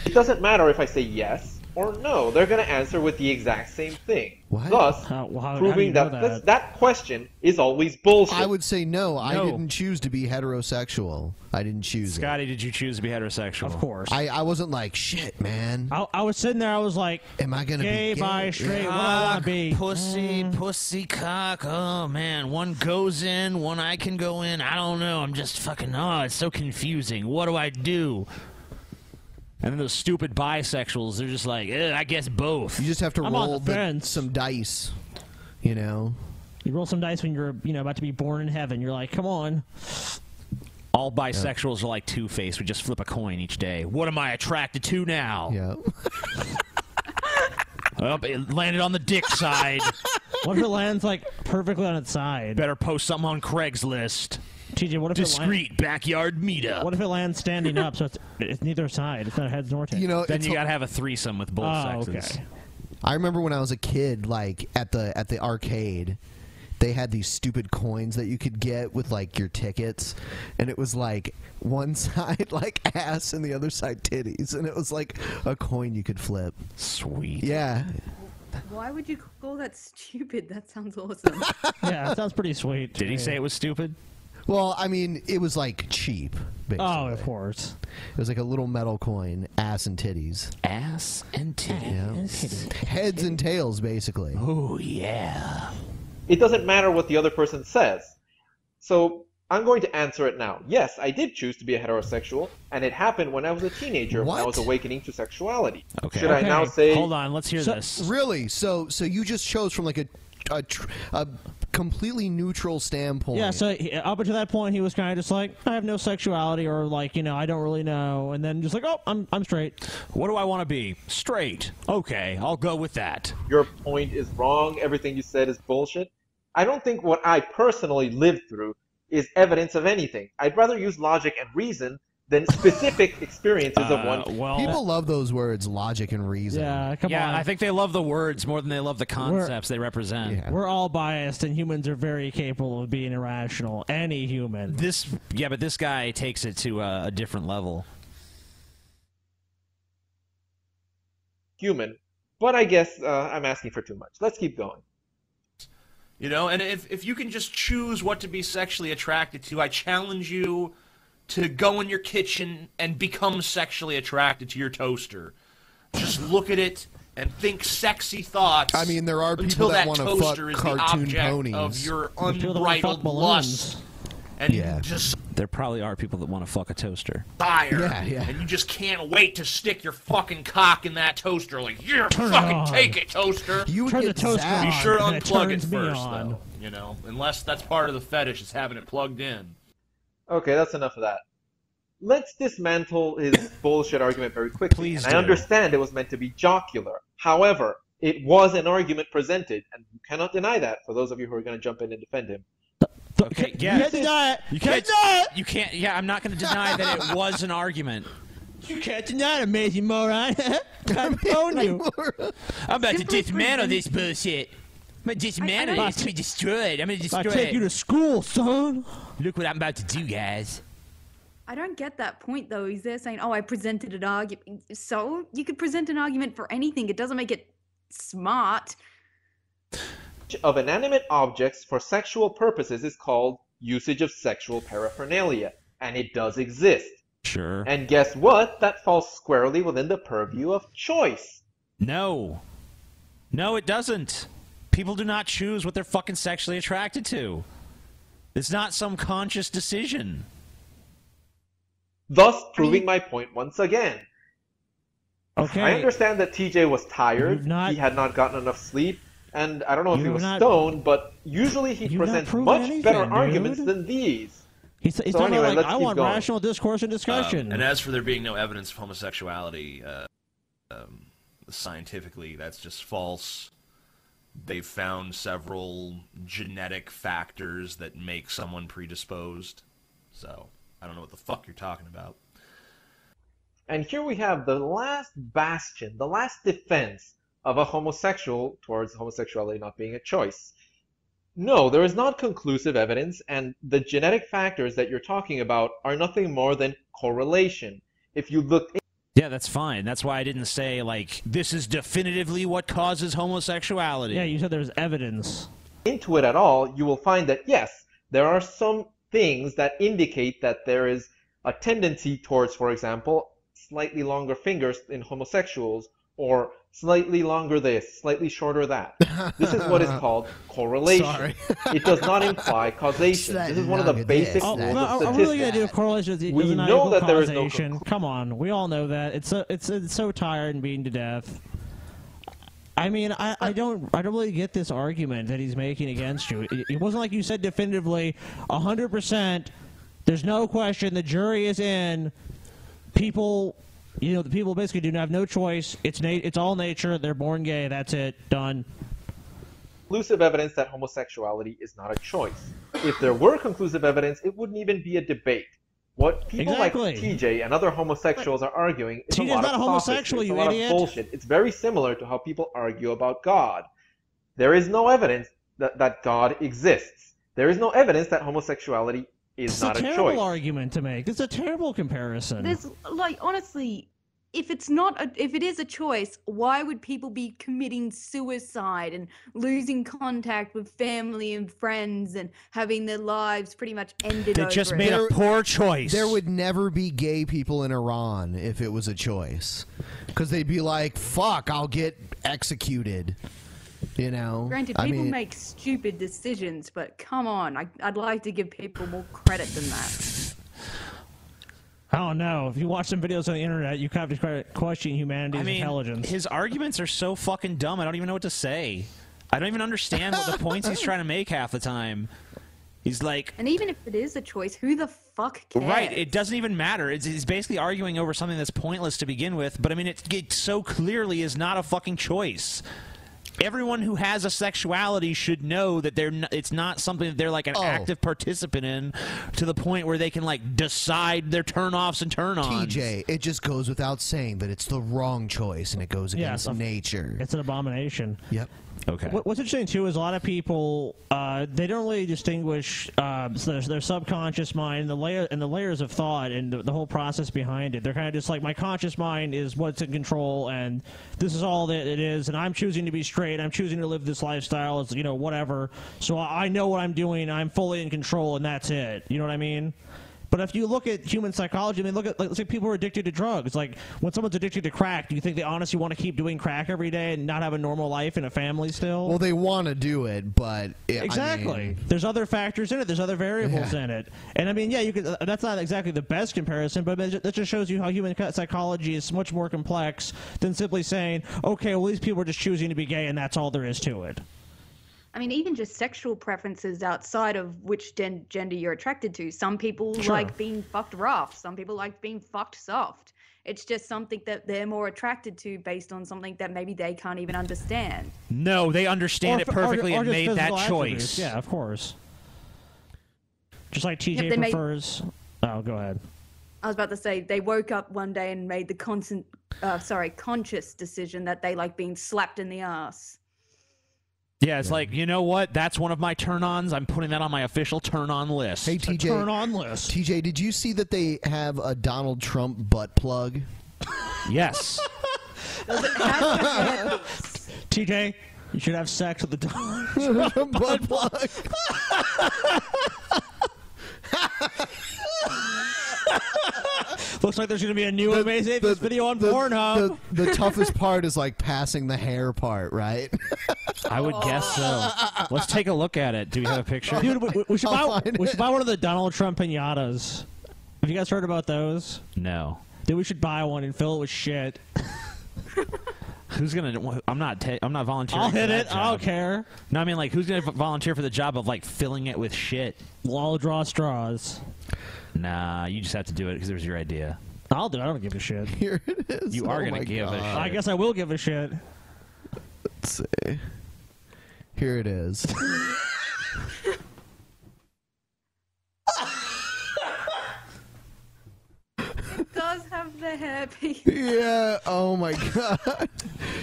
[SPEAKER 20] It doesn't matter if I say yes or no, they're going to answer with the exact same thing. Thus,
[SPEAKER 4] Oh,
[SPEAKER 9] how do
[SPEAKER 20] proving
[SPEAKER 9] you know
[SPEAKER 20] that,
[SPEAKER 9] that?
[SPEAKER 20] this- that question is always bullshit.
[SPEAKER 5] I would say no. I
[SPEAKER 20] No.
[SPEAKER 5] didn't choose to be heterosexual. I didn't choose it.
[SPEAKER 4] Scotty, did you choose to be heterosexual? Of
[SPEAKER 9] course.
[SPEAKER 5] I, I wasn't like shit, man.
[SPEAKER 9] I, I was sitting there. I was like,
[SPEAKER 5] "Am I gonna
[SPEAKER 9] gay,
[SPEAKER 5] be gay?
[SPEAKER 9] bi, straight? What do I
[SPEAKER 4] Ah,
[SPEAKER 9] wanna be?
[SPEAKER 4] Pussy,
[SPEAKER 5] Mm.
[SPEAKER 4] pussy, cock. Oh man, one goes in, one I can go in. I don't know. I'm just fucking. Oh, it's so confusing. What do I do? And then those stupid bisexuals, they're just like, eh, I guess both.
[SPEAKER 5] You just have to
[SPEAKER 9] I'm on
[SPEAKER 5] roll
[SPEAKER 9] the
[SPEAKER 5] the, some dice. You know,
[SPEAKER 9] You roll some dice when you're, you know, about to be born in heaven. You're like, come on.
[SPEAKER 4] All bisexuals are like Two Face. We just flip a coin each day. What am I attracted to now?
[SPEAKER 5] Yeah.
[SPEAKER 4] it landed on the dick side.
[SPEAKER 9] What if it lands like perfectly on its side?
[SPEAKER 4] Better post something on Craigslist.
[SPEAKER 9] TJ, what if
[SPEAKER 4] Discreet
[SPEAKER 9] it lands,
[SPEAKER 4] backyard meetup?
[SPEAKER 9] What if it lands standing up? So it's, it's neither side. It's not heads nor tails.
[SPEAKER 4] then you gotta have a threesome with both
[SPEAKER 9] Oh,
[SPEAKER 4] sexes.
[SPEAKER 9] okay.
[SPEAKER 5] Ah, I remember when I was a kid, like at the at the arcade, they had these stupid coins that you could get with like your tickets, and it was like one side like ass and the other side titties, and it was like a coin you could flip.
[SPEAKER 4] Sweet.
[SPEAKER 5] Yeah.
[SPEAKER 11] Why would you call that stupid? That sounds awesome.
[SPEAKER 9] yeah, it sounds pretty sweet.
[SPEAKER 4] Did he say it was stupid?
[SPEAKER 5] Well, I mean, it was like cheap. Basically.
[SPEAKER 9] Oh, of course.
[SPEAKER 5] It was like a little metal coin, ass and titties.
[SPEAKER 4] Ass and titties.
[SPEAKER 5] Heads and tails, basically.
[SPEAKER 4] Oh yeah.
[SPEAKER 20] it doesn't matter what the other person says. So I'm going to answer it now. Yes, I did choose to be a heterosexual, and it happened when I was a teenager when I was awakening to sexuality. Should I now say?
[SPEAKER 5] So- Really? So, so you just chose from like a a, tr- a completely neutral standpoint.
[SPEAKER 9] Yeah, so he, up until that point, he was kind of just like, I have no sexuality, or like, you know, I don't really know, and then just like, oh, I'm, I'm straight.
[SPEAKER 4] What do I want to be? Straight. Okay, I'll go with that.
[SPEAKER 20] Your point is wrong. Everything you said is bullshit. I don't think what I personally lived through is evidence of anything. I'd rather use logic and reason than specific experiences
[SPEAKER 4] Uh,
[SPEAKER 20] of one.
[SPEAKER 5] people love those words, logic and reason.
[SPEAKER 9] Yeah, come
[SPEAKER 4] yeah,
[SPEAKER 9] on.
[SPEAKER 4] I think they love the words more than they love the concepts they represent.
[SPEAKER 9] We're all biased, and humans are very capable of being irrational. Any human.
[SPEAKER 4] This, yeah, but this guy takes it to uh, a different level.
[SPEAKER 20] human, but I guess uh, I'm asking for too much. Let's keep going.
[SPEAKER 22] You know, and if, if you can just choose what to be sexually attracted to, I challenge you to go in your kitchen and become sexually attracted to your toaster. Just look at it
[SPEAKER 1] and think sexy thoughts.
[SPEAKER 5] I mean, there are people
[SPEAKER 1] until
[SPEAKER 5] that
[SPEAKER 1] that,
[SPEAKER 5] wanna
[SPEAKER 1] toaster
[SPEAKER 5] fuck
[SPEAKER 1] is
[SPEAKER 5] cartoon
[SPEAKER 1] the object
[SPEAKER 5] ponies.
[SPEAKER 1] of your
[SPEAKER 5] The people that wanna fuck
[SPEAKER 1] unbridled lust and
[SPEAKER 4] yeah.
[SPEAKER 1] just
[SPEAKER 4] There probably are people that want to fuck a toaster.
[SPEAKER 1] fire.
[SPEAKER 4] Yeah, yeah.
[SPEAKER 1] And you just can't wait to stick your fucking cock in that toaster. Like, here,
[SPEAKER 4] Turn it
[SPEAKER 1] fucking
[SPEAKER 4] on.
[SPEAKER 1] take it, toaster.
[SPEAKER 4] You would Turn get the toaster zapped.
[SPEAKER 1] Be
[SPEAKER 4] on,
[SPEAKER 1] sure to
[SPEAKER 4] and it
[SPEAKER 1] unplug it
[SPEAKER 4] turns me
[SPEAKER 1] first,
[SPEAKER 4] on.
[SPEAKER 1] though. You know, unless that's part of the fetish is having it plugged in.
[SPEAKER 20] Okay, that's enough of that. Let's dismantle his bullshit argument very quickly.
[SPEAKER 1] Please
[SPEAKER 20] and
[SPEAKER 1] do.
[SPEAKER 20] I understand it was meant to be jocular. However, it was an argument presented, and you cannot deny that for those of you who are going to jump in and defend him.
[SPEAKER 4] Okay, yeah.
[SPEAKER 20] can't deny it.
[SPEAKER 4] You
[SPEAKER 20] Can't
[SPEAKER 4] can't You can't. Yeah, I'm not going to deny that it was an argument.
[SPEAKER 9] You can't deny it, amazing moron. I'm phone you.
[SPEAKER 19] I'm about to
[SPEAKER 9] Simply
[SPEAKER 19] dismantle
[SPEAKER 9] speaking-
[SPEAKER 19] this bullshit. I'm gonna dismantle
[SPEAKER 9] I- I-
[SPEAKER 19] it. It's gonna be destroyed. I'm gonna destroy
[SPEAKER 9] I take
[SPEAKER 19] it.
[SPEAKER 9] you to school, son.
[SPEAKER 19] Look what I'm about to do, guys.
[SPEAKER 11] I don't get that point though. He's there saying, "Oh, I presented an argument." So you could present an argument for anything. It doesn't make it smart.
[SPEAKER 20] Of inanimate objects for sexual purposes is called usage of sexual paraphernalia, and it does exist.
[SPEAKER 4] Sure.
[SPEAKER 20] And guess what? That falls squarely within the purview of choice.
[SPEAKER 4] No. No, it doesn't. People do not choose what they're fucking sexually attracted to. It's not some conscious decision.
[SPEAKER 20] Thus, proving my point once again.
[SPEAKER 9] Okay.
[SPEAKER 20] I understand that TJ was tired.
[SPEAKER 9] You've not-
[SPEAKER 20] he had not gotten enough sleep, and I don't know if he
[SPEAKER 9] You've
[SPEAKER 20] was
[SPEAKER 9] not-
[SPEAKER 20] stoned, but usually he
[SPEAKER 9] you've not
[SPEAKER 20] presents
[SPEAKER 9] proven
[SPEAKER 20] much better
[SPEAKER 9] anything,
[SPEAKER 20] arguments
[SPEAKER 9] dude.
[SPEAKER 20] than these.
[SPEAKER 9] He's, he's
[SPEAKER 20] So
[SPEAKER 9] talking
[SPEAKER 20] anyway,
[SPEAKER 9] about like
[SPEAKER 20] let's
[SPEAKER 9] I
[SPEAKER 20] keep
[SPEAKER 9] want
[SPEAKER 20] going.
[SPEAKER 9] rational discourse and discussion.
[SPEAKER 24] Um, and as for there being no evidence of homosexuality, uh, um, scientifically, that's just false. They've found several genetic factors that make someone predisposed. So I don't know what the fuck you're talking about.
[SPEAKER 20] And here we have the last bastion, the last defense of a homosexual towards homosexuality not being a choice. No, there is not conclusive evidence, and the genetic factors that you're talking about are nothing more than correlation. If you look
[SPEAKER 4] Yeah, that's fine. That's why I didn't say like this is definitively what causes homosexuality.
[SPEAKER 20] Yeah,
[SPEAKER 9] you said there's evidence.
[SPEAKER 20] into it at all, you will find that yes, there are some things that indicate that there is a tendency towards, for example, slightly longer fingers in homosexuals or slightly longer this, slightly shorter that. This is what is called correlation.
[SPEAKER 5] Sorry.
[SPEAKER 20] it does not imply causation. This is one of the
[SPEAKER 5] Slightly
[SPEAKER 20] basic
[SPEAKER 9] Oh,
[SPEAKER 20] rules
[SPEAKER 9] no,
[SPEAKER 20] of
[SPEAKER 9] are- are we
[SPEAKER 20] statistics.
[SPEAKER 9] really gonna do a correlation? It
[SPEAKER 20] We
[SPEAKER 9] doesn't
[SPEAKER 20] know
[SPEAKER 9] equal
[SPEAKER 20] that there is no
[SPEAKER 9] causation. Come on, we all know that. It's so it's, it's so tired and beaten to death. I mean, I, I don't I don't really get this argument that he's making against you. It, it wasn't like you said definitively, hundred percent. There's no question. The jury is in. People, you know, the people basically do have no choice. It's na- it's all nature. They're born gay. That's it. Done.
[SPEAKER 20] conclusive evidence that homosexuality is not a choice. If there were conclusive evidence, it wouldn't even be a debate. What people
[SPEAKER 9] Exactly.
[SPEAKER 20] like TJ and other homosexuals are arguing is
[SPEAKER 9] TJ
[SPEAKER 20] a
[SPEAKER 9] 's
[SPEAKER 20] lot
[SPEAKER 9] not
[SPEAKER 20] of
[SPEAKER 9] a homosexual,
[SPEAKER 20] sophistry.
[SPEAKER 9] you
[SPEAKER 20] it's a
[SPEAKER 9] idiot.
[SPEAKER 20] lot of bullshit. It's very similar to how people argue about God. There is no evidence that, that God exists. There is no evidence that homosexuality is
[SPEAKER 9] It's
[SPEAKER 20] not
[SPEAKER 9] a
[SPEAKER 20] a
[SPEAKER 9] terrible
[SPEAKER 20] choice.
[SPEAKER 9] argument to make. It's a terrible
[SPEAKER 4] Mm.
[SPEAKER 9] comparison.
[SPEAKER 11] There's like honestly, if it's not a, if it is a choice, why would people be committing suicide and losing contact with family and friends and having their lives pretty much ended? over it?
[SPEAKER 4] poor choice.
[SPEAKER 5] There would never be gay people in Iran if it was a choice, because they'd be like, "Fuck, I'll get executed." You know.
[SPEAKER 11] Granted,
[SPEAKER 5] I
[SPEAKER 11] people
[SPEAKER 5] mean,
[SPEAKER 11] make stupid decisions, but come on, I, I'd like to give people more credit than that.
[SPEAKER 9] I don't know. If you watch some videos on the internet, you kind of que- question humanity's
[SPEAKER 4] I mean,
[SPEAKER 9] intelligence.
[SPEAKER 4] his arguments are so fucking dumb. I don't even know what to say. I don't even understand what the points he's trying to make half the time. He's like,
[SPEAKER 11] And even if it is a choice, who the fuck cares?
[SPEAKER 4] right, it doesn't even matter. It's, he's basically arguing over something that's pointless to begin with. But I mean, it, it so clearly is not a fucking choice. Everyone who has a sexuality should know that they're n- it's not something that they're like an
[SPEAKER 5] Oh.
[SPEAKER 4] active participant in to the point where they can like decide their turnoffs and turn-ons.
[SPEAKER 5] TJ, it just goes without saying that it's the wrong choice and it goes
[SPEAKER 9] Yeah,
[SPEAKER 5] against
[SPEAKER 9] it's a-
[SPEAKER 5] nature.
[SPEAKER 9] It's an abomination.
[SPEAKER 5] Yep.
[SPEAKER 4] Okay.
[SPEAKER 9] What, what's interesting too is a lot of people uh, they don't really distinguish um, so their, their subconscious mind and the layer and the layers of thought and the, the whole process behind it. They're kind of just like my conscious mind is what's in control and this is all that it is and I'm choosing to be straight. I'm choosing to live this lifestyle. It's you know whatever. So I, I know what I'm doing. I'm fully in control and that's it. You know what I mean? But if you look at human psychology, I mean, look at like, let's say people who are addicted to drugs. Like when someone's addicted to crack, do you think they honestly want to keep doing crack every day and not have a normal life and a family still?
[SPEAKER 5] Well, they want to do it, but it, I
[SPEAKER 9] exactly.
[SPEAKER 5] mean,
[SPEAKER 9] there's other factors in it. There's other variables
[SPEAKER 5] Yeah.
[SPEAKER 9] in it. And I mean, yeah, you could. uh, That's not exactly the best comparison, but that ju- that just shows you how human co- psychology is much more complex than simply saying, okay, well these people are just choosing to be gay and that's all there is to it.
[SPEAKER 11] I mean, even just sexual preferences outside of which gen- gender you're attracted to. Some people
[SPEAKER 9] Sure.
[SPEAKER 11] like being fucked rough. Some people like being fucked soft. It's just something that they're more attracted to based on something that maybe they can't even understand.
[SPEAKER 4] No, they
[SPEAKER 9] Or
[SPEAKER 4] understand it
[SPEAKER 9] f- or-
[SPEAKER 4] perfectly
[SPEAKER 9] or
[SPEAKER 4] and
[SPEAKER 9] just
[SPEAKER 4] made that
[SPEAKER 9] physical attributes.
[SPEAKER 4] choice.
[SPEAKER 9] Yeah, of course. Just like TJ
[SPEAKER 11] Yep, they made-
[SPEAKER 9] prefers. Oh, go ahead.
[SPEAKER 11] I was about to say they woke up one day and made the constant, uh, sorry, conscious decision that they like being slapped in the ass.
[SPEAKER 4] Yeah, it's like you know what? That's one of my turn-ons. I'm putting that on my official turn-on list.
[SPEAKER 5] Hey TJ, TJ, did you see that they have a Donald Trump butt plug?
[SPEAKER 4] Yes.
[SPEAKER 9] TJ, you should have sex with the dog.
[SPEAKER 5] butt plug.
[SPEAKER 9] Looks like there's going to be a new amazing Apes video on Pornhub.
[SPEAKER 5] The, the toughest part is like passing the hair part, right?
[SPEAKER 4] I would guess so. Let's take a look at it. Do we have a picture?
[SPEAKER 9] Dude, we, we should buy, we should buy one of the Donald Trump pinatas. Have you guys heard about those?
[SPEAKER 4] No.
[SPEAKER 9] Dude, we should buy one and fill it with shit.
[SPEAKER 4] Who's gonna? I'm not. Ta- I'm not volunteering.
[SPEAKER 9] I'll
[SPEAKER 4] for
[SPEAKER 9] hit
[SPEAKER 4] that
[SPEAKER 9] it. I don't
[SPEAKER 4] job.
[SPEAKER 9] care.
[SPEAKER 4] No, I mean like, who's gonna v- volunteer for the job of like filling it with shit?
[SPEAKER 9] We'll all draw straws.
[SPEAKER 4] Nah, you just have to do it because it was your idea.
[SPEAKER 9] I'll do it. I don't give a shit.
[SPEAKER 5] Here it is.
[SPEAKER 4] You are
[SPEAKER 5] Oh
[SPEAKER 4] gonna
[SPEAKER 5] my
[SPEAKER 4] give a
[SPEAKER 5] God.
[SPEAKER 4] shit.
[SPEAKER 9] I guess I will give a shit.
[SPEAKER 5] Let's see. Here it is.
[SPEAKER 11] It does have the hairpiece.
[SPEAKER 5] yeah. Oh my god.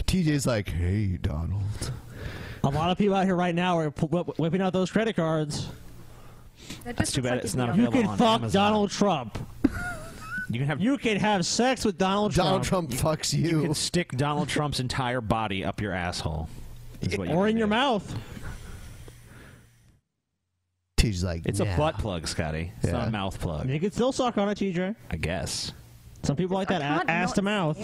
[SPEAKER 5] TJ's like, hey Donald.
[SPEAKER 9] A lot of people out here right now are pu- wh- whipping out those credit cards.
[SPEAKER 4] That's too bad it's not
[SPEAKER 9] You
[SPEAKER 4] available
[SPEAKER 9] can
[SPEAKER 4] on
[SPEAKER 9] fuck
[SPEAKER 4] Amazon.
[SPEAKER 9] Donald Trump.
[SPEAKER 4] You can have.
[SPEAKER 9] You can have sex with Donald Trump.
[SPEAKER 4] Donald
[SPEAKER 5] Trump fucks you.
[SPEAKER 4] You can stick Donald Trump's entire body up your asshole. Is what you
[SPEAKER 9] or
[SPEAKER 4] can
[SPEAKER 9] in your
[SPEAKER 4] do.
[SPEAKER 9] mouth.
[SPEAKER 5] TJ's like,
[SPEAKER 4] It's
[SPEAKER 9] nah.
[SPEAKER 4] a butt plug, Scotty. It's not
[SPEAKER 9] Yeah.
[SPEAKER 4] a mouth plug.
[SPEAKER 9] You can still suck on it, TJ.
[SPEAKER 4] I guess.
[SPEAKER 9] Some people like that a- ass to mouth.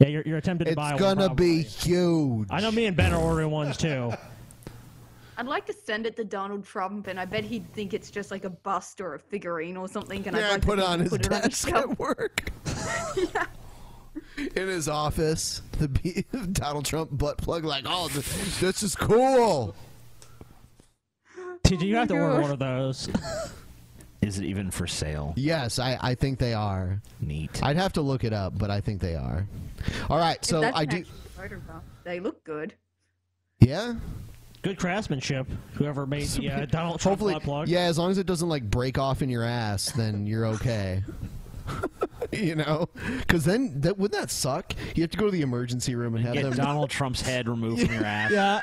[SPEAKER 9] Yeah, you're, you're attempting to
[SPEAKER 5] It's
[SPEAKER 9] buy one.
[SPEAKER 5] gonna
[SPEAKER 9] probably.
[SPEAKER 5] be huge.
[SPEAKER 9] I know me and Ben are ordering ones too.
[SPEAKER 11] I'd like to send it to Donald Trump, and I bet he'd think it's just like a bust or a figurine or something. And I'd
[SPEAKER 5] Yeah,
[SPEAKER 11] like
[SPEAKER 5] put
[SPEAKER 11] to
[SPEAKER 5] it on his
[SPEAKER 11] put it
[SPEAKER 5] desk
[SPEAKER 11] shelf.
[SPEAKER 5] at work. In his office, the B- Donald Trump butt plug, like, oh, this, this is cool.
[SPEAKER 9] TJ, you have to order one of those.
[SPEAKER 4] Is it even for sale?
[SPEAKER 5] Yes, I, I think they are.
[SPEAKER 4] Neat.
[SPEAKER 5] I'd have to look it up, but I think they are. All right,
[SPEAKER 11] If
[SPEAKER 5] so
[SPEAKER 11] that's
[SPEAKER 5] I
[SPEAKER 11] an
[SPEAKER 5] do.
[SPEAKER 11] actual photograph, They look good.
[SPEAKER 5] Yeah.
[SPEAKER 9] Good craftsmanship. Whoever made the uh, Donald Trump
[SPEAKER 5] Hopefully,
[SPEAKER 9] butt plug.
[SPEAKER 5] yeah. As long as it doesn't like break off in your ass, then you're okay. you know, because then that wouldn't that suck? You have to go to the emergency room and have
[SPEAKER 4] Get
[SPEAKER 5] them
[SPEAKER 4] Donald Trump's head removed from your ass.
[SPEAKER 9] Yeah.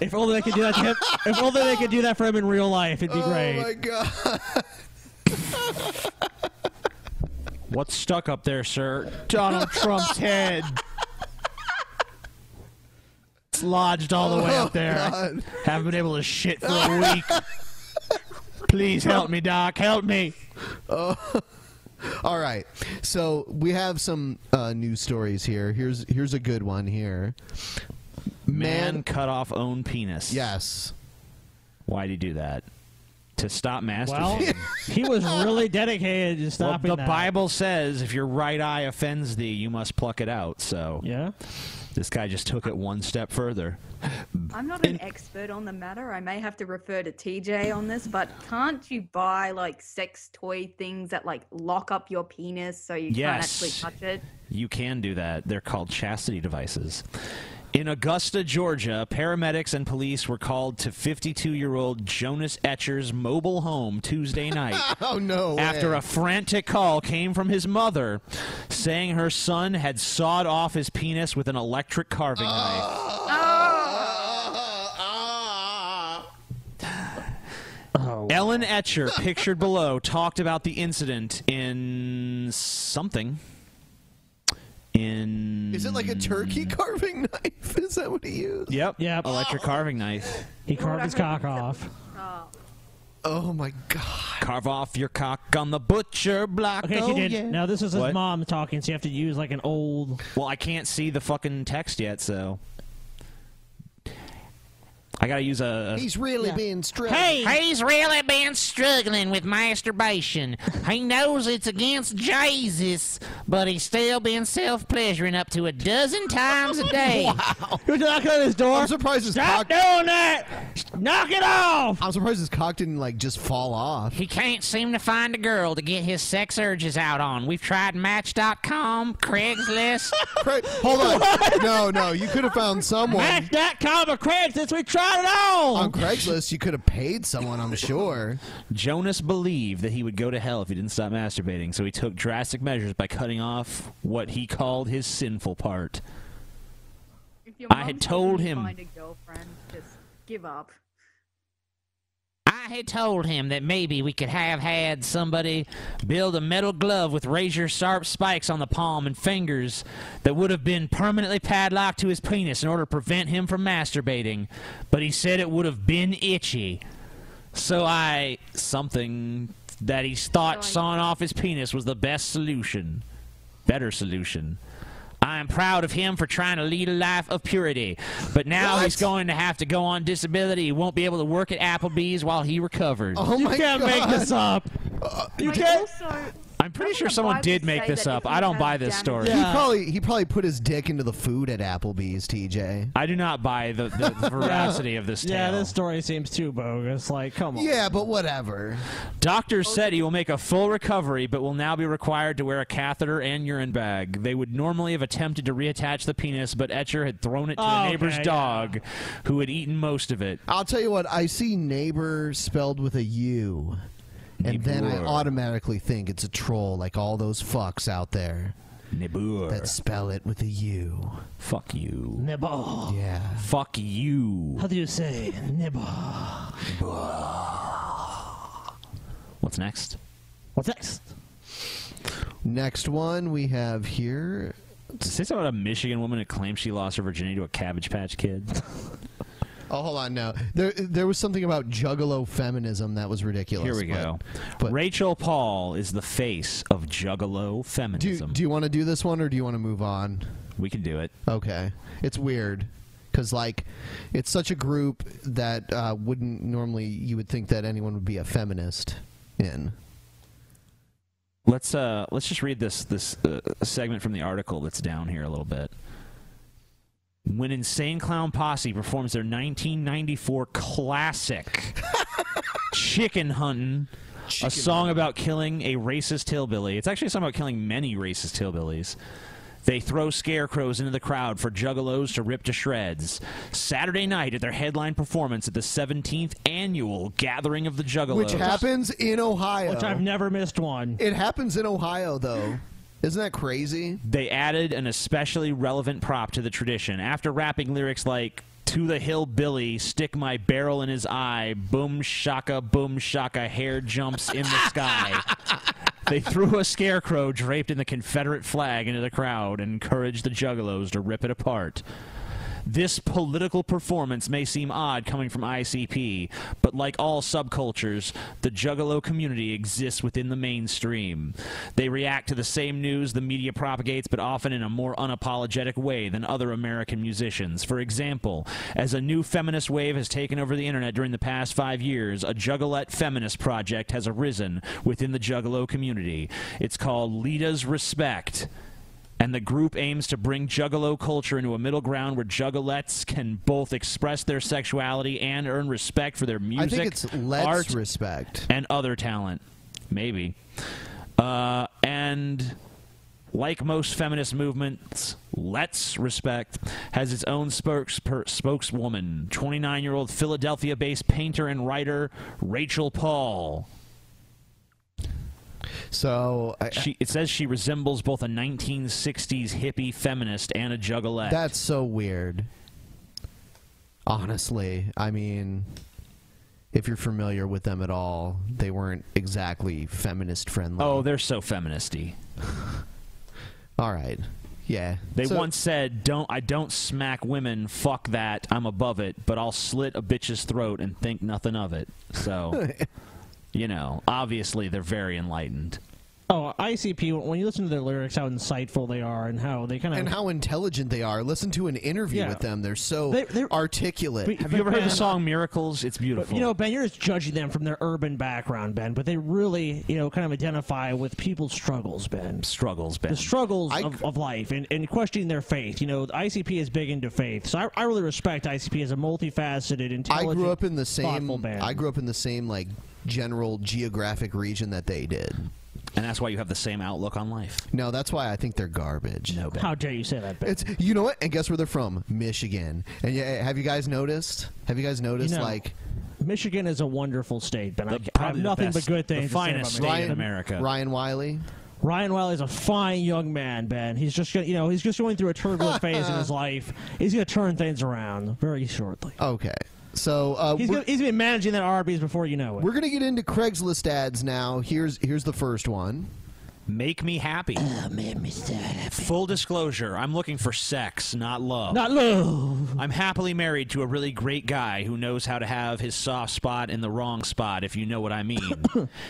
[SPEAKER 9] if only they could do that. To him, if only they could do that for him in real life, it'd be great.
[SPEAKER 5] Oh my god.
[SPEAKER 4] What's stuck up there, sir? Donald Trump's head. It's lodged all the way up there.
[SPEAKER 5] Oh, God.
[SPEAKER 4] Haven't been able to shit for a week. Please help me, Doc. Help me.
[SPEAKER 5] Oh. All right. So we have some uh, news stories here. Here's here's a good one here.
[SPEAKER 4] Man, cut off own penis.
[SPEAKER 5] Yes.
[SPEAKER 4] Why'd he do that? To stop
[SPEAKER 9] Well,
[SPEAKER 4] masturbating.
[SPEAKER 9] he was really dedicated to
[SPEAKER 4] Well,
[SPEAKER 9] stopping
[SPEAKER 4] the
[SPEAKER 9] that.
[SPEAKER 4] Bible says if your right eye offends thee, you must pluck it out. So
[SPEAKER 9] yeah,
[SPEAKER 4] this guy just took it one step further.
[SPEAKER 5] Mm.
[SPEAKER 11] I'm not an expert on the matter. I may have to refer to TJ on this, but can't you buy like sex toy things that like lock up your penis so you
[SPEAKER 4] Yes.
[SPEAKER 11] can't actually touch it?
[SPEAKER 4] You can do that. They're called chastity devices. In Augusta, Georgia, paramedics and police were called to 52 year old Jonas Etcher's mobile home Tuesday night.
[SPEAKER 5] oh, no.
[SPEAKER 4] After a frantic call came from his mother saying her son had sawed off his penis with an electric carving knife. Ellen Etcher, pictured below, talked about the incident in something. In
[SPEAKER 5] Is it like a turkey
[SPEAKER 4] Mm.
[SPEAKER 5] carving knife? Is that what he used?
[SPEAKER 4] Oh,
[SPEAKER 9] Oh.
[SPEAKER 4] Yep. Yep. Electric carving knife.
[SPEAKER 9] He carved his cock off.
[SPEAKER 11] Oh.
[SPEAKER 5] Oh my god.
[SPEAKER 4] Carve off your cock on the butcher block.
[SPEAKER 9] Okay,
[SPEAKER 4] oh,
[SPEAKER 9] she did.
[SPEAKER 4] yeah.
[SPEAKER 9] Now this is his
[SPEAKER 4] What?
[SPEAKER 9] mom talking, so you have to use like an old.
[SPEAKER 4] Well, I can't see the fucking text yet, so I gotta use a. a-
[SPEAKER 5] He's really being stripped.
[SPEAKER 10] Hey, he's really been struggling with masturbation. He knows it's against Jesus, but he's still been self-pleasuring up to a dozen times a day.
[SPEAKER 9] You're knocking on his door.
[SPEAKER 5] I'm surprised his Stop cock.
[SPEAKER 9] doing that. Knock it off.
[SPEAKER 5] I'm surprised his cock didn't like just fall off.
[SPEAKER 10] He can't seem to find a girl to get his sex urges out on. We've tried Match.com, Craigslist.
[SPEAKER 5] Hold on. No, no, you could have found someone.
[SPEAKER 9] Match.com or Craigslist. We tried it all.
[SPEAKER 5] On Craigslist, you could have paid someone, I'm sure.
[SPEAKER 4] Jonas believed that he would go to hell if he didn't stop masturbating, so he took drastic measures by cutting off what he called his sinful part.
[SPEAKER 11] If your
[SPEAKER 4] I
[SPEAKER 11] mum
[SPEAKER 4] had
[SPEAKER 11] says
[SPEAKER 4] told
[SPEAKER 11] you
[SPEAKER 4] him-
[SPEAKER 11] Find a girlfriend. Just give up.
[SPEAKER 10] I had told him that maybe we could have had somebody build a metal glove with razor sharp spikes on the palm and fingers that would have been permanently padlocked to his penis in order to prevent him from masturbating, but he said it would have been itchy.
[SPEAKER 4] So I something that he thought sawing off his penis was the best solution, better solution.
[SPEAKER 10] I am proud of him for trying to lead a life of purity, but now he's going to have to go on disability. He won't be able to work at Applebee's while he recovers.
[SPEAKER 9] you can't make this up. you can't.
[SPEAKER 4] I'm pretty sure someone did make this up. I don't buy this story.
[SPEAKER 5] He probably he probably put his dick into the food at Applebee's, TJ.
[SPEAKER 4] I do not buy the, the veracity of this
[SPEAKER 9] Yeah,
[SPEAKER 4] tale.
[SPEAKER 9] this story seems too bogus. Like, come on.
[SPEAKER 5] Yeah, but whatever.
[SPEAKER 4] Doctor said he will make a full recovery, but will now be required to wear a catheter and urine bag. They would normally have attempted to reattach the penis, but Etcher had thrown it to
[SPEAKER 5] Oh,
[SPEAKER 4] the neighbor's
[SPEAKER 5] okay, yeah.
[SPEAKER 4] dog, who had eaten most of it.
[SPEAKER 5] I'll tell you what, I see neighbor spelled with a U. And then I
[SPEAKER 4] Neighbor.
[SPEAKER 5] automatically think it's a troll like all those fucks out there.
[SPEAKER 4] Nibur.
[SPEAKER 5] That spell it with a U.
[SPEAKER 4] Fuck you.
[SPEAKER 5] Nibble. Yeah.
[SPEAKER 4] Fuck you.
[SPEAKER 9] How do you say nibble?
[SPEAKER 4] What's next?
[SPEAKER 9] What's next?
[SPEAKER 5] Next one we have here.
[SPEAKER 4] Say something about a Michigan woman who claims she lost her virginity to a Cabbage Patch Kid.
[SPEAKER 5] Oh, hold on. No, there there was something about juggalo feminism that was ridiculous.
[SPEAKER 4] Here we
[SPEAKER 5] but-
[SPEAKER 4] go. Rachel Paul is the face of juggalo
[SPEAKER 5] Do,
[SPEAKER 4] feminism.
[SPEAKER 5] do you want to do this one or do you want to move on?
[SPEAKER 4] We can do it.
[SPEAKER 5] Okay. It's weird because like it's such a group that uh, wouldn't normally you would think that anyone would be a feminist in.
[SPEAKER 4] Let's uh let's just read this this uh, segment from the article that's down here a little bit. When Insane Clown Posse performs their 1994 classic Chicken Huntin', a song about killing a racist hillbilly. It's actually a song about killing many racist hillbillies. They throw scarecrows into the crowd for juggalos to rip to shreds. Saturday night at their headline performance at the 17th annual Gathering of the Juggalos.
[SPEAKER 5] Which happens in Ohio.
[SPEAKER 4] Which I've
[SPEAKER 9] never missed one.
[SPEAKER 5] It happens in Ohio though. Isn't that crazy?
[SPEAKER 4] They added an especially relevant prop to the tradition after rapping lyrics like "To the hillbilly, stick my barrel in his eye, boom shaka, boom shaka, hair jumps in the sky." they threw a scarecrow draped in the Confederate flag into the crowd and encouraged the juggalos to rip it apart. This political performance may seem odd coming from ICP, but like all subcultures, the Juggalo community exists within the mainstream. They react to the same news the media propagates, but often in a more unapologetic way than other American musicians. For example, as a new feminist wave has taken over the internet during the past five years, a Juggalette feminist project has arisen within the Juggalo community. It's called Lita's Respect and the group aims to bring juggalo culture into a middle ground where juggalettes can both express their sexuality and earn respect for their music,
[SPEAKER 5] it's let's
[SPEAKER 4] art,
[SPEAKER 5] respect,
[SPEAKER 4] and other talent. Maybe. Uh, and like most feminist movements, Let's Respect has its own spokes- per- spokeswoman, 29 year old Philadelphia based painter and writer Rachel Paul.
[SPEAKER 5] So
[SPEAKER 4] she, it says she resembles both a 1960s hippie feminist and a juggalette.
[SPEAKER 5] That's so weird. Honestly, I mean, if you're familiar with them at all, they weren't exactly feminist friendly.
[SPEAKER 4] oh, they're so feministy.
[SPEAKER 5] All right. Yeah.
[SPEAKER 4] They
[SPEAKER 5] So-
[SPEAKER 4] once said, "Don't I don't smack women. Fuck that. I'm above it. But I'll slit a bitch's throat and think nothing of it." So, you know, obviously they're very enlightened.
[SPEAKER 9] Oh, ICP. When you listen to their lyrics, how insightful they are, and how they kind of
[SPEAKER 5] and how intelligent they are. Listen to an interview
[SPEAKER 9] Yeah.
[SPEAKER 5] with them; they're so
[SPEAKER 9] They-
[SPEAKER 5] articulate.
[SPEAKER 9] But- Have you ever heard the but- song
[SPEAKER 4] "Miracles"? It's
[SPEAKER 9] But, you know, Ben, you're just judging them from their urban background, Ben. But they really, you know, kind of identify with people's struggles, Ben.
[SPEAKER 4] Struggles, Ben.
[SPEAKER 9] The struggles of, of life and, and questioning their faith. You know, ICP is big into faith, so I, I really respect ICP as a multifaceted,
[SPEAKER 5] I
[SPEAKER 9] intelligent.
[SPEAKER 5] grew up in the same.
[SPEAKER 9] thoughtful band.
[SPEAKER 5] I grew up in the same like general geographic region that they did.
[SPEAKER 4] And that's why you have the same outlook on life.
[SPEAKER 5] No, that's why I think they're garbage. No,
[SPEAKER 9] how dare you say that? Ben?
[SPEAKER 5] It's you know what? And guess where they're from? Michigan. And yeah, have you guys noticed? Have you guys noticed
[SPEAKER 9] You know,
[SPEAKER 5] like
[SPEAKER 9] Michigan is a wonderful state, Ben. I, I have nothing but good things. to say about Michigan.
[SPEAKER 5] Ryan Wiley.
[SPEAKER 9] Ryan Wiley's a fine young man, Ben. He's just gonna, you know he's just going through a turbulent phase in his life. He's going to turn things around very shortly.
[SPEAKER 5] Okay, so uh,
[SPEAKER 9] he's
[SPEAKER 5] we're-
[SPEAKER 9] gonna, he's going to be managing that Arby's before you know it.
[SPEAKER 5] We're gonna get into Craigslist ads now. Here's here's the first one.
[SPEAKER 4] Make me happy. Full disclosure, I'm looking for sex, not love.
[SPEAKER 9] Not love.
[SPEAKER 4] I'm happily married to a really great guy who knows how to have his soft spot in the wrong spot, if you know what I mean.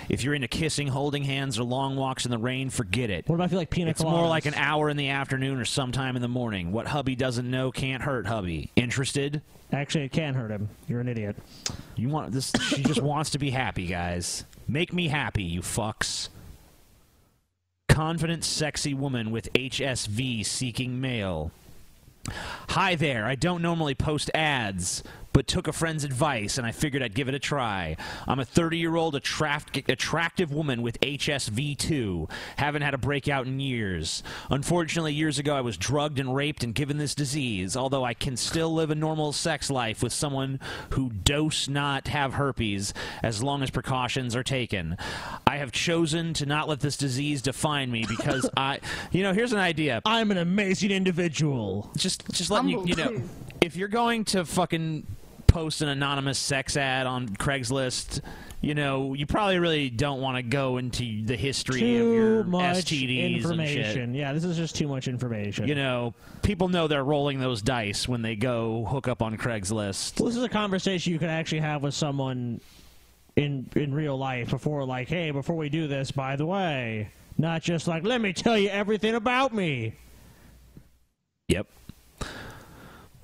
[SPEAKER 4] if you're into kissing, holding hands, or long walks in the rain, forget it. What
[SPEAKER 9] about if you like peanut
[SPEAKER 4] It's more
[SPEAKER 9] coladas?
[SPEAKER 4] like an hour in the afternoon or sometime in the morning. What hubby doesn't know can't hurt hubby. Interested?
[SPEAKER 9] Actually, it can hurt him. You're an idiot.
[SPEAKER 4] You want this? She just wants to be happy, guys. Make me happy, you fucks. Confident, sexy woman with HSV seeking male. Hi there, I don't normally post ads, but took a friend's advice and I figured I'd give it a try. I'm a 30 year old attract- attractive woman with HSV2. Haven't had a breakout in years. Unfortunately, years ago I was drugged and raped and given this disease, although I can still live a normal sex life with someone who dose not have herpes as long as precautions are taken. I have chosen to not let this disease define me because I, you know, here's an idea.
[SPEAKER 9] I'm an amazing individual.
[SPEAKER 4] Just, just letting you, you know, if you're going to fucking post an anonymous sex ad on Craigslist, you know, you probably really don't want to go into the history of your
[SPEAKER 9] Too much
[SPEAKER 4] STDs
[SPEAKER 9] information.
[SPEAKER 4] and shit.
[SPEAKER 9] Yeah, this is just too much information.
[SPEAKER 4] You know, people know they're rolling those dice when they go hook up on Craigslist.
[SPEAKER 9] Well, this is a conversation you could actually have with someone in in real life before, like, hey, before we do this, by the way, not just like, let me tell you everything about me.
[SPEAKER 4] Yep.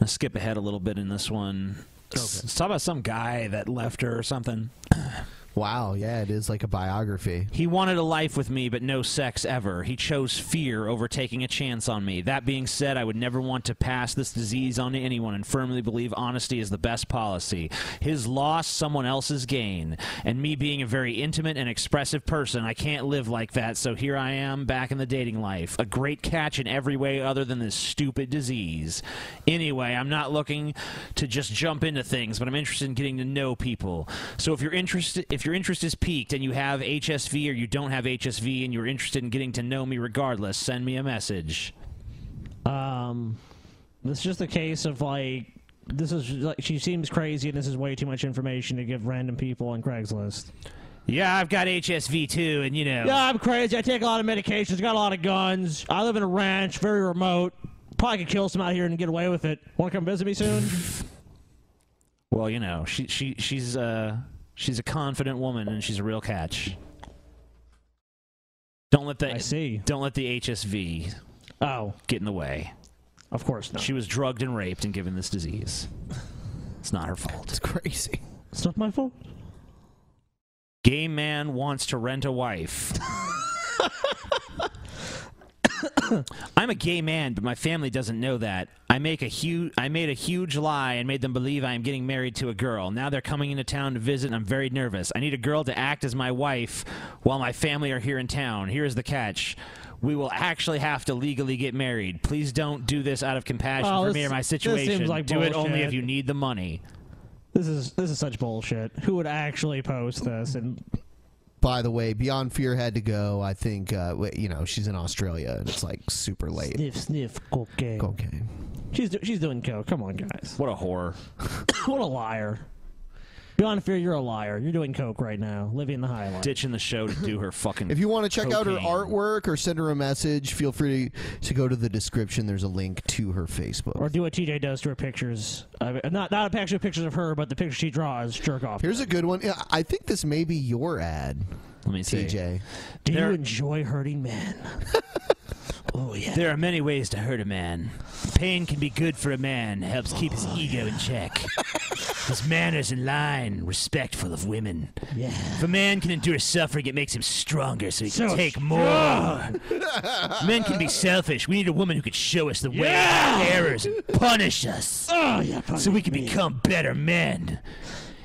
[SPEAKER 4] Let's skip ahead a little bit in this one. S- Let's talk about some guy that left her or something.
[SPEAKER 5] Wow, yeah, it is like a biography.
[SPEAKER 4] He wanted a life with me, but no sex ever. He chose fear over taking a chance on me. That being said, I would never want to pass this disease on to anyone and firmly believe honesty is the best policy. His loss, someone else's gain. And me being a very intimate and expressive person, I can't live like that, so here I am back in the dating life. A great catch in every way other than this stupid disease. Anyway, I'm not looking to just jump into things, but I'm interested in getting to know people. So if your interest if your interest is peaked and you have HSV or you don't have HSV and you're interested in getting to know me regardless, send me a message.
[SPEAKER 9] Um, it's just a case of like, this is like, she seems crazy, and this is way too much information to give random people on Craigslist.
[SPEAKER 4] Yeah, I've got HSV too, and you know.
[SPEAKER 9] Yeah, I'm crazy. I take a lot of medications, got a lot of guns. I live in a ranch, very remote. Probably could kill some out here and get away with it. Want to come visit me soon?
[SPEAKER 4] Well, you know, she she she's uh she's a confident woman and she's a real catch. Don't let the I
[SPEAKER 9] see.
[SPEAKER 4] Don't let the HSV
[SPEAKER 9] oh
[SPEAKER 4] get in the way.
[SPEAKER 9] Of course not.
[SPEAKER 4] She was drugged and raped and given this disease. It's not her fault. It's
[SPEAKER 5] crazy.
[SPEAKER 9] It's not my fault.
[SPEAKER 4] Gay man wants to rent a wife. I'm a gay man, but my family doesn't know that. I make a huge I made a huge lie and made them believe I am getting married to a girl. Now they're coming into town to visit and I'm very nervous. I need a girl to act as my wife while my family are here in town. Here is the catch. We will actually have to legally get married. Please don't do this out of compassion
[SPEAKER 9] Oh,
[SPEAKER 4] for
[SPEAKER 9] this-
[SPEAKER 4] me or my
[SPEAKER 9] this seems
[SPEAKER 4] situation.
[SPEAKER 9] like
[SPEAKER 4] do it only if
[SPEAKER 9] bullshit.
[SPEAKER 4] you need the money.
[SPEAKER 9] This is this is such bullshit. Who would actually post this? And
[SPEAKER 5] By the way, Beyond Fear had to go. I think uh, w- you know she's in Australia and it's like super late.
[SPEAKER 9] sniff sniff cocaine.
[SPEAKER 5] Cocaine.
[SPEAKER 9] She's do- she's doing coke. Come on, guys.
[SPEAKER 4] What a horror.
[SPEAKER 9] what a liar. Beyond Fear, you're a liar. You're doing coke right now, living the high life.
[SPEAKER 5] Ditching the show to do her fucking.
[SPEAKER 19] If you want to check out
[SPEAKER 5] cocaine.
[SPEAKER 19] her artwork or send her a message, feel free to go to the description. There's a link to her Facebook.
[SPEAKER 9] Or do what TJ does to her pictures. I mean, not not actually pictures of her, but the pictures she draws. Jerk off.
[SPEAKER 19] Here's a good one. Yeah, I think this may be your ad.
[SPEAKER 5] Let me see.
[SPEAKER 19] TJ.
[SPEAKER 9] Do you enjoy hurting men? oh yeah.
[SPEAKER 4] There are many ways to hurt a man. Pain can be good for a man, helps keep his
[SPEAKER 9] Oh,
[SPEAKER 4] ego in check. his manners in line, respectful of women.
[SPEAKER 9] Yeah.
[SPEAKER 4] If a man can endure suffering, it makes him stronger so he
[SPEAKER 9] So
[SPEAKER 4] can take more.
[SPEAKER 9] strong.
[SPEAKER 4] Men can be selfish. We need a woman who can show us the way of our
[SPEAKER 9] Yeah.
[SPEAKER 4] errors and punish us.
[SPEAKER 9] Oh, yeah,
[SPEAKER 4] so we can become better men.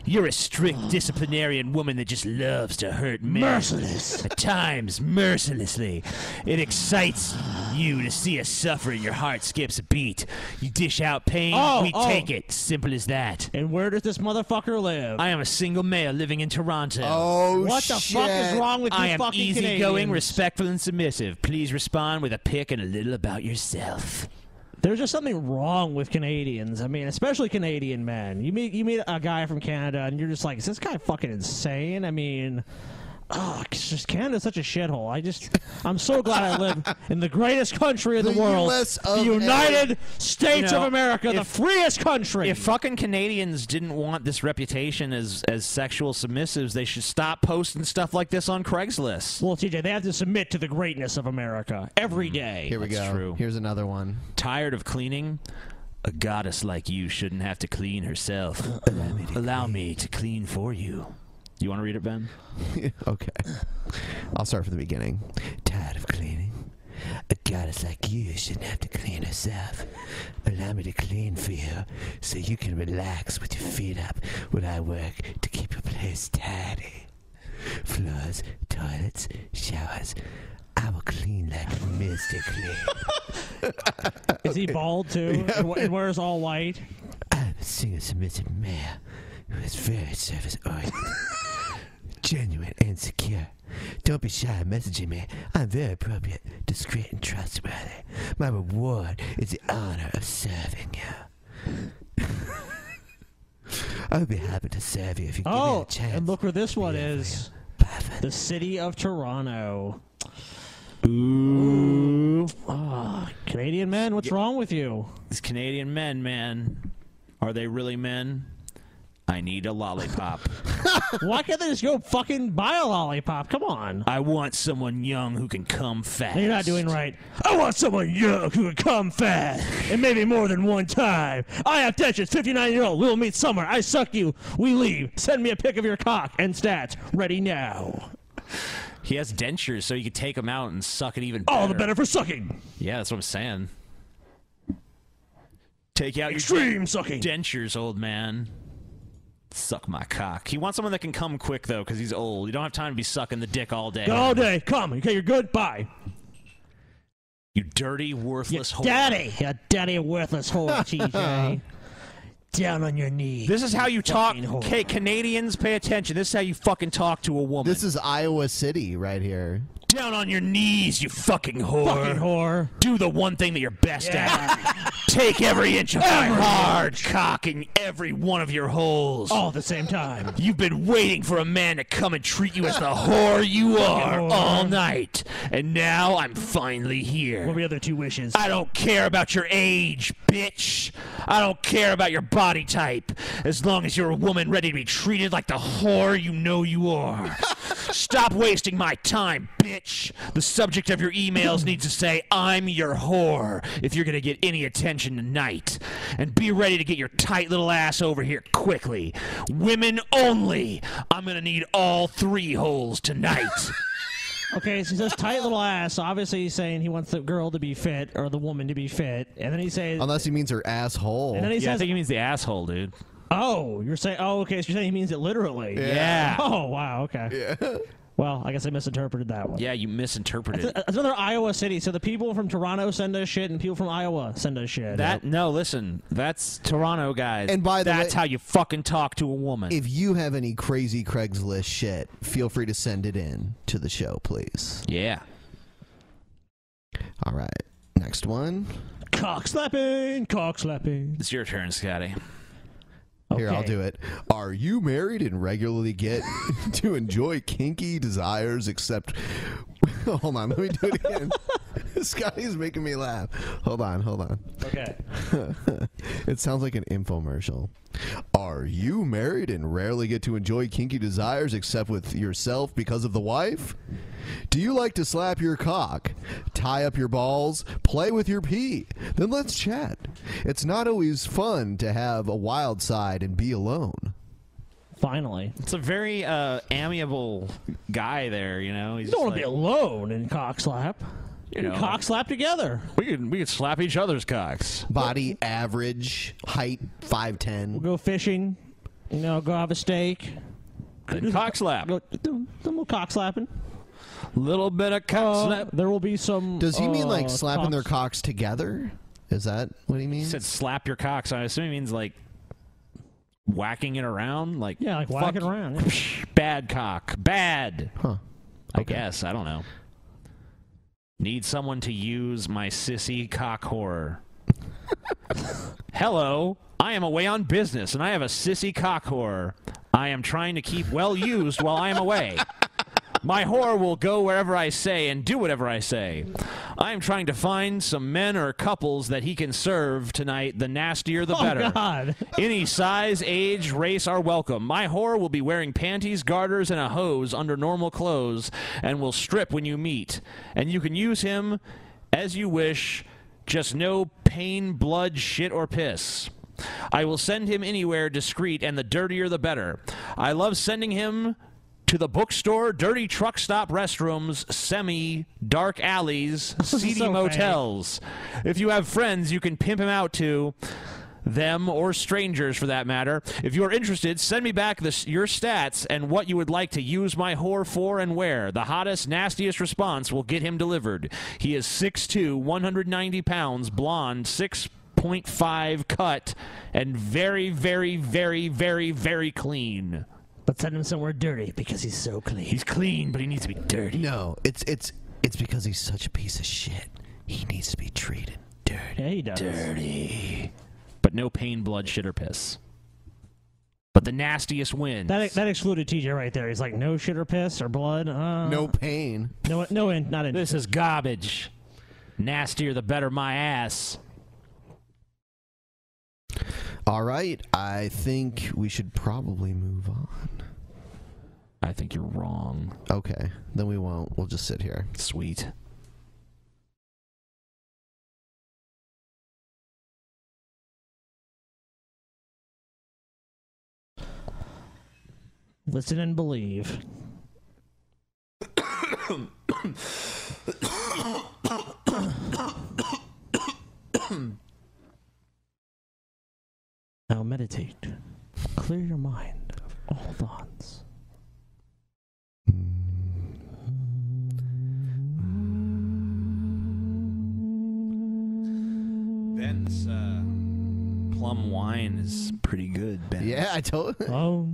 [SPEAKER 4] You're a strict disciplinarian woman that just loves to hurt men.
[SPEAKER 9] Merciless.
[SPEAKER 4] At times, mercilessly. It excites you to see us suffer and your heart skips a beat. You dish out pain,
[SPEAKER 9] Oh,
[SPEAKER 4] we
[SPEAKER 9] oh.
[SPEAKER 4] take it. Simple as that.
[SPEAKER 9] And where does this motherfucker live?
[SPEAKER 4] I am a single male living in Toronto.
[SPEAKER 19] Oh,
[SPEAKER 9] What the fuck is shit. wrong with you
[SPEAKER 4] I am
[SPEAKER 9] fucking
[SPEAKER 4] easygoing,
[SPEAKER 9] Canadians?
[SPEAKER 4] respectful, and submissive. Please respond with a pic and a little about yourself.
[SPEAKER 9] There's just something wrong with Canadians. I mean, especially Canadian men. You meet you meet a guy from Canada, and you're just like, is this guy fucking insane? I mean, oh, it's just Canada's such a shithole. I just, I'm so glad I live in the greatest country in the,
[SPEAKER 19] The
[SPEAKER 9] world,
[SPEAKER 19] US
[SPEAKER 9] the
[SPEAKER 19] of A.
[SPEAKER 9] United States
[SPEAKER 4] You know,
[SPEAKER 9] of America, the
[SPEAKER 4] if-
[SPEAKER 9] freest country.
[SPEAKER 4] If fucking Canadians didn't want this reputation as as sexual submissives, they should stop posting stuff like this on Craigslist.
[SPEAKER 9] Well, TJ, they have to submit to the greatness of America every day.
[SPEAKER 19] Mm-hmm. Here we
[SPEAKER 4] That's
[SPEAKER 19] go.
[SPEAKER 4] true.
[SPEAKER 19] Here's another one.
[SPEAKER 4] Tired of cleaning? A goddess like you shouldn't have to clean herself. Allow me to, clean for you. You want to read it, Ben?
[SPEAKER 19] okay. I'll start from the beginning. Tired of cleaning? A goddess like you shouldn't have to clean herself. Allow me to clean for you so you can relax with your feet up when I work to keep your place tidy. Floors, toilets, showers. I will clean like Mr. Clean.
[SPEAKER 9] Is he bald too?
[SPEAKER 19] Yeah.
[SPEAKER 9] And wh- And wears all white?
[SPEAKER 19] I'm a single submissive male who is very service oriented, genuine and secure. Don't be shy in messaging me. I'm very appropriate, discreet, and trustworthy. My reward is the honor of serving you. I would be happy to serve you if you
[SPEAKER 9] Oh, and look where this one is. The city of Toronto. Ooh. Ah, Canadian men, what's wrong with you?
[SPEAKER 4] These Canadian men, man, are they really men? I need a lollipop.
[SPEAKER 9] Why can't they just go fucking buy a lollipop? Come on.
[SPEAKER 4] I want someone young who can come fast.
[SPEAKER 9] You're not doing right. I want someone young who can come fast, and maybe more than one time. I have tensions. 59 year old. We'll meet somewhere. I suck you. We leave. Send me a pic of your cock and stats. Ready now.
[SPEAKER 4] He has dentures, so you could take them out and suck it even.
[SPEAKER 9] All the
[SPEAKER 4] better.
[SPEAKER 9] better for sucking.
[SPEAKER 4] Yeah, that's what I'm saying. Take out your
[SPEAKER 9] Extreme
[SPEAKER 4] den-
[SPEAKER 9] sucking.
[SPEAKER 4] dentures, old man. Suck my cock. He wants someone that can come quick though, because he's old. You don't have time to be sucking the dick all day.
[SPEAKER 9] All day. Come. Okay, you're good. Bye.
[SPEAKER 4] You dirty, worthless whore.
[SPEAKER 9] Daddy, a daddy worthless whore, TJ. Down on your knees.
[SPEAKER 4] This is how you talk.
[SPEAKER 9] fucking whore.
[SPEAKER 4] Okay, Canadians, pay attention. This is how you fucking talk to a woman.
[SPEAKER 19] is Iowa City right here.
[SPEAKER 4] Down on your knees, you fucking whore.
[SPEAKER 19] Fucking
[SPEAKER 9] whore.
[SPEAKER 4] Do the one thing that you're best at. Take every inch of my
[SPEAKER 9] Every
[SPEAKER 4] hard cock in every one of your holes.
[SPEAKER 9] All at the same time.
[SPEAKER 4] You've been waiting for a man to come and treat you as the whore you
[SPEAKER 9] Fucking
[SPEAKER 4] are
[SPEAKER 9] whore.
[SPEAKER 4] all night. And now I'm finally here.
[SPEAKER 9] What were the other two wishes?
[SPEAKER 4] I don't care about your age, bitch. I don't care about your body type. As long as you're a woman ready to be treated like the whore you know you are. Stop wasting my time, bitch. The subject of your emails needs to say, I'm your whore, if you're going to get any attention tonight. And be ready to get your tight little ass over here quickly. Women only. I'm going to need all three holes tonight.
[SPEAKER 9] Okay, so he says tight little ass. So obviously, he's saying he wants the girl to be fit or the woman to be fit, and then he says,
[SPEAKER 19] Unless he means her asshole.
[SPEAKER 9] And then he Yeah, I says- think
[SPEAKER 4] he means the asshole, dude.
[SPEAKER 9] "Oh, you're saying, oh, okay, so you're saying he means it literally."
[SPEAKER 4] Yeah. Yeah.
[SPEAKER 9] Oh, wow. Okay.
[SPEAKER 19] Yeah.
[SPEAKER 9] Well, I guess I misinterpreted that one.
[SPEAKER 4] Yeah, you misinterpreted
[SPEAKER 9] That's that's another Iowa city. So the people from Toronto send us shit, and people from Iowa send us shit.
[SPEAKER 4] That no, listen, that's Toronto guys.
[SPEAKER 19] And by the
[SPEAKER 4] that's
[SPEAKER 19] way-
[SPEAKER 4] how you fucking talk to a woman.
[SPEAKER 19] If you have any crazy Craigslist shit, feel free to send it in to the show, please.
[SPEAKER 4] Yeah.
[SPEAKER 19] All right. Next one.
[SPEAKER 9] cock slapping, cock slapping.
[SPEAKER 4] it's your turn, Scotty.
[SPEAKER 5] Here, I'll
[SPEAKER 9] Okay.
[SPEAKER 5] do it. Are you married and regularly get to enjoy kinky desires except. Hold on, let me do it again. Scotty's making me laugh. Hold on, hold on.
[SPEAKER 9] Okay.
[SPEAKER 5] it sounds like an infomercial. Are you married and rarely get to enjoy kinky desires except with yourself because of the wife? Do you like to slap your cock, tie up your balls, play with your pee? Then let's chat. It's not always fun to have a wild side and be alone.
[SPEAKER 9] Finally.
[SPEAKER 4] It's a very uh, amiable guy there, you know. He's
[SPEAKER 9] You don't want to
[SPEAKER 4] just
[SPEAKER 9] be
[SPEAKER 4] like,
[SPEAKER 9] alone in cock slap.
[SPEAKER 4] You know.
[SPEAKER 9] cock slap together.
[SPEAKER 4] We could we could slap each other's cocks.
[SPEAKER 5] Body average, height five ten. We'll
[SPEAKER 9] go fishing. You know, go have a steak.
[SPEAKER 4] Then cock slap.
[SPEAKER 9] Go, do some little cock slapping. Uh,
[SPEAKER 4] Little bit of cock slap.
[SPEAKER 9] There will be some.
[SPEAKER 5] Does he mean
[SPEAKER 9] uh,
[SPEAKER 5] like slapping
[SPEAKER 9] cock
[SPEAKER 5] their cocks together? Is that what he
[SPEAKER 4] He
[SPEAKER 5] means?
[SPEAKER 4] said slap your cocks. I assume he means like whacking it around, like
[SPEAKER 9] Yeah, like
[SPEAKER 4] fuck
[SPEAKER 9] whacking
[SPEAKER 4] you.
[SPEAKER 9] around. yeah.
[SPEAKER 4] Bad cock, bad.
[SPEAKER 5] Huh.
[SPEAKER 4] I guess I don't know. Need someone to use my sissy cock horror. Hello, I am away on business and I have a sissy cock horror. I am trying to keep well used while I am away. My whore will go wherever I say and do whatever I say. I am trying to find some men or couples that he can serve tonight. The nastier, the
[SPEAKER 9] Oh,
[SPEAKER 4] better.
[SPEAKER 9] God.
[SPEAKER 4] Any size, age, race are welcome. My whore will be wearing panties, garters, and a hose under normal clothes and will strip when you meet. And you can use him as you wish, just no pain, blood, shit, or piss. I will send him anywhere discreet, and the dirtier the better. I love sending him to the bookstore, dirty truck stop restrooms, semi dark alleys, seedy
[SPEAKER 19] so
[SPEAKER 4] motels. If you have friends, you can pimp him out to them or strangers for that matter. If you are interested, send me back this, your stats and what you would like to use my whore for and where. The hottest, nastiest response will get him delivered. He is 6'2, 190 pounds, blonde, 6.5 cut, and very, very, very, very, very clean.
[SPEAKER 9] But send him somewhere dirty because he's so clean.
[SPEAKER 4] He's clean, but he needs to be dirty.
[SPEAKER 5] No, it's it's it's because he's such a piece of shit. He needs to be treated dirty.
[SPEAKER 9] Yeah, he does.
[SPEAKER 4] Dirty. But no pain, blood, shit, or piss. But the nastiest wins.
[SPEAKER 9] That that excluded TJ right there. He's like no shit or piss or blood. Uh,
[SPEAKER 5] no pain.
[SPEAKER 9] No no in, not in.
[SPEAKER 4] This is garbage. Nastier the better my ass.
[SPEAKER 5] All right, I think we should probably move on.
[SPEAKER 4] I think you're wrong.
[SPEAKER 5] Okay, then we won't. We'll just sit here.
[SPEAKER 4] Sweet.
[SPEAKER 9] Listen and believe. now meditate. Clear your mind of all thoughts.
[SPEAKER 4] Ben's uh, plum wine is pretty good, Ben.
[SPEAKER 5] Yeah, I told.
[SPEAKER 9] Oh.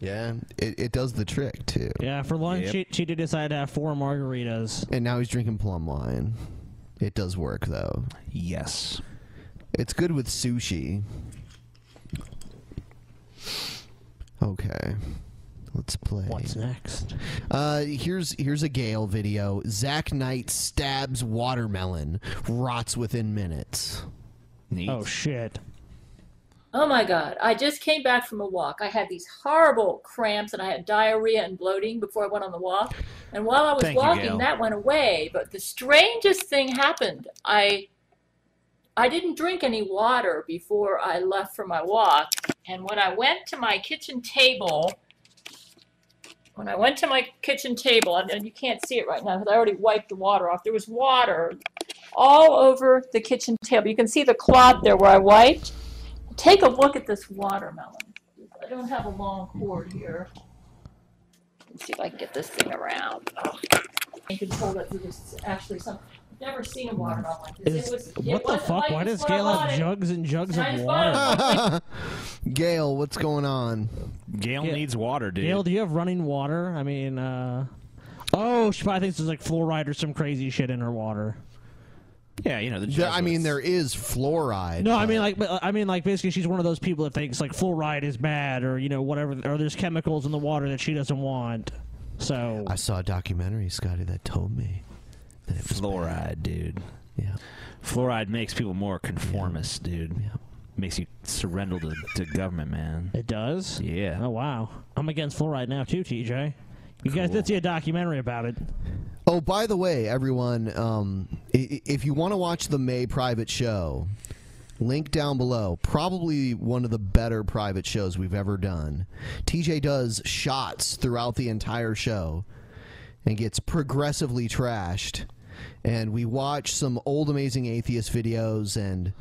[SPEAKER 5] Yeah, it, it does the trick too.
[SPEAKER 9] Yeah, for lunch she, she did decide to have four margaritas.
[SPEAKER 5] And now he's drinking plum wine. It does work though.
[SPEAKER 4] Yes.
[SPEAKER 5] It's good with sushi. Okay. Let's play. What's
[SPEAKER 9] next?
[SPEAKER 5] Uh, here's here's a Gale video. Zack Knight stabs watermelon, rots within minutes.
[SPEAKER 9] Oh shit.
[SPEAKER 21] Oh my God. I just came back from a walk. I had these horrible cramps and I had diarrhea and bloating before I went on the walk. And while I was
[SPEAKER 25] Thank you,
[SPEAKER 21] walking,
[SPEAKER 25] Gail.
[SPEAKER 21] that went away. But the strangest thing happened. I I didn't drink any water before I left for my walk. And when I went to my kitchen table, when I went to my kitchen table, and and you can't see it right now because I already wiped the water off, there was water all over the kitchen table. You can see the clot there where I wiped. Take a look at this watermelon. I don't have a long cord here. Let's see if I can get this thing around. Oh. You can hold it through this. Actually, some. I've never seen a watermelon like this. it was, it
[SPEAKER 9] What the
[SPEAKER 21] wasn't
[SPEAKER 9] fuck?
[SPEAKER 21] like
[SPEAKER 9] Why
[SPEAKER 21] this
[SPEAKER 9] does
[SPEAKER 21] when I
[SPEAKER 9] Gail have
[SPEAKER 21] bought it.
[SPEAKER 9] jugs and jugs
[SPEAKER 21] Can I
[SPEAKER 9] of
[SPEAKER 21] just
[SPEAKER 9] water?
[SPEAKER 5] Gail, what's going on?
[SPEAKER 4] Gail needs water, dude.
[SPEAKER 9] Gail, do you have running water? I mean, uh. Oh, she probably thinks there's like fluoride or some crazy shit in her water.
[SPEAKER 4] Yeah, you know the.
[SPEAKER 5] There- I mean, there is fluoride.
[SPEAKER 9] No, I mean like, but, uh, I mean like, basically, she's one of those people that thinks like fluoride is bad, or you know, whatever, or there's chemicals in the water that she doesn't want. So
[SPEAKER 5] I saw a documentary, Scotty, that told me.
[SPEAKER 4] fluoride, dude.
[SPEAKER 5] Yeah.
[SPEAKER 4] Fluoride makes people more conformist, dude. Makes you surrender to, to government, man.
[SPEAKER 9] It does.
[SPEAKER 4] Yeah.
[SPEAKER 9] Oh wow, I'm against fluoride now too, TJ. You guys did see a documentary about it.
[SPEAKER 5] Oh, by the way, everyone, um, i- i- if you want to watch the May private show, link down below. Probably one of the better private shows we've ever done. TJ does shots throughout the entire show and gets progressively trashed. And we watch some old Amazing Atheist videos and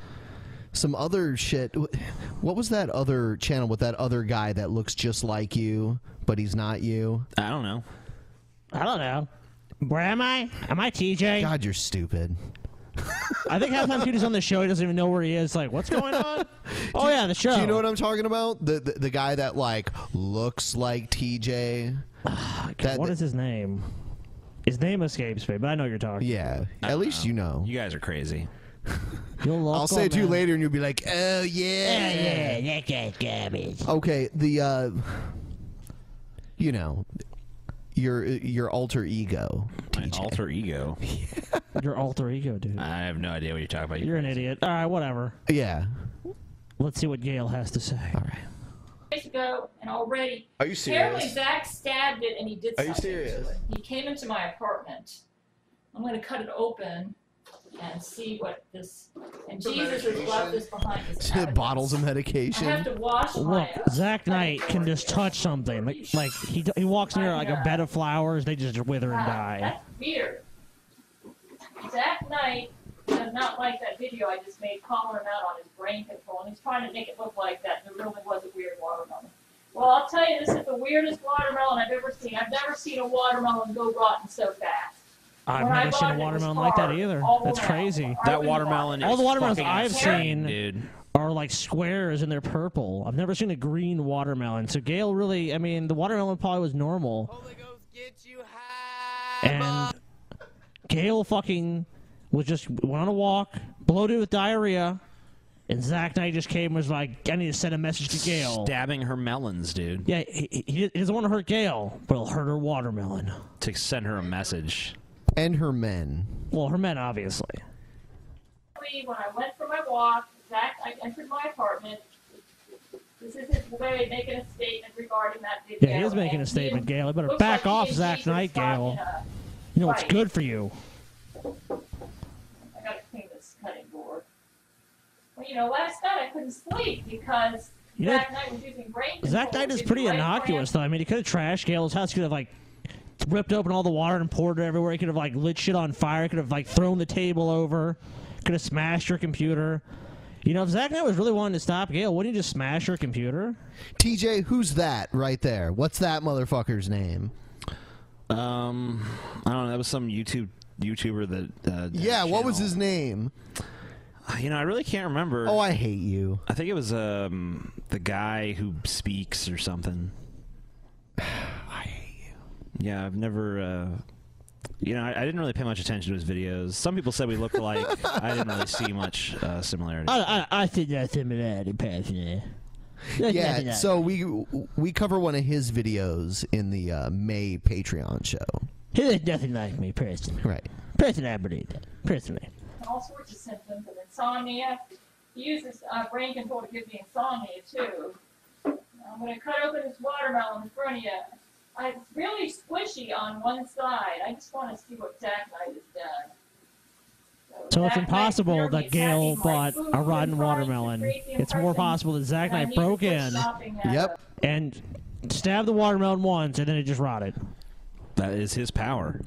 [SPEAKER 5] some other shit. Wh- What was that other channel with that other guy that looks just like you, but he's not you?
[SPEAKER 4] I don't know.
[SPEAKER 9] I don't know. Where am I? Am I TJ?
[SPEAKER 5] God, you're stupid.
[SPEAKER 9] I think half the time TJ's on the show. He doesn't even know where he is. Like, what's going on? oh yeah, the show.
[SPEAKER 5] Do you know what I'm talking about? The the, the guy that like looks like TJ. That-
[SPEAKER 9] what is his name? His name escapes me, but I know what you're talking.
[SPEAKER 5] Yeah, at least you know.
[SPEAKER 4] You guys are crazy.
[SPEAKER 5] I'll say it to you later, and you'll be like, "Oh yeah,
[SPEAKER 9] yeah, that guy's garbage."
[SPEAKER 5] Okay, the uh, you know, your your alter ego,
[SPEAKER 4] My alter ego.
[SPEAKER 9] Your alter ego, dude.
[SPEAKER 4] I have no idea what you're talking about.
[SPEAKER 9] You're an idiot. All right, whatever.
[SPEAKER 5] Yeah.
[SPEAKER 9] Let's see what Gail has to say. All right.
[SPEAKER 21] days ago, and already.
[SPEAKER 9] Are you
[SPEAKER 21] Apparently,
[SPEAKER 9] serious?
[SPEAKER 21] Zach stabbed it, and he did
[SPEAKER 9] Are you
[SPEAKER 21] something
[SPEAKER 9] serious?
[SPEAKER 21] to it. He came into my apartment. I'm going to cut it open and see what this. And
[SPEAKER 5] The
[SPEAKER 21] Jesus has left
[SPEAKER 5] medication.
[SPEAKER 21] this behind. His
[SPEAKER 5] bottles of
[SPEAKER 21] I
[SPEAKER 5] medication.
[SPEAKER 21] have to wash
[SPEAKER 9] Look,
[SPEAKER 21] my.
[SPEAKER 9] Zach Knight can just touch something. Like, like he he walks near like a bed of flowers, they just wither and die.
[SPEAKER 21] Ah, That's weird. Zach Knight does not like that video I just made calling him out on his brain control, and he's trying to make it look like that. There really was a weird watermelon. Well, I'll tell you, this is the weirdest watermelon I've ever seen. I've never seen a watermelon go rotten so fast.
[SPEAKER 9] I've
[SPEAKER 21] When I
[SPEAKER 9] never seen a
[SPEAKER 21] bought it, it was
[SPEAKER 9] watermelon like that
[SPEAKER 21] hard
[SPEAKER 9] either.
[SPEAKER 21] all
[SPEAKER 9] That's
[SPEAKER 21] around.
[SPEAKER 9] crazy.
[SPEAKER 4] That watermelon.
[SPEAKER 9] All
[SPEAKER 4] is
[SPEAKER 9] the watermelons
[SPEAKER 4] fucking
[SPEAKER 9] I've seen
[SPEAKER 4] insane, dude.
[SPEAKER 9] are like squares and they're purple. I've never seen a green watermelon. So Gail really, I mean, the watermelon probably was normal. and Gail fucking was just went on a walk, bloated with diarrhea, and Zach Knight just came and was like, "I need to send a message to Gail."
[SPEAKER 4] Stabbing her melons, dude.
[SPEAKER 9] Yeah, he, he, he doesn't want to hurt Gail, but he'll hurt her watermelon.
[SPEAKER 4] To send her a message.
[SPEAKER 5] and her men.
[SPEAKER 9] Well, her men, obviously.
[SPEAKER 21] Basically, when I went for my walk, Zach, I entered my apartment. This is his way of making a statement regarding that video.
[SPEAKER 9] Yeah, he is making a
[SPEAKER 21] and
[SPEAKER 9] statement,
[SPEAKER 21] he-
[SPEAKER 9] Gail. I better
[SPEAKER 21] looks
[SPEAKER 9] back
[SPEAKER 21] like
[SPEAKER 9] off,
[SPEAKER 21] he and
[SPEAKER 9] Zach
[SPEAKER 21] Jesus
[SPEAKER 9] Knight,
[SPEAKER 21] got in
[SPEAKER 9] Gail.
[SPEAKER 21] a-
[SPEAKER 9] You know what's
[SPEAKER 21] fight.
[SPEAKER 9] good for you.
[SPEAKER 21] I gotta clean this cutting board. Well, you know, last night I couldn't sleep because
[SPEAKER 9] You know-
[SPEAKER 21] Zach Knight was using brain control.
[SPEAKER 9] Zach Knight is
[SPEAKER 21] Using
[SPEAKER 9] pretty
[SPEAKER 21] brain
[SPEAKER 9] innocuous, though. I mean, he could have trashed Gail's house. He could have like ripped open all the water and poured it everywhere. He could have like lit shit on fire. He could have like thrown the table over. Could have smashed her computer. You know, if Zach Knight was really wanting to stop Gail, wouldn't he just smash her computer?
[SPEAKER 5] TJ, who's that right there? What's that motherfucker's name?
[SPEAKER 4] Um, I don't know. That was some YouTube YouTuber that. Uh,
[SPEAKER 5] Yeah, what was his name?
[SPEAKER 4] You know, I really can't remember.
[SPEAKER 5] Oh, I hate you.
[SPEAKER 4] I think it was um the guy who speaks or something. I hate you. Yeah, I've never. Uh, you know, I, I didn't really pay much attention to his videos. Some people said we looked alike. I didn't really see much uh, similarity.
[SPEAKER 9] I, I, I think that's similarity, personally.
[SPEAKER 5] Yeah, so we we cover one of his videos in the uh, May Patreon show.
[SPEAKER 9] He is nothing like me, personally.
[SPEAKER 5] Right.
[SPEAKER 9] Personally, I believe that. Personally.
[SPEAKER 21] and all sorts of symptoms of insomnia. He uses uh, brain control to give me insomnia too. I'm gonna cut open this watermelon Brunia. I, it's really squishy on one side. I just want to see what Zach Knight has done.
[SPEAKER 9] So it's
[SPEAKER 21] Zach Knight
[SPEAKER 9] impossible
[SPEAKER 21] clearly
[SPEAKER 9] that Gail
[SPEAKER 21] attacking my
[SPEAKER 9] bought
[SPEAKER 21] food
[SPEAKER 9] a
[SPEAKER 21] and
[SPEAKER 9] rotten
[SPEAKER 21] trying to
[SPEAKER 9] watermelon.
[SPEAKER 21] create the
[SPEAKER 9] It's more
[SPEAKER 21] impression
[SPEAKER 9] possible that Zach
[SPEAKER 21] that I
[SPEAKER 9] Knight
[SPEAKER 21] need to
[SPEAKER 9] broke
[SPEAKER 21] quit
[SPEAKER 9] in
[SPEAKER 21] shopping at Yep.
[SPEAKER 9] and stabbed the watermelon once and then it just rotted.
[SPEAKER 4] That is his power.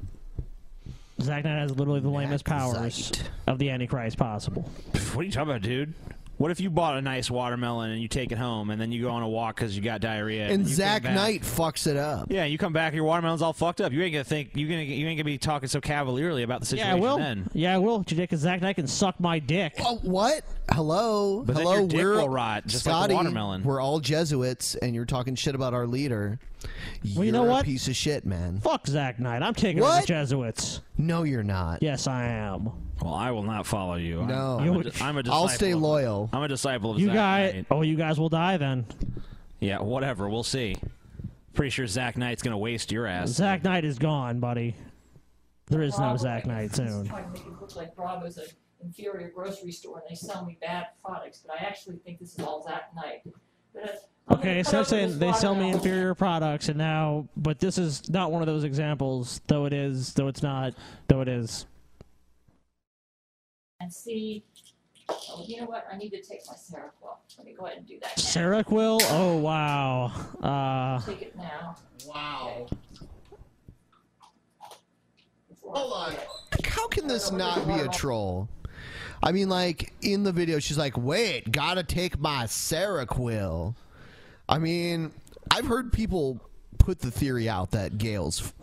[SPEAKER 9] Zach Knight has literally the lamest powers of the Antichrist possible.
[SPEAKER 4] What are you talking about, dude? What if you bought a nice watermelon and you take it home and then you go on a walk because you got diarrhea?
[SPEAKER 5] And
[SPEAKER 4] you
[SPEAKER 5] Zach
[SPEAKER 4] come back-
[SPEAKER 5] Knight fucks it up.
[SPEAKER 4] Yeah, you come back, your watermelon's all fucked up. You ain't gonna think you gonna you ain't gonna be talking so cavalierly about the situation.
[SPEAKER 9] yeah, I will.
[SPEAKER 4] Then.
[SPEAKER 9] Yeah, I will. Today, because Zach Knight can suck my dick.
[SPEAKER 5] Oh, what? Hello,
[SPEAKER 4] But then
[SPEAKER 5] hello.
[SPEAKER 4] your dick
[SPEAKER 5] we're
[SPEAKER 4] will rot, just like the
[SPEAKER 5] Scotty,
[SPEAKER 4] watermelon.
[SPEAKER 5] We're all Jesuits, and you're talking shit about our leader. You're
[SPEAKER 9] you know
[SPEAKER 5] a
[SPEAKER 9] what?
[SPEAKER 5] piece of shit, man.
[SPEAKER 9] Fuck Zach Knight. I'm taking over
[SPEAKER 5] What?
[SPEAKER 9] the Jesuits.
[SPEAKER 5] No, you're not.
[SPEAKER 9] Yes, I am.
[SPEAKER 4] Well, I will not follow you. I'm-
[SPEAKER 5] No.
[SPEAKER 4] I'm, a
[SPEAKER 5] You-
[SPEAKER 4] di- I'm a disciple.
[SPEAKER 5] I'll stay
[SPEAKER 4] of-
[SPEAKER 5] loyal.
[SPEAKER 4] I'm a disciple of
[SPEAKER 9] You
[SPEAKER 4] Zack
[SPEAKER 9] guys,
[SPEAKER 4] Knight.
[SPEAKER 9] oh, you guys will die then.
[SPEAKER 4] Yeah, whatever. We'll see. Pretty sure Zack Knight's gonna waste your ass.
[SPEAKER 9] Zack Knight is gone, buddy. There is no
[SPEAKER 21] Bravo,
[SPEAKER 9] Zack
[SPEAKER 21] I
[SPEAKER 9] Knight
[SPEAKER 21] guess this is
[SPEAKER 9] soon.
[SPEAKER 21] Trying to make it look like Bravo's an inferior grocery store and they sell me bad products, but I actually think this is all Zack Knight. But it's- I'm gonna
[SPEAKER 9] Okay,
[SPEAKER 21] cut
[SPEAKER 9] instead of
[SPEAKER 21] open
[SPEAKER 9] saying
[SPEAKER 21] this
[SPEAKER 9] they sell me
[SPEAKER 21] watermelon.
[SPEAKER 9] inferior products, and now, but this is not one of those examples. Though it is, though it's not, though it is.
[SPEAKER 21] and see. Oh, you know what? I need to take my Seroquel. Let me go ahead and do that.
[SPEAKER 9] Seroquel. Oh wow. Uh,
[SPEAKER 21] Take it now.
[SPEAKER 26] Wow.
[SPEAKER 21] Hold on.
[SPEAKER 5] How can this not be a troll? I mean, like in the video, she's like, "Wait, gotta take my Seroquel." I mean, I've heard people put the theory out that Gail's.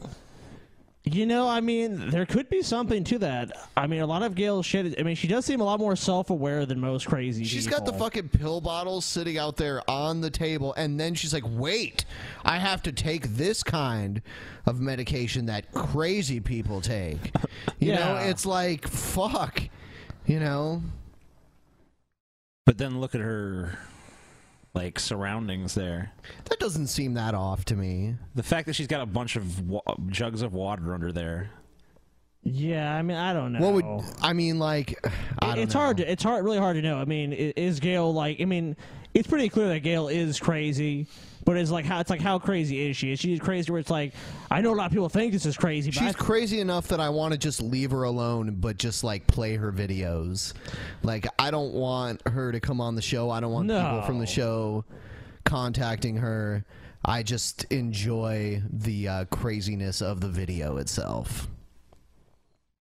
[SPEAKER 9] You know, I mean, there could be something to that. I mean, a lot of Gail's shit. I mean, she does seem a lot more self-aware than most crazy.
[SPEAKER 5] She's
[SPEAKER 9] She's
[SPEAKER 5] got the fucking pill bottle sitting out there on the table, and then she's like, "Wait, I have to take this kind of medication that crazy people take." You know,
[SPEAKER 4] Yeah.
[SPEAKER 5] it's like, fuck. You know,
[SPEAKER 4] But then look at her, like surroundings there.
[SPEAKER 5] that doesn't seem that off to me.
[SPEAKER 4] The fact that she's got a bunch of wa- jugs of water under there.
[SPEAKER 9] Yeah, I mean, I don't know.
[SPEAKER 5] What would I mean? Like, I don't
[SPEAKER 9] it's hard. To, it's hard. Really hard to know. I mean, i- is Gail like? I mean, it's pretty clear that Gail is crazy. But it's like how it's like how crazy is she? Is she crazy where it's like I know a lot of people think this is crazy, but I
[SPEAKER 5] She's crazy enough that I want to just leave her alone, but just like play her videos. Like I don't want her to come on the show. I don't want people from the show contacting her. I just enjoy the uh, craziness of the video itself.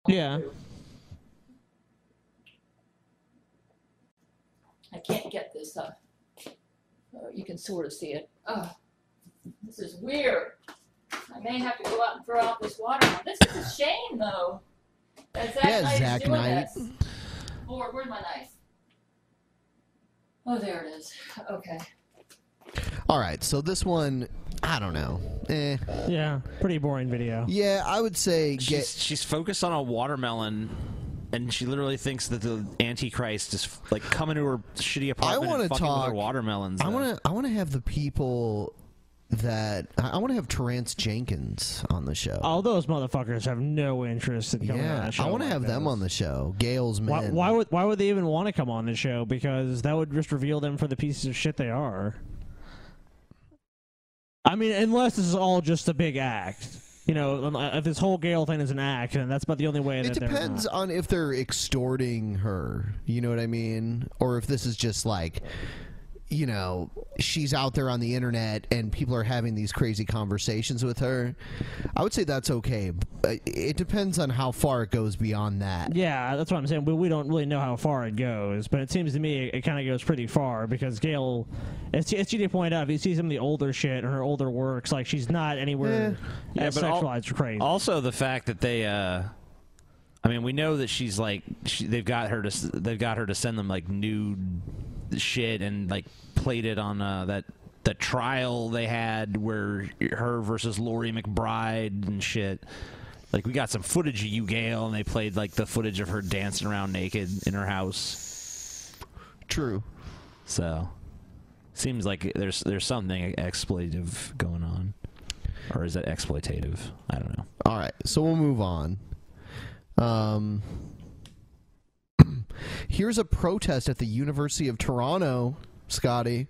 [SPEAKER 9] Yeah.
[SPEAKER 21] I can't get this up. Oh, you can sort of see it. Oh, this is weird. I may have to go out and throw out this watermelon. This is a shame, though. That Zack
[SPEAKER 5] Yeah,
[SPEAKER 21] Knight is
[SPEAKER 5] Zack
[SPEAKER 21] doing
[SPEAKER 5] Knight.
[SPEAKER 21] this. Lord, where's my knife? Oh, there it is. Okay.
[SPEAKER 5] All right, so this one, I don't know. Eh.
[SPEAKER 9] Yeah, pretty boring video.
[SPEAKER 5] Yeah, I would say
[SPEAKER 4] She's, she's focused on a watermelon, and she literally thinks that the Antichrist is like coming to her shitty apartment
[SPEAKER 5] wanna
[SPEAKER 4] and fucking with
[SPEAKER 5] talk-
[SPEAKER 4] her watermelons.
[SPEAKER 5] I want to. I want to have the people that I, I want to have Terrence Jenkins on the show.
[SPEAKER 9] All those motherfuckers have no interest in coming on
[SPEAKER 5] yeah,
[SPEAKER 9] the show.
[SPEAKER 5] I want to
[SPEAKER 9] like
[SPEAKER 5] have them
[SPEAKER 9] this.
[SPEAKER 5] on the show. Gail's men.
[SPEAKER 9] Why, why would why would they even want to come on the show? Because that would just reveal them for the pieces of shit they are. I mean, unless this is all just a big act, you know. um, If this whole Gale thing is an act, then that's about the only way that
[SPEAKER 5] It depends
[SPEAKER 9] They're not.
[SPEAKER 5] on if they're extorting her, you know what I mean? Or if this is just like, you know, she's out there on the internet and people are having these crazy conversations with her. I would say that's okay. but It depends on how far it goes beyond that.
[SPEAKER 9] Yeah, that's what I'm saying. We, we don't really know how far it goes, but it seems to me it, it kind of goes pretty far because Gail, as, as you did point out, if you see some of the older shit and her older works, like she's not anywhere
[SPEAKER 5] Eh.
[SPEAKER 9] as
[SPEAKER 4] al-
[SPEAKER 9] sexualized or crazy.
[SPEAKER 4] Also, the fact that they, uh, I mean, we know that she's like she, they've got her to s- they've got her to send them like nude shit and like played it on uh, that the trial they had where her versus Lori McBride and shit. Like we got some footage of you, Gail, and they played like the footage of her dancing around naked in her house.
[SPEAKER 5] True.
[SPEAKER 4] So, seems like there's there's something exploitive going on, or is that exploitative? I don't know.
[SPEAKER 5] All right, so we'll move on. Um, here's a protest at the University of Toronto, Scotty.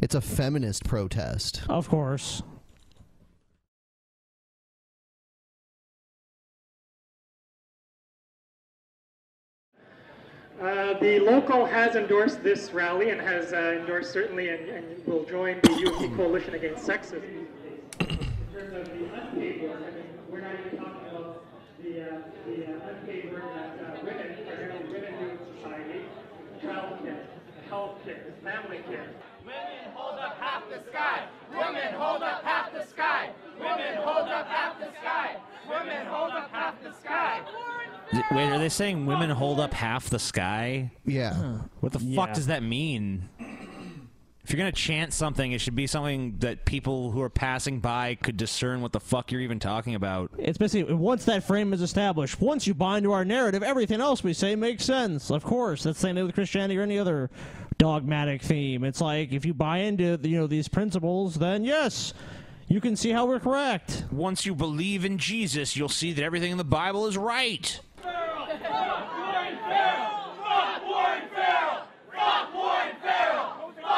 [SPEAKER 5] It's a feminist protest.
[SPEAKER 9] Of course.
[SPEAKER 6] Uh, the local has endorsed this rally and has uh, endorsed certainly and, and will join the UFP Coalition Against Sexism. In terms of the unpaid work, I mean, we're not even talking about the, uh, the uh, unpaid work that uh, women, primarily women do in society, childcare, healthcare, family care.
[SPEAKER 10] Women hold up half the sky. Women hold up half the sky. Women hold up half the sky. Women hold up half the sky.
[SPEAKER 4] D- Wait, are they saying women hold up half the sky?
[SPEAKER 5] Yeah.
[SPEAKER 4] What the
[SPEAKER 5] Yeah.
[SPEAKER 4] fuck does that mean? If you're gonna chant something, it should be something that people who are passing by could discern what the fuck you're even talking about.
[SPEAKER 9] It's basically once that frame is established, once you bind to our narrative, everything else we say makes sense. Of course, that's the same thing with Christianity or any other dogmatic theme. It's like if you buy into you know these principles, then yes, you can see how we're correct.
[SPEAKER 4] Once you believe in Jesus, you'll see that everything in the Bible is right.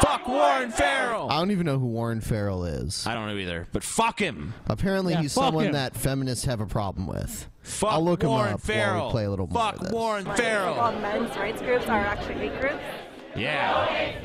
[SPEAKER 4] Fuck Warren Farrell.
[SPEAKER 5] I don't even know who Warren Farrell is.
[SPEAKER 4] I don't know either, but fuck him.
[SPEAKER 5] Apparently,
[SPEAKER 4] Yeah,
[SPEAKER 5] he's
[SPEAKER 4] fuck
[SPEAKER 5] someone
[SPEAKER 4] him.
[SPEAKER 5] that feminists have a problem with.
[SPEAKER 4] Fuck
[SPEAKER 5] I'll look
[SPEAKER 4] Warren
[SPEAKER 5] him up while
[SPEAKER 4] Farrell.
[SPEAKER 5] we play a little more.
[SPEAKER 4] Fuck
[SPEAKER 5] of this.
[SPEAKER 4] Warren
[SPEAKER 12] Like, all men's rights groups are actually hate groups.
[SPEAKER 4] Yeah.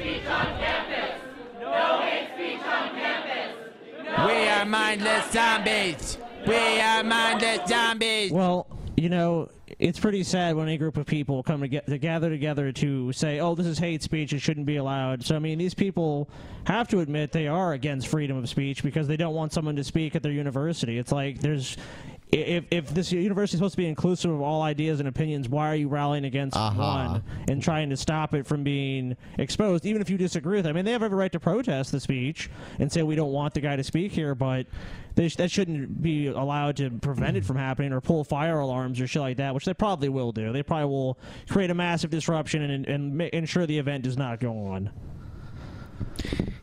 [SPEAKER 19] We are mindless zombies. We are mindless zombies.
[SPEAKER 9] Well, you know, it's pretty sad when a group of people come to, get, to gather together to say, "Oh, this is hate speech; it shouldn't be allowed." So, I mean, these people have to admit they are against freedom of speech because they don't want someone to speak at their university. It's like there's. i- If, if this university is supposed to be inclusive of all ideas and opinions, why are you rallying against one and trying to stop it from being exposed? Even if you disagree with it, I mean, they have every right to protest the speech and say we don't want the guy to speak here, but they sh- that shouldn't be allowed to prevent it from happening or pull fire alarms or shit like that, which they probably will do. They probably will create a massive disruption and, and ma- ensure the event does not go on.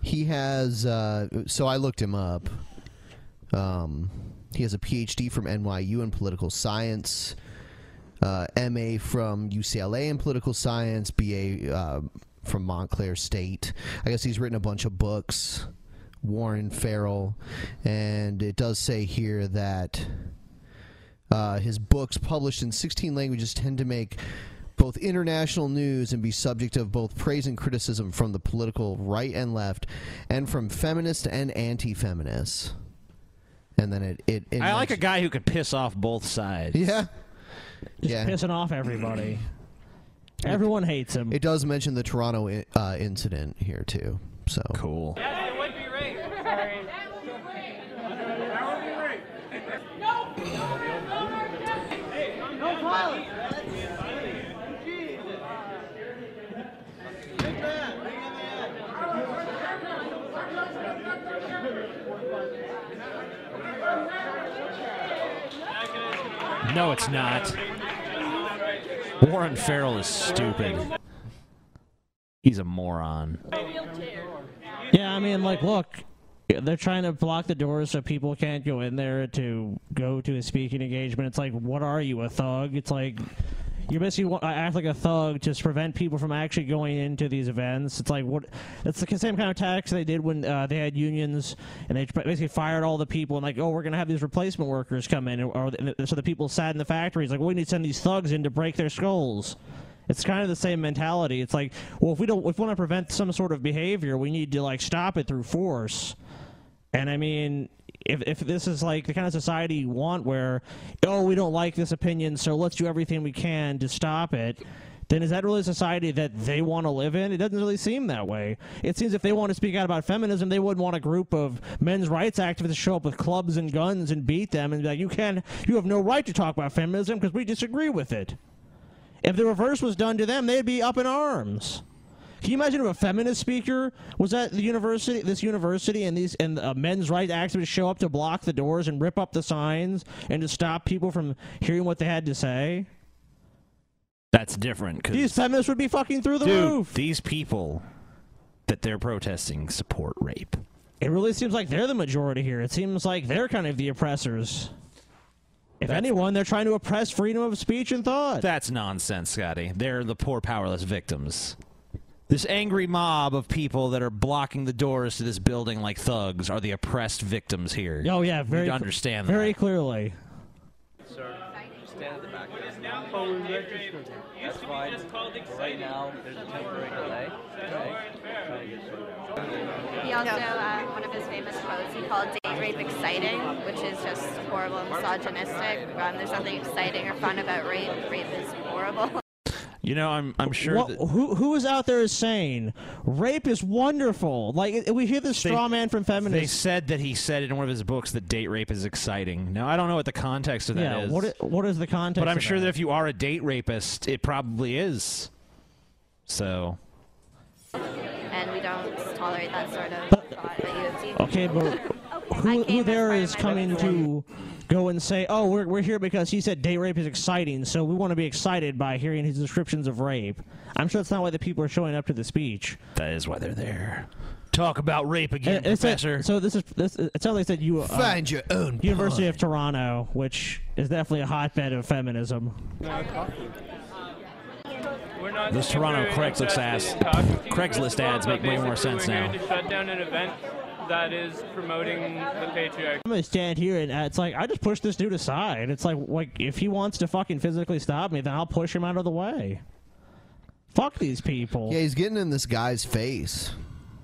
[SPEAKER 5] He has. Uh, so I looked him up. Um, he has a PhD from NYU in political science, uh, MA from UCLA in political science, BA uh, from Montclair State. I guess he's written a bunch of books. Warren Farrell, and it does say here that uh, his books, published in 16 languages, tend to make both international news and be subject of both praise and criticism from the political right and left, and from feminists and anti feminists. And then it. it, it
[SPEAKER 4] I like a guy who could piss off both sides.
[SPEAKER 5] Yeah.
[SPEAKER 9] Just
[SPEAKER 5] Yeah.
[SPEAKER 9] pissing off everybody. Everyone hates him.
[SPEAKER 5] It does mention the Toronto i- uh, incident here, too. So
[SPEAKER 4] Cool.
[SPEAKER 25] It would be rape. Sorry. No violence.
[SPEAKER 4] No, it's not. Warren Farrell is stupid. He's a moron.
[SPEAKER 9] Yeah, I mean, like, look, they're trying to block the doors so people can't go in there to go to a speaking engagement. It's like, what are you, a thug? It's like you basically wa- uh, act like a thug to prevent people from actually going into these events. It's like what? It's the same kind of tactics they did when uh, they had unions and they basically fired all the people and like, oh, we're gonna have these replacement workers come in, or, or so the people sat in the factories like, well, we need to send these thugs in to break their skulls. It's kind of the same mentality. It's like, well, if we don't, if we want to prevent some sort of behavior, we need to like stop it through force. And I mean, if if this is like the kind of society you want, where oh, we don't like this opinion, so let's do everything we can to stop it. Then is that really a society that they want to live in? It doesn't really seem that way. It seems if they want to speak out about feminism, they wouldn't want a group of men's rights activists to show up with clubs and guns and beat them and be like, "You can, you have no right to talk about feminism because we disagree with it." If the reverse was done to them, they'd be up in arms. Can you imagine if a feminist speaker was at the university, this university, and these and uh, men's rights activists show up to block the doors and rip up the signs and to stop people from hearing what they had to say?
[SPEAKER 4] That's different because
[SPEAKER 9] These feminists would be fucking through the
[SPEAKER 4] Dude,
[SPEAKER 9] roof.
[SPEAKER 4] these people that they're protesting support rape.
[SPEAKER 9] It really seems like they're the majority here. It seems like they're kind of the oppressors. If anyone, they're trying to oppress freedom of speech and thought.
[SPEAKER 4] That's nonsense, Scotty. They're the poor, powerless victims. This angry mob of people that are blocking the doors to this building like thugs are the oppressed victims here.
[SPEAKER 9] Oh yeah, very
[SPEAKER 4] you understand that.
[SPEAKER 9] very clearly.
[SPEAKER 15] Sir, stand at the back. Oh, we registered. That's fine. But right now, there's a temporary delay.
[SPEAKER 12] He also, uh, one of his famous quotes, he called date rape exciting, which is just horrible and misogynistic. Um, there's nothing exciting or fun about rape. Rape is horrible.
[SPEAKER 4] You know, I'm I'm sure
[SPEAKER 9] What-
[SPEAKER 4] that
[SPEAKER 9] who who is out there is saying rape is wonderful? Like it- we hear this straw man from
[SPEAKER 4] they
[SPEAKER 9] feminists.
[SPEAKER 4] said that he said in one of his books that date rape is exciting. Now I don't know what the context of that is.
[SPEAKER 9] yeah, what i- what is the context?
[SPEAKER 4] But I'm
[SPEAKER 9] of
[SPEAKER 4] sure
[SPEAKER 9] that?
[SPEAKER 4] that if you are a date rapist, it probably is. So
[SPEAKER 12] And men, we don't tolerate that sort of thought. But you, you
[SPEAKER 9] Okay, but who, who there is coming to go and say, oh, we're, we're here because he said date rape is exciting, so we want to be excited by hearing his descriptions of rape? I'm sure that's not why the people are showing up to the speech.
[SPEAKER 4] That is why they're there.
[SPEAKER 19] Talk about rape again,
[SPEAKER 9] It- it's a-
[SPEAKER 19] Professor.
[SPEAKER 9] so this is this. It sounds like they said you uh,
[SPEAKER 19] Find your own
[SPEAKER 9] University of Toronto, which is definitely a hotbed of feminism.
[SPEAKER 4] Those Toronto Craigslist ads, Craigslist ads make way more sense now.
[SPEAKER 13] to shut down an event that is promoting the patriarchy.
[SPEAKER 9] I'm gonna stand here and uh, it's like I just push this dude aside. It's like like if he wants to fucking physically stop me, then I'll push him out of the way. Fuck these people. Yeah,
[SPEAKER 5] he's getting in this guy's face.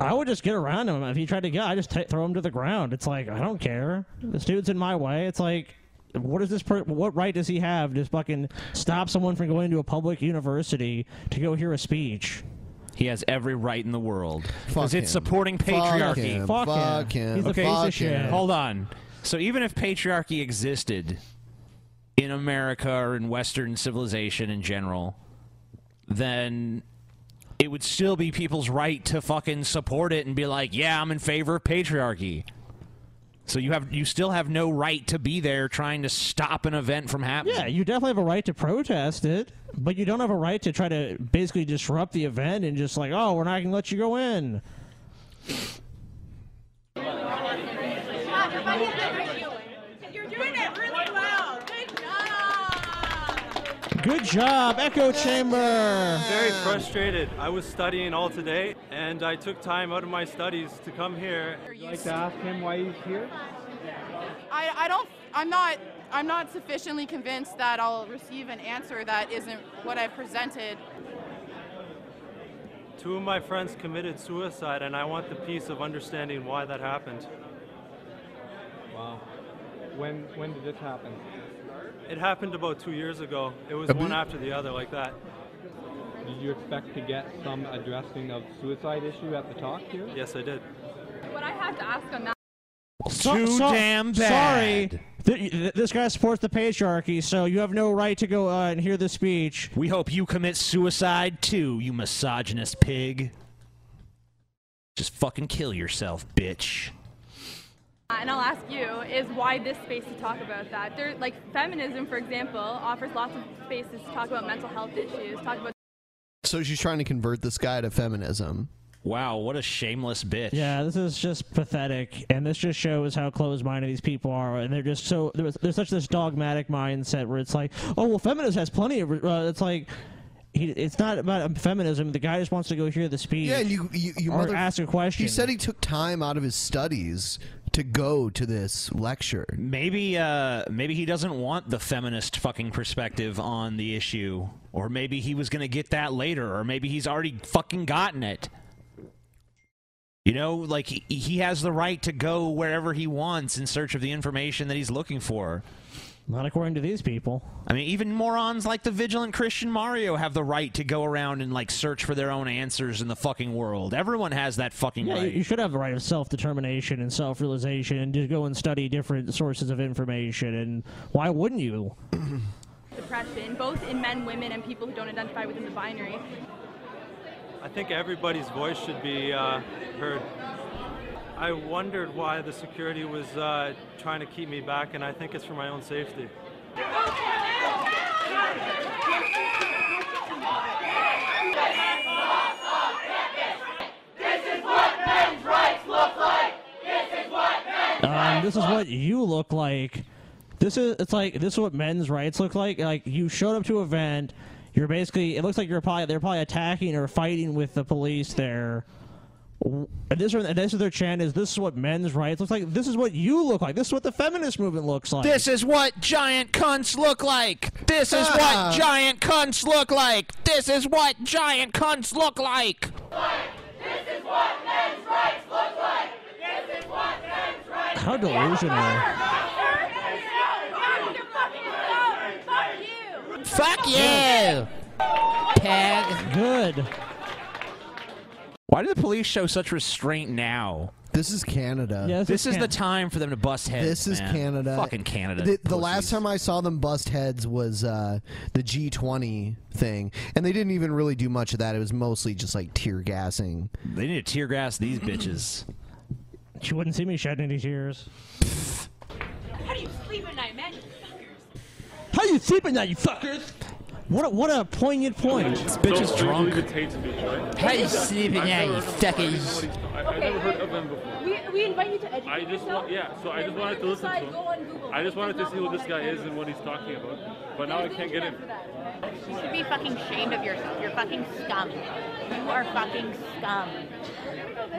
[SPEAKER 9] I would just get around him if he tried to get. I just t- throw him to the ground. It's like I don't care. This dude's in my way. It's like. What is this? Per- what right does he have to fucking stop someone from going to a public university to go hear a speech?
[SPEAKER 4] He has every right in the world because
[SPEAKER 9] him.
[SPEAKER 4] it's supporting
[SPEAKER 9] Fuck him.
[SPEAKER 4] patriarchy.
[SPEAKER 9] Fuck him. Fuck him. He's a
[SPEAKER 4] okay,
[SPEAKER 9] piece of shit.
[SPEAKER 4] hold on. So even if patriarchy existed in America or in Western civilization in general, then it would still be people's right to fucking support it and be like, "Yeah, I'm in favor of patriarchy." So you have you still have no right to be there trying to stop an event from happening.
[SPEAKER 9] Yeah, you definitely have a right to protest it, but you don't have a right to try to basically disrupt the event and just like, oh, we're not gonna let you go in.
[SPEAKER 25] You're doing it really well. Good
[SPEAKER 9] Good job, echo chamber.
[SPEAKER 13] Very frustrated. I was studying all today, and I took time out of my studies to come here.
[SPEAKER 25] Would you like to ask
[SPEAKER 13] him why he's here?
[SPEAKER 17] I, I don't I'm not I'm not sufficiently convinced that I'll receive an answer that isn't what I've presented.
[SPEAKER 13] Two of my friends committed suicide, and I want the peace of understanding why that happened. Wow. When when did this happen? It happened about two years ago. It was one after the other, like that.
[SPEAKER 27] Did you expect to get some addressing of suicide issue at the talk here?
[SPEAKER 13] Yes, I did.
[SPEAKER 17] What I have to ask on that
[SPEAKER 9] So-
[SPEAKER 13] Too
[SPEAKER 9] so-
[SPEAKER 13] damn
[SPEAKER 9] Sorry, Th- th- this guy supports the patriarchy, so you have no right to go uh, and hear the speech.
[SPEAKER 4] We hope you commit suicide too, you misogynist pig. Just fucking kill yourself, bitch.
[SPEAKER 17] and I'll ask you is why this space to talk about that. There like feminism for example offers lots of spaces to talk about mental health issues, talk about
[SPEAKER 5] So she's trying to convert this guy to feminism.
[SPEAKER 4] Wow, what a shameless bitch.
[SPEAKER 9] Yeah, this is just pathetic, and this just shows how closed-minded these people are, and they're just so there's, there's such this dogmatic mindset where it's like, oh well, feminism has plenty of. Uh, it's like. He, it's not about feminism. The guy just wants to go hear the speech.
[SPEAKER 5] Yeah, and you you, you
[SPEAKER 9] or
[SPEAKER 5] mother-
[SPEAKER 9] ask a question.
[SPEAKER 5] He said he took time out of his studies to go to this lecture.
[SPEAKER 4] Maybe uh maybe he doesn't want the feminist fucking perspective on the issue. Or maybe he was gonna get that later, or maybe he's already fucking gotten it. You know, like he, he has the right to go wherever he wants in search of the information that he's looking for.
[SPEAKER 9] Not according to these people.
[SPEAKER 4] I mean, even morons like the vigilant Christian Mario have the right to go around and like search for their own answers in the fucking world. Everyone has that fucking
[SPEAKER 9] Yeah,
[SPEAKER 4] right.
[SPEAKER 9] you should have the right of self-determination and self-realization, and to go and study different sources of information. And why wouldn't you?
[SPEAKER 17] depression both in men, women and people who don't identify within the binary.
[SPEAKER 13] I think everybody's voice should be uh, heard. I wondered why the security was uh, trying to keep me back, and I think it's for my own safety.
[SPEAKER 9] Um, this is what you look like. This is it's like this is what men's rights look like. Like you showed up to an event, you're basically it looks like you're probably they're probably attacking or fighting with the police there. W- And this and this is their chant is this is what men's rights looks like. This is what you look like. This is what the feminist movement looks like.
[SPEAKER 19] This is what giant cunts look like. This is what giant cunts look like. This is what giant cunts look like.
[SPEAKER 9] How delusional.
[SPEAKER 19] Fuck you.
[SPEAKER 4] Peg.
[SPEAKER 9] Good.
[SPEAKER 4] Why do the police show such restraint now?
[SPEAKER 5] This is Canada.
[SPEAKER 4] Yeah,
[SPEAKER 5] Yes,
[SPEAKER 4] this This is is Can- the time for them to bust heads,
[SPEAKER 5] This is
[SPEAKER 4] man.
[SPEAKER 5] Canada.
[SPEAKER 4] Fucking Canada,
[SPEAKER 5] The, the
[SPEAKER 4] pussies.
[SPEAKER 5] last time I saw them bust heads was uh, the G20 thing, and they didn't even really do much of that. It was mostly just like tear gassing.
[SPEAKER 4] They need to tear gas these bitches.
[SPEAKER 9] She wouldn't see me shedding any tears.
[SPEAKER 6] How do you sleep at night, man?
[SPEAKER 9] How you sleep at night, you fuckers? What a, what a poignant point. This
[SPEAKER 6] bitch is
[SPEAKER 9] drunk.
[SPEAKER 6] How you sleep at night, you
[SPEAKER 9] fuckers?
[SPEAKER 6] I've
[SPEAKER 16] never heard
[SPEAKER 6] of them before. We, we invite you to educate
[SPEAKER 16] I just want, yeah. So I just wanted to listen to
[SPEAKER 6] Go on Google.
[SPEAKER 16] him. I just wanted to
[SPEAKER 6] There's
[SPEAKER 16] see who
[SPEAKER 6] not
[SPEAKER 16] this
[SPEAKER 6] a
[SPEAKER 16] guy
[SPEAKER 6] lot of
[SPEAKER 16] is and what he's talking about. But now I
[SPEAKER 6] There's
[SPEAKER 16] can't get him.
[SPEAKER 6] You should be fucking ashamed of yourself. You're fucking scum. You are fucking scum.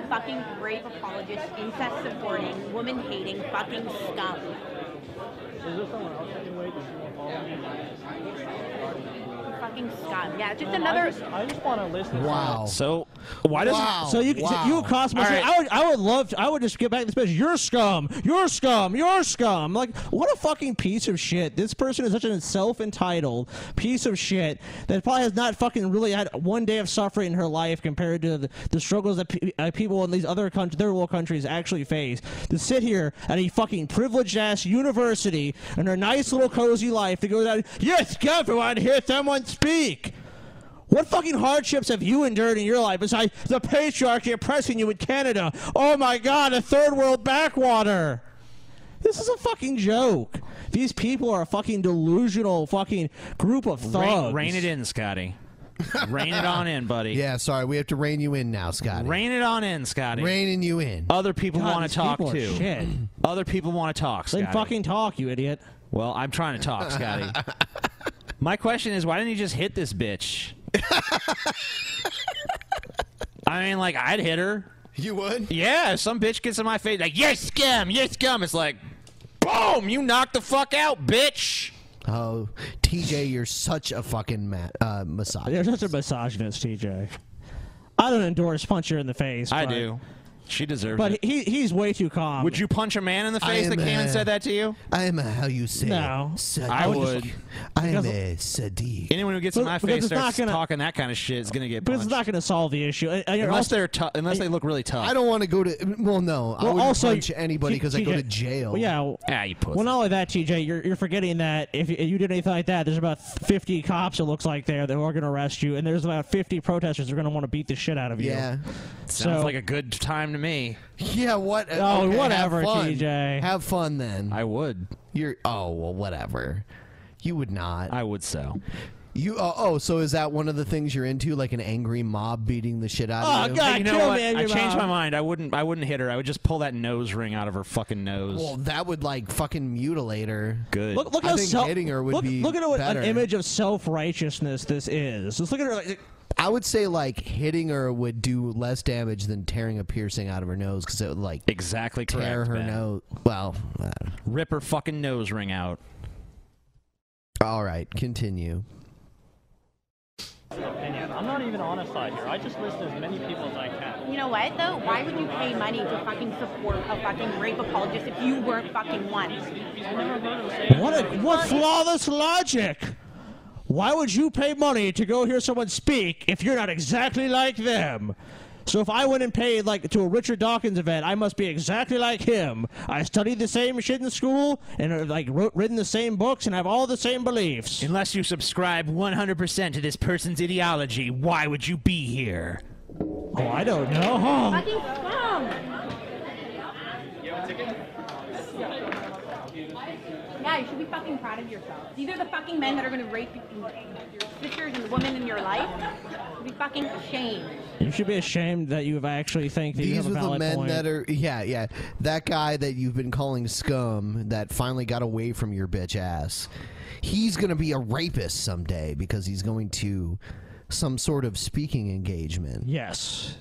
[SPEAKER 6] Fucking grave apologist, incest supporting, woman hating, fucking scum. Fucking scum. Yeah, just another.
[SPEAKER 25] I just want to listen.
[SPEAKER 4] So why does
[SPEAKER 25] Wow.
[SPEAKER 9] So you so you would cost
[SPEAKER 4] All
[SPEAKER 9] myself.
[SPEAKER 4] right.
[SPEAKER 9] I would I would love to, I would just get back to this bitch. You're scum. You're scum. You're scum. Like what a fucking piece of shit. This person is such an self entitled piece of shit that probably has not fucking really had one day of suffering in her life compared to the, the struggles that pe- uh, people in these other countries, third world countries, actually face. To sit here at a fucking privileged ass university in her nice little cozy life to go down. Yes, everyone, hear someone speak. What fucking hardships have you endured in your life besides the patriarchy oppressing you in Canada? Oh my god, a third world backwater! This is a fucking joke. These people are a fucking delusional fucking group of thugs.
[SPEAKER 4] Rain, rein it in, Scotty. Rain it on in, buddy.
[SPEAKER 5] Yeah, sorry, we have to rein you in now, Scotty.
[SPEAKER 4] Rain it on in, Scotty.
[SPEAKER 5] Reining you in.
[SPEAKER 4] Other people
[SPEAKER 5] God,
[SPEAKER 4] want
[SPEAKER 5] these
[SPEAKER 4] to talk
[SPEAKER 5] people are
[SPEAKER 4] too.
[SPEAKER 5] shit.
[SPEAKER 4] Other people want to talk.
[SPEAKER 9] Then
[SPEAKER 4] Scotty.
[SPEAKER 9] fucking talk, you idiot.
[SPEAKER 4] Well, I'm trying to talk, Scotty. My question is, why didn't you just hit this bitch? I mean, like I'd hit her.
[SPEAKER 5] You would?
[SPEAKER 4] Yeah. if Some bitch gets in my face like, "You're scum. You're scum." It's like, boom! You knocked the fuck out, bitch.
[SPEAKER 5] Oh, TJ, you're such a fucking ma- uh, misogynist.
[SPEAKER 9] You're such a misogynist, TJ. I don't endorse punch her in the face.
[SPEAKER 4] I
[SPEAKER 9] but-
[SPEAKER 4] do. She deserves
[SPEAKER 9] But
[SPEAKER 4] it.
[SPEAKER 9] he, he's way too calm.
[SPEAKER 4] Would you punch a man in the
[SPEAKER 5] I
[SPEAKER 4] face that
[SPEAKER 5] am
[SPEAKER 4] came and
[SPEAKER 5] a-
[SPEAKER 4] said that to you?
[SPEAKER 5] I am a how you say
[SPEAKER 4] No.
[SPEAKER 5] it, sadiq.
[SPEAKER 4] I would.
[SPEAKER 5] I am a sadiq.
[SPEAKER 4] Anyone who gets in
[SPEAKER 5] But-
[SPEAKER 4] my
[SPEAKER 5] because
[SPEAKER 4] face
[SPEAKER 5] it's not
[SPEAKER 4] starts
[SPEAKER 5] gonna-
[SPEAKER 4] talking that kind of shit is gonna get
[SPEAKER 9] Because
[SPEAKER 4] punched.
[SPEAKER 9] it's not going to solve the issue. And- and you're
[SPEAKER 4] Unless
[SPEAKER 9] also-
[SPEAKER 4] they're tou- unless they look really tough.
[SPEAKER 5] I don't want to go to. Well, no, I
[SPEAKER 9] Well,
[SPEAKER 5] wouldn't
[SPEAKER 9] also,
[SPEAKER 5] punch anybody because I go
[SPEAKER 9] TJ
[SPEAKER 5] to jail.
[SPEAKER 9] Well, yeah. w-
[SPEAKER 4] Ah, you pussy.
[SPEAKER 9] Well, not only that, TJ, you're, you're forgetting that if you, you did anything like that, there's about 50 cops, it looks like, there that are going to arrest you, and there's about 50 protesters that are going to want to beat the shit out of you.
[SPEAKER 5] Yeah.
[SPEAKER 9] So,
[SPEAKER 4] Sounds like a good time to me.
[SPEAKER 5] Yeah, what?
[SPEAKER 9] Oh,
[SPEAKER 5] okay,
[SPEAKER 9] whatever,
[SPEAKER 5] have fun.
[SPEAKER 9] TJ.
[SPEAKER 5] Have fun then.
[SPEAKER 4] I would.
[SPEAKER 5] You're. Oh well, whatever. You would not.
[SPEAKER 4] I would so.
[SPEAKER 5] You. Oh, oh, so is that one of the things you're into? Like an angry mob beating the shit out
[SPEAKER 9] Oh,
[SPEAKER 5] of you?
[SPEAKER 4] Hey, you know what? I changed my mind. I wouldn't. I wouldn't hit her. I would just pull that nose ring out of her fucking nose.
[SPEAKER 5] Well, that would like fucking mutilate her.
[SPEAKER 4] Good.
[SPEAKER 9] Look, look
[SPEAKER 5] I
[SPEAKER 9] how
[SPEAKER 5] think
[SPEAKER 9] self-
[SPEAKER 5] hitting her would
[SPEAKER 9] look,
[SPEAKER 5] be
[SPEAKER 9] look at what
[SPEAKER 5] better.
[SPEAKER 9] an image of self righteousness this is. Let's look at her like.
[SPEAKER 5] I would say like hitting her would do less damage than tearing a piercing out of her nose because it would like
[SPEAKER 4] exactly
[SPEAKER 5] tear
[SPEAKER 4] correct,
[SPEAKER 5] her
[SPEAKER 4] Ben.
[SPEAKER 5] nose. Well, uh,
[SPEAKER 4] Rip her fucking nose ring out.
[SPEAKER 5] all right, continue.
[SPEAKER 16] opinion. I'm not even on a side here. I just listen to as many people as I can.
[SPEAKER 6] You know what though? Why would you pay money to fucking support a fucking rape apologist if you weren't fucking one?
[SPEAKER 9] What, a, what flawless logic! Why would you pay money to go hear someone speak if you're not exactly like them? So if I went and paid like to a Richard Dawkins event, I must be exactly like him. I studied the same shit in school and uh, like wrote, written the same books and have all the same beliefs.
[SPEAKER 4] Unless you subscribe 100% to this person's ideology, why would you be here?
[SPEAKER 9] Oh, I don't know. Oh,
[SPEAKER 6] Fucking scum. Yeah, you should be fucking proud of yourself. These are the fucking men that are gonna rape your sisters and women in your life. You should be fucking ashamed.
[SPEAKER 9] You should be ashamed that you have actually think that you
[SPEAKER 5] These
[SPEAKER 9] have
[SPEAKER 5] are
[SPEAKER 9] a valid
[SPEAKER 5] the men
[SPEAKER 9] point.
[SPEAKER 5] that are yeah yeah that guy that you've been calling scum that finally got away from your bitch ass. He's gonna be a rapist someday because he's going to some sort of speaking engagement.
[SPEAKER 9] Yes.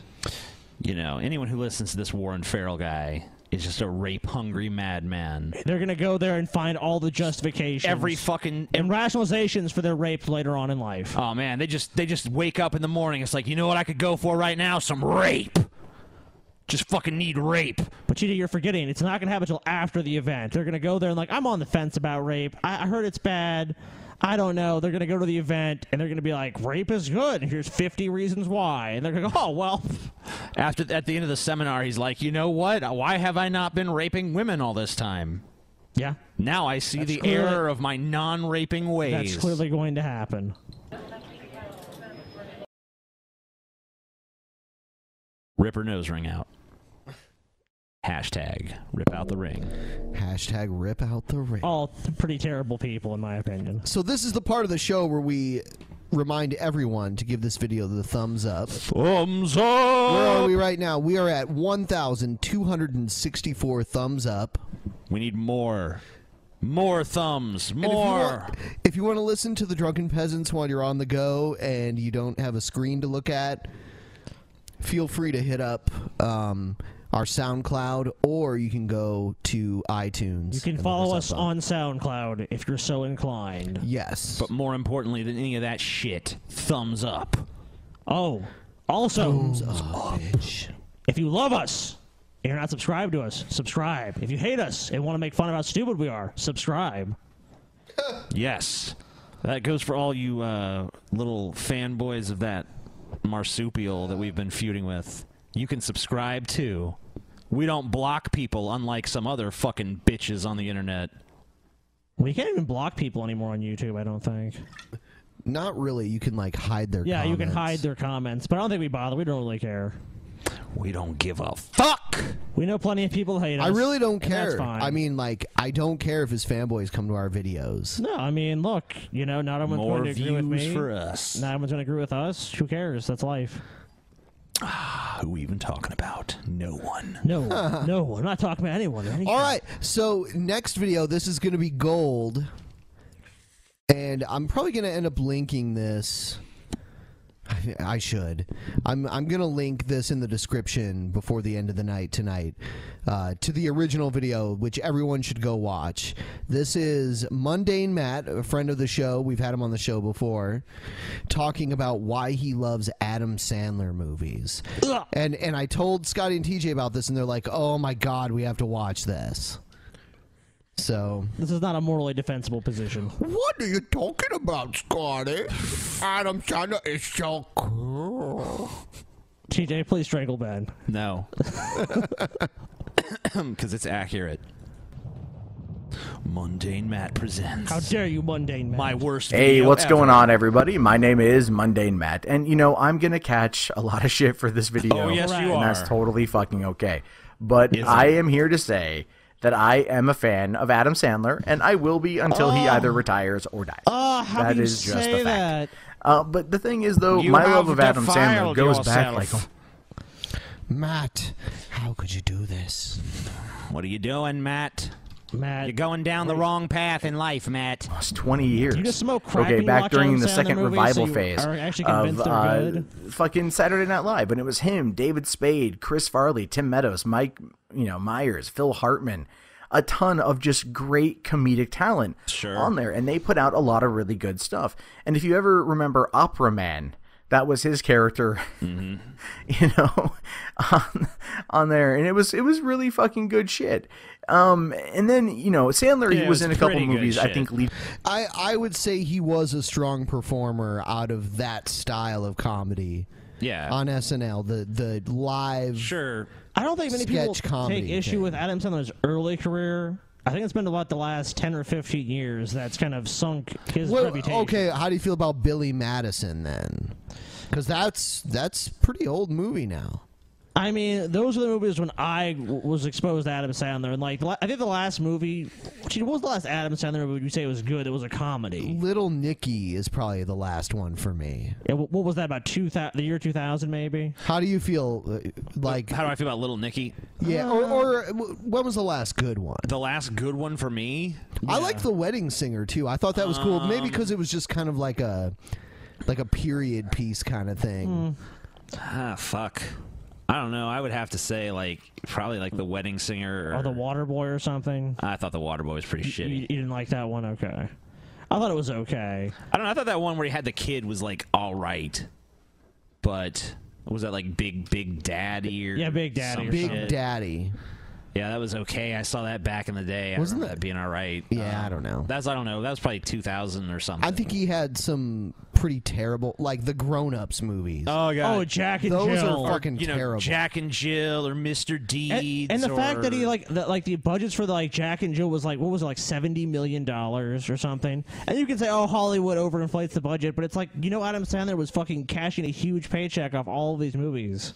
[SPEAKER 4] You know, anyone who listens to this Warren Farrell guy is just a rape hungry madman.
[SPEAKER 9] They're gonna go there and find all the justifications,
[SPEAKER 4] Every fucking
[SPEAKER 9] and rationalizations for their rape later on in life.
[SPEAKER 4] Oh man, they just they just wake up in the morning. It's like, you know what I could go for right now? Some rape. Just fucking need rape.
[SPEAKER 9] But you, you're forgetting it's not going to happen until after the event. They're going to go there and like, I'm on the fence about rape. I, I heard it's bad. I don't know, they're going to go to the event and they're going to be like, rape is good. And here's 50 reasons why. And they're going to go, oh, well,
[SPEAKER 4] After at the end of the seminar, he's like, "You know what? Why have I not been raping women all this time?"
[SPEAKER 9] Yeah.
[SPEAKER 4] Now I see
[SPEAKER 9] That's
[SPEAKER 4] the
[SPEAKER 9] clearly-
[SPEAKER 4] error of my non-raping ways.
[SPEAKER 9] that's clearly going to happen.
[SPEAKER 4] Rip her nose ring out. Hashtag rip out the ring.
[SPEAKER 5] Hashtag rip out the ring.
[SPEAKER 9] All th- pretty terrible people, in my opinion.
[SPEAKER 5] So this is the part of the show where we remind everyone to give this video the thumbs up.
[SPEAKER 4] Thumbs up.
[SPEAKER 5] Where are we right now? We are at 1,264 thumbs up.
[SPEAKER 4] We need more. More thumbs.
[SPEAKER 5] And if you
[SPEAKER 4] More.
[SPEAKER 5] want- If you want to listen to the drunken peasants while you're on the go and you don't have a screen to look at, feel free to hit up um, our SoundCloud or you can go to iTunes.
[SPEAKER 9] You can follow us on SoundCloud if you're so inclined.
[SPEAKER 5] Yes.
[SPEAKER 4] But more importantly than any of that shit, thumbs up.
[SPEAKER 9] Oh, also, if you love us and you're not subscribed to us, subscribe. If you hate us and want to make fun of how stupid we are, subscribe.
[SPEAKER 4] Yes. That goes for all you uh, little fanboys of that marsupial that we've been feuding with. You can subscribe too. We don't block people unlike some other fucking bitches on the internet.
[SPEAKER 9] We can't even block people anymore on YouTube, I don't think.
[SPEAKER 5] Not really. You can like hide their
[SPEAKER 9] yeah, you can
[SPEAKER 5] comments.
[SPEAKER 9] hide their comments, but I don't think we bother. We don't really care.
[SPEAKER 4] We don't give a fuck.
[SPEAKER 9] We know plenty of people hate us.
[SPEAKER 5] I really don't
[SPEAKER 9] and
[SPEAKER 5] care.
[SPEAKER 9] That's fine.
[SPEAKER 5] I mean, like, I don't care if his fanboys come to our videos.
[SPEAKER 9] no, I mean, look, you know, not everyone's
[SPEAKER 5] More
[SPEAKER 9] going to agree with
[SPEAKER 5] views
[SPEAKER 9] me.
[SPEAKER 5] for us.
[SPEAKER 9] Not everyone's going to agree with us. Who cares? That's life.
[SPEAKER 4] Ah, Who we even talking about? No one.
[SPEAKER 9] No, no, I'm not talking about anyone. or anything.
[SPEAKER 5] All right. So next video, this is going to be gold, and I'm probably going to end up linking this. I- I should. I'm I'm gonna link this in the description before the end of the night tonight uh, to the original video, which everyone should go watch. This is mundane Matt, a friend of the show. We've had him on the show before, talking about why he loves Adam Sandler movies. And and I told Scotty and TJ about this, and they're like, "Oh my God, we have to watch this." So
[SPEAKER 9] This is not a morally defensible position.
[SPEAKER 5] What are you talking about, Scotty? Adam Sandler is so cool.
[SPEAKER 9] TJ, please strangle Ben.
[SPEAKER 4] No. Because it's accurate. Mundane Matt presents.
[SPEAKER 9] How dare you, mundane man?
[SPEAKER 4] My worst.
[SPEAKER 28] Hey,
[SPEAKER 4] video
[SPEAKER 28] what's
[SPEAKER 4] ever.
[SPEAKER 28] going on, everybody? My name is Mundane Matt, and you know I'm gonna catch a lot of shit for this video.
[SPEAKER 4] Oh, yes, you
[SPEAKER 28] and that's
[SPEAKER 4] are.
[SPEAKER 28] totally fucking okay. But
[SPEAKER 4] Isn't
[SPEAKER 28] I am here to say that I am a fan of Adam Sandler, and I will be until he Oh.
[SPEAKER 4] Ah.
[SPEAKER 28] either retires or dies.
[SPEAKER 9] Oh, how
[SPEAKER 28] That
[SPEAKER 9] can you
[SPEAKER 28] is just
[SPEAKER 9] say
[SPEAKER 28] a fact.
[SPEAKER 9] that?
[SPEAKER 28] Uh, but the thing is, though, You my have love of Adam Sandler defiled goes back yourself. like
[SPEAKER 5] Matt, how could you do this?
[SPEAKER 4] What are you doing, Matt?
[SPEAKER 9] Matt.
[SPEAKER 4] You're going down the wrong path in life, Matt.
[SPEAKER 28] Almost 20 years.
[SPEAKER 4] You just smoke crack
[SPEAKER 28] Okay,
[SPEAKER 4] and
[SPEAKER 28] back
[SPEAKER 4] watch
[SPEAKER 28] during
[SPEAKER 4] Adam
[SPEAKER 28] the
[SPEAKER 4] Sandler
[SPEAKER 28] second
[SPEAKER 4] movies,
[SPEAKER 28] revival
[SPEAKER 4] so you
[SPEAKER 28] phase
[SPEAKER 4] are actually
[SPEAKER 28] of
[SPEAKER 4] convinced they're
[SPEAKER 28] uh,
[SPEAKER 4] good?
[SPEAKER 28] fucking Saturday Night Live, and it was him, David Spade, Chris Farley, Tim Meadows, Mike, you know, Myers, Phil Hartman, a ton of just great comedic talent on there, and they put out a lot of really good stuff. And if you ever remember Opera Man, that was his character,
[SPEAKER 4] Mm-hmm.
[SPEAKER 28] you know, on, on there, and it was it was really fucking good shit. Um, and then you know, Sandler Yeah, he it was was in a couple pretty good movies. I shit. think lead.
[SPEAKER 5] I I would say he was a strong performer out of that style of comedy.
[SPEAKER 4] Yeah.
[SPEAKER 5] On SNL, the the live.
[SPEAKER 4] Sure.
[SPEAKER 9] I don't think many people
[SPEAKER 5] sketch comedy
[SPEAKER 9] take issue
[SPEAKER 5] thing.
[SPEAKER 9] with Adam Sandler's early career. I think it's been about the last 10 or 15 years that's kind of sunk his
[SPEAKER 5] Well,
[SPEAKER 9] reputation.
[SPEAKER 5] okay, how do you feel about Billy Madison then? Because that's that's pretty old movie now.
[SPEAKER 9] I mean, those are the movies when I w- was exposed to Adam Sandler. And, like, the la- I think the last movie, gee, what was the last Adam Sandler movie you say was good? It was a comedy.
[SPEAKER 5] Little Nicky is probably the last one for me.
[SPEAKER 9] Yeah, wh- what was that, about 2000, the year 2000, maybe?
[SPEAKER 5] How do you feel? uh, Like,
[SPEAKER 4] How do I feel about Little Nicky?
[SPEAKER 5] yeah, or, or uh, wh- when was the last good one?
[SPEAKER 4] The last good one for me.
[SPEAKER 5] I like the Wedding Singer too. I thought that was cool. Maybe
[SPEAKER 4] Um,
[SPEAKER 5] because it was just kind of like a like a period piece kind of thing.
[SPEAKER 4] Ah, fuck. I don't know. I would have to say like probably like the wedding singer. Or,
[SPEAKER 9] Or The Waterboy or something?
[SPEAKER 4] I thought the Waterboy was pretty
[SPEAKER 9] You,
[SPEAKER 4] shitty.
[SPEAKER 9] you didn't like that one? Okay. I thought it was okay.
[SPEAKER 4] I don't know. I thought that one where he had the kid was like all right, but what was that like Big Big Daddy or
[SPEAKER 9] Yeah, Big Daddy
[SPEAKER 4] some
[SPEAKER 9] or
[SPEAKER 5] Big
[SPEAKER 4] shit?
[SPEAKER 5] Daddy.
[SPEAKER 4] Yeah, that was okay. I saw that back in the day. I
[SPEAKER 5] Wasn't
[SPEAKER 4] remember that being all right? Um,
[SPEAKER 5] Yeah, I don't know.
[SPEAKER 4] That's I don't know. That was probably 2000 or something.
[SPEAKER 5] I think he had some pretty terrible, like the Grown Ups movies.
[SPEAKER 4] Oh god.
[SPEAKER 5] Those are fucking
[SPEAKER 4] you know,
[SPEAKER 5] terrible.
[SPEAKER 4] Jack and Jill or Mr. Deeds.
[SPEAKER 9] And, and the fact that he
[SPEAKER 4] or-
[SPEAKER 9] like the, like the budgets for like Jack and Jill was like what was it like seventy million dollars or something. And you can say oh Hollywood overinflates the budget, but it's like you know Adam Sandler was fucking cashing a huge paycheck off all of these movies.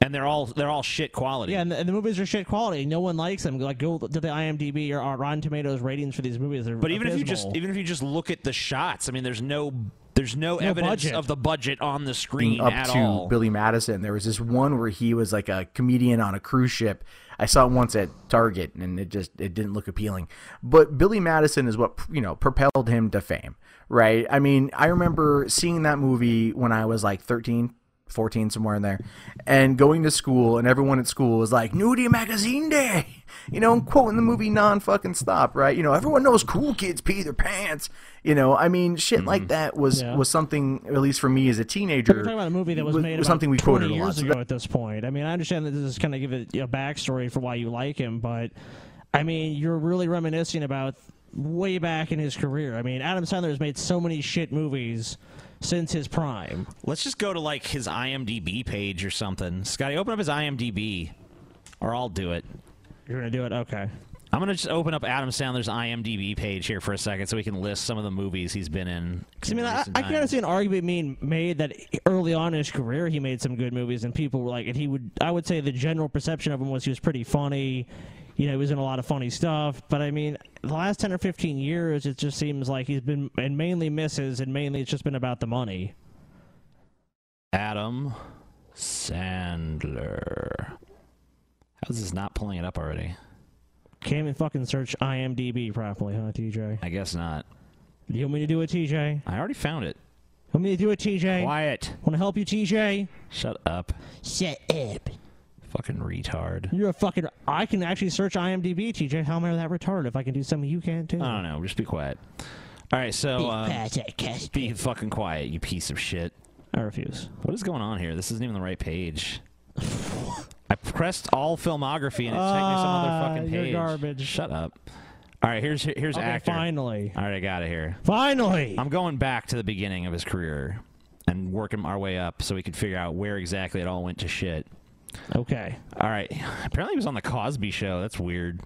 [SPEAKER 4] and they're all they're all shit quality.
[SPEAKER 9] Yeah, and the, and the movies are shit quality. No one likes them. Like go to the IMDb or uh, Rotten Tomatoes ratings for these movies. They're
[SPEAKER 4] But even if you
[SPEAKER 9] abysmal.
[SPEAKER 4] just even if you just look at the shots, I mean, there's no there's no,
[SPEAKER 9] No
[SPEAKER 4] evidence
[SPEAKER 9] budget.
[SPEAKER 4] of the budget on the
[SPEAKER 28] being
[SPEAKER 4] screen
[SPEAKER 28] up
[SPEAKER 4] at
[SPEAKER 28] to
[SPEAKER 4] all.
[SPEAKER 28] Billy Madison. There was this one where he was like a comedian on a cruise ship. I saw it once at Target, and it just it didn't look appealing. But Billy Madison is what you know propelled him to fame, right? I mean, I remember seeing that movie when I was like 13, 14, somewhere in there, and going to school, and everyone at school was like Nudie Magazine Day, you know, and quoting the movie non fucking stop, right? You know, everyone knows cool kids pee their pants, you know. I mean, shit
[SPEAKER 4] Mm-hmm.
[SPEAKER 28] like that was
[SPEAKER 9] Yeah.
[SPEAKER 28] was something at least for me as a teenager
[SPEAKER 9] We're talking about a movie that was,
[SPEAKER 28] was-
[SPEAKER 9] made
[SPEAKER 28] was
[SPEAKER 9] about
[SPEAKER 28] something we
[SPEAKER 9] 20
[SPEAKER 28] quoted a lot,
[SPEAKER 9] years
[SPEAKER 28] so
[SPEAKER 9] ago
[SPEAKER 28] that-
[SPEAKER 9] at this point. I mean, I understand that this is kind of give it a backstory for why you like him, but I mean, you're really reminiscing about way back in his career. I mean, Adam Sandler has made so many shit movies since his prime.
[SPEAKER 4] Let's just go to like his IMDb page or something. Scotty, open up his IMDb, or I'll do it.
[SPEAKER 9] You're gonna do it, okay?
[SPEAKER 4] I'm gonna just open up Adam Sandler's IMDb page here for a second, so we can list some of the movies he's been in.
[SPEAKER 9] 'Cause, I mean,
[SPEAKER 4] in
[SPEAKER 9] I,
[SPEAKER 4] recent
[SPEAKER 9] I can
[SPEAKER 4] times.
[SPEAKER 9] see an argument being made that early on in his career he made some good movies, and people were like, and he would. I would say the general perception of him was he was pretty funny. You know, he was in a lot of funny stuff. But I mean, the last ten or fifteen years, it just seems like he's been and mainly misses, and mainly it's just been about the money.
[SPEAKER 4] Adam Sandler. How's this not pulling it up already?
[SPEAKER 9] Can't even fucking search IMDb properly, huh, TJ?
[SPEAKER 4] I guess not.
[SPEAKER 9] You want me to do it, TJ?
[SPEAKER 4] I already found it.
[SPEAKER 9] Want me to do it, TJ?
[SPEAKER 4] Quiet.
[SPEAKER 9] Want to help you, TJ?
[SPEAKER 4] Shut up.
[SPEAKER 9] Shut up.
[SPEAKER 4] Fucking retard.
[SPEAKER 9] You're a fucking. I can actually search IMDb, TJ. How am I that retarded if I can do something you can't do?
[SPEAKER 4] I don't know. Just be quiet. All right, so
[SPEAKER 9] Be
[SPEAKER 4] uh,
[SPEAKER 9] quiet, I guess.
[SPEAKER 4] be fucking quiet, you piece of shit.
[SPEAKER 9] I refuse.
[SPEAKER 4] What is going on here? This isn't even the right page. I pressed all filmography and it's taking me some other
[SPEAKER 9] Ah,
[SPEAKER 4] fucking
[SPEAKER 9] you're
[SPEAKER 4] page.
[SPEAKER 9] garbage.
[SPEAKER 4] Shut up. All right, here's here's
[SPEAKER 9] Okay,
[SPEAKER 4] actor.
[SPEAKER 9] finally.
[SPEAKER 4] All right, I got it here.
[SPEAKER 9] Finally.
[SPEAKER 4] I'm going back to the beginning of his career and working our way up so we could figure out where exactly it all went to shit.
[SPEAKER 9] Okay.
[SPEAKER 4] All right. Apparently he was on the Cosby show. That's weird.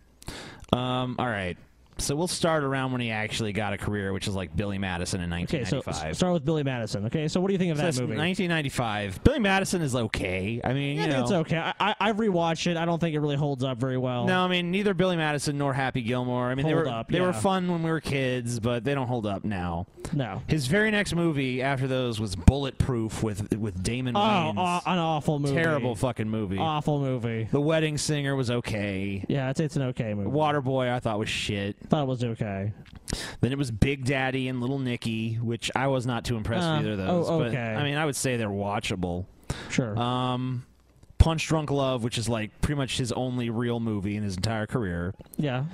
[SPEAKER 4] Um all right. So we'll start around when he actually got a career, which is like Billy Madison in
[SPEAKER 9] Okay, so
[SPEAKER 4] 1995.
[SPEAKER 9] s- start with Billy Madison. Okay, so what do you think of
[SPEAKER 4] So
[SPEAKER 9] that
[SPEAKER 4] that's
[SPEAKER 9] movie?
[SPEAKER 4] 1995. Billy Madison is okay. I mean,
[SPEAKER 9] Yeah, I think
[SPEAKER 4] you know,
[SPEAKER 9] it's okay. I, I I rewatched it. I don't think it really holds up very well.
[SPEAKER 4] No, I mean neither Billy Madison nor Happy Gilmore. I mean
[SPEAKER 9] Hold
[SPEAKER 4] they were
[SPEAKER 9] up,
[SPEAKER 4] they
[SPEAKER 9] yeah.
[SPEAKER 4] were fun when we were kids, but they don't hold up now.
[SPEAKER 9] No.
[SPEAKER 4] His very next movie after those was Bulletproof with with Damon.
[SPEAKER 9] Oh,
[SPEAKER 4] Wayans.
[SPEAKER 9] aw- an awful movie.
[SPEAKER 4] Terrible fucking movie.
[SPEAKER 9] Awful movie.
[SPEAKER 4] The Wedding Singer was okay.
[SPEAKER 9] Yeah, it's, it's an okay movie.
[SPEAKER 4] Waterboy I thought was shit.
[SPEAKER 9] Thought it was okay.
[SPEAKER 4] Then it was Big Daddy and Little Nicky, which I was not too impressed
[SPEAKER 9] Uh,
[SPEAKER 4] with either of those.
[SPEAKER 9] oh,
[SPEAKER 4] but,
[SPEAKER 9] okay.
[SPEAKER 4] I mean, I would say they're watchable.
[SPEAKER 9] Sure.
[SPEAKER 4] Um, Punch Drunk Love, which is like pretty much his only real movie in his entire career.
[SPEAKER 9] Yeah.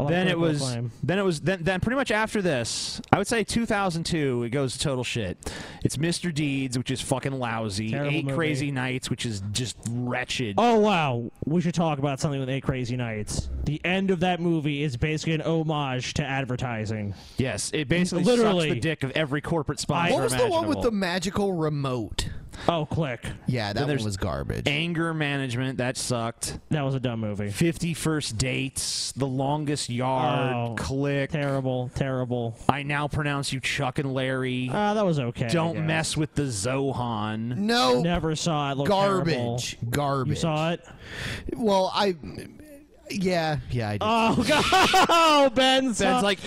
[SPEAKER 9] I like
[SPEAKER 4] Then it
[SPEAKER 9] Critical
[SPEAKER 4] was.
[SPEAKER 9] Acclaim.
[SPEAKER 4] Then it was. Then, then pretty much after this, I would say 2002. It goes to total shit. It's Mr. Deeds, which is fucking lousy.
[SPEAKER 9] Terrible
[SPEAKER 4] Eight
[SPEAKER 9] movie.
[SPEAKER 4] Crazy Nights, which is just wretched.
[SPEAKER 9] Oh wow, we should talk about something with Eight Crazy Nights. The end of that movie is basically an homage to advertising.
[SPEAKER 4] Yes, it basically
[SPEAKER 9] Literally.
[SPEAKER 4] sucks the dick of every corporate sponsor.
[SPEAKER 5] what was the one with
[SPEAKER 4] imaginable.
[SPEAKER 5] the magical remote?
[SPEAKER 9] Oh, click.
[SPEAKER 5] Yeah, that
[SPEAKER 4] Then
[SPEAKER 5] one
[SPEAKER 4] there's
[SPEAKER 5] was garbage.
[SPEAKER 4] Anger management, that sucked.
[SPEAKER 9] That was a dumb movie.
[SPEAKER 4] Fifty First Dates, The Longest Yard,
[SPEAKER 9] Oh,
[SPEAKER 4] Click.
[SPEAKER 9] Terrible, terrible.
[SPEAKER 4] I now pronounce you Chuck and Larry.
[SPEAKER 9] Ah, that was okay. I
[SPEAKER 4] Don't
[SPEAKER 9] guess.
[SPEAKER 4] mess with the Zohan.
[SPEAKER 5] No.
[SPEAKER 9] Never saw it. Looked terrible.
[SPEAKER 5] garbage. Garbage.
[SPEAKER 9] You saw it?
[SPEAKER 5] Well, I. Yeah, yeah, I did.
[SPEAKER 9] Oh god, oh, Ben. saw-
[SPEAKER 5] Ben's like,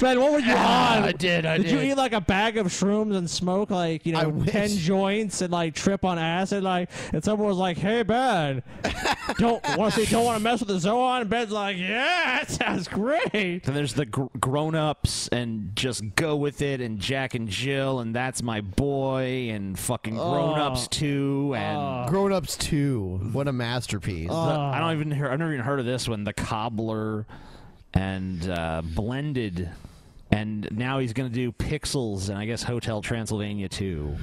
[SPEAKER 9] Ben, what were you
[SPEAKER 5] "Ah,
[SPEAKER 9] on?
[SPEAKER 5] I did, I
[SPEAKER 9] you
[SPEAKER 5] did."
[SPEAKER 9] eat like a bag of shrooms and smoke like you know ten joints and like trip on acid like? And someone was like, "Hey, Ben, don't want to don't want to mess with the Zoan." And Ben's like, "Yeah, that sounds great."
[SPEAKER 4] Then there's the gr- grown ups and just go with it and Jack and Jill and that's my boy and fucking grown ups
[SPEAKER 5] Oh.
[SPEAKER 4] too and
[SPEAKER 5] Grown Ups 2. What a masterpiece.
[SPEAKER 4] the- I don't even hear, I've never even heard of this one the cobbler and uh, blended and now he's gonna do pixels and I guess Hotel Transylvania too.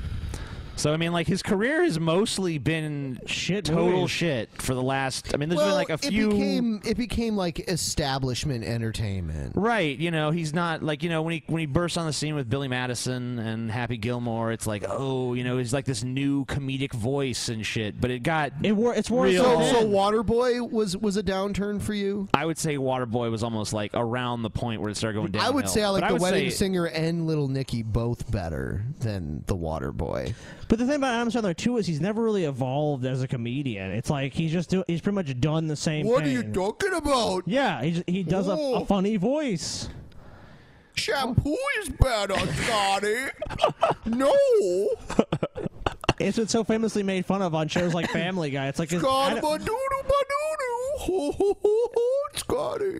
[SPEAKER 4] So I mean, like his career has mostly been shit, total
[SPEAKER 5] movies.
[SPEAKER 4] shit for the last. I mean, there's
[SPEAKER 5] well,
[SPEAKER 4] been like a few.
[SPEAKER 5] It became, it became like establishment entertainment.
[SPEAKER 4] Right, you know, he's not like you know when he when he bursts on the scene with Billy Madison and Happy Gilmore, it's like oh, you know, he's like this new comedic voice and shit. But it got
[SPEAKER 9] it wore it's
[SPEAKER 4] real.
[SPEAKER 5] So, so Waterboy was was a downturn for you.
[SPEAKER 4] I would say Waterboy was almost like around the point where it started going down.
[SPEAKER 5] I would say I like the Wedding Singer and Little Nicky both better than the Waterboy.
[SPEAKER 9] But the thing about Adam Sandler too is he's never really evolved as a comedian. It's like he's just do, he's pretty much done the same.
[SPEAKER 5] What are you
[SPEAKER 9] thing.
[SPEAKER 5] talking about?
[SPEAKER 9] Yeah, he, he does a, a
[SPEAKER 5] Oh.
[SPEAKER 9] funny voice.
[SPEAKER 5] Shampoo is better, Scotty. no,
[SPEAKER 9] It's been so famously made fun of on shows like Family Guy. It's like it's
[SPEAKER 5] Scotty,
[SPEAKER 9] Adam-
[SPEAKER 5] Scotty.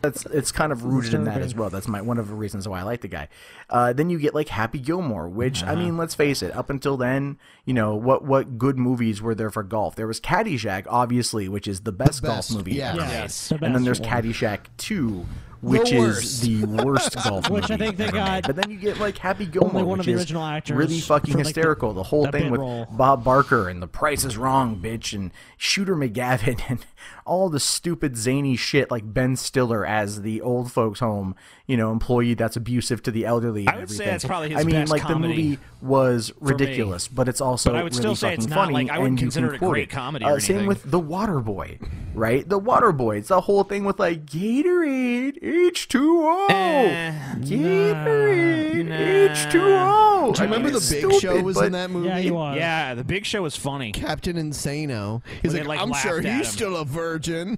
[SPEAKER 28] That's it's kind of rooted in that as well. That's my one of the reasons why I like the guy. Uh, then you get like Happy Gilmore, which I mean, let's face it. Up until then, you know what what good movies were there for golf? There was Caddyshack, obviously, which is the best,
[SPEAKER 5] best,
[SPEAKER 28] golf movie.
[SPEAKER 5] yeah.
[SPEAKER 28] ever.
[SPEAKER 5] Yes, the
[SPEAKER 28] and then
[SPEAKER 5] best
[SPEAKER 28] there's
[SPEAKER 5] one.
[SPEAKER 28] Caddyshack Two, which is
[SPEAKER 5] worst.
[SPEAKER 28] the worst golf movie.
[SPEAKER 9] Which I think they
[SPEAKER 28] ever made.
[SPEAKER 9] got.
[SPEAKER 28] But then you get like Happy Gilmore,
[SPEAKER 9] only one
[SPEAKER 28] which
[SPEAKER 9] of the
[SPEAKER 28] is
[SPEAKER 9] original actors.
[SPEAKER 28] really fucking
[SPEAKER 9] for, like,
[SPEAKER 28] hysterical. The, whole
[SPEAKER 9] that
[SPEAKER 28] thing
[SPEAKER 9] bit
[SPEAKER 28] with
[SPEAKER 9] role.
[SPEAKER 28] Bob Barker and The Price is Wrong, bitch, and Shooter McGavin and all the stupid zany shit like Ben Stiller as the old folks' home, you know, employee that's abusive to the elderly. And
[SPEAKER 4] I would say
[SPEAKER 28] everything.
[SPEAKER 4] that's probably his
[SPEAKER 28] I mean,
[SPEAKER 4] best
[SPEAKER 28] like
[SPEAKER 4] comedy
[SPEAKER 28] the movie was
[SPEAKER 4] for me.
[SPEAKER 28] ridiculous, but it's also
[SPEAKER 4] But I would
[SPEAKER 28] really
[SPEAKER 4] still say
[SPEAKER 28] fucking
[SPEAKER 4] it's not,
[SPEAKER 28] funny.
[SPEAKER 4] like, I
[SPEAKER 28] and
[SPEAKER 4] wouldn't
[SPEAKER 28] you
[SPEAKER 4] consider
[SPEAKER 28] can
[SPEAKER 4] it a
[SPEAKER 28] quote
[SPEAKER 4] great comedy
[SPEAKER 28] Uh,
[SPEAKER 4] or
[SPEAKER 28] Same
[SPEAKER 4] anything.
[SPEAKER 28] with The Water Boy, right? The Water Boy. It's the whole thing with like Gatorade H two O.
[SPEAKER 4] Eh,
[SPEAKER 28] Gatorade H two O.
[SPEAKER 5] Do you remember the Big Show was in that movie?
[SPEAKER 4] Yeah, the Big Show was funny.
[SPEAKER 5] Captain Insano. He's
[SPEAKER 4] When
[SPEAKER 5] like,
[SPEAKER 4] they, like,
[SPEAKER 5] I'm
[SPEAKER 4] laughed
[SPEAKER 5] sure
[SPEAKER 4] at
[SPEAKER 5] he's
[SPEAKER 4] him."
[SPEAKER 5] still a virgin.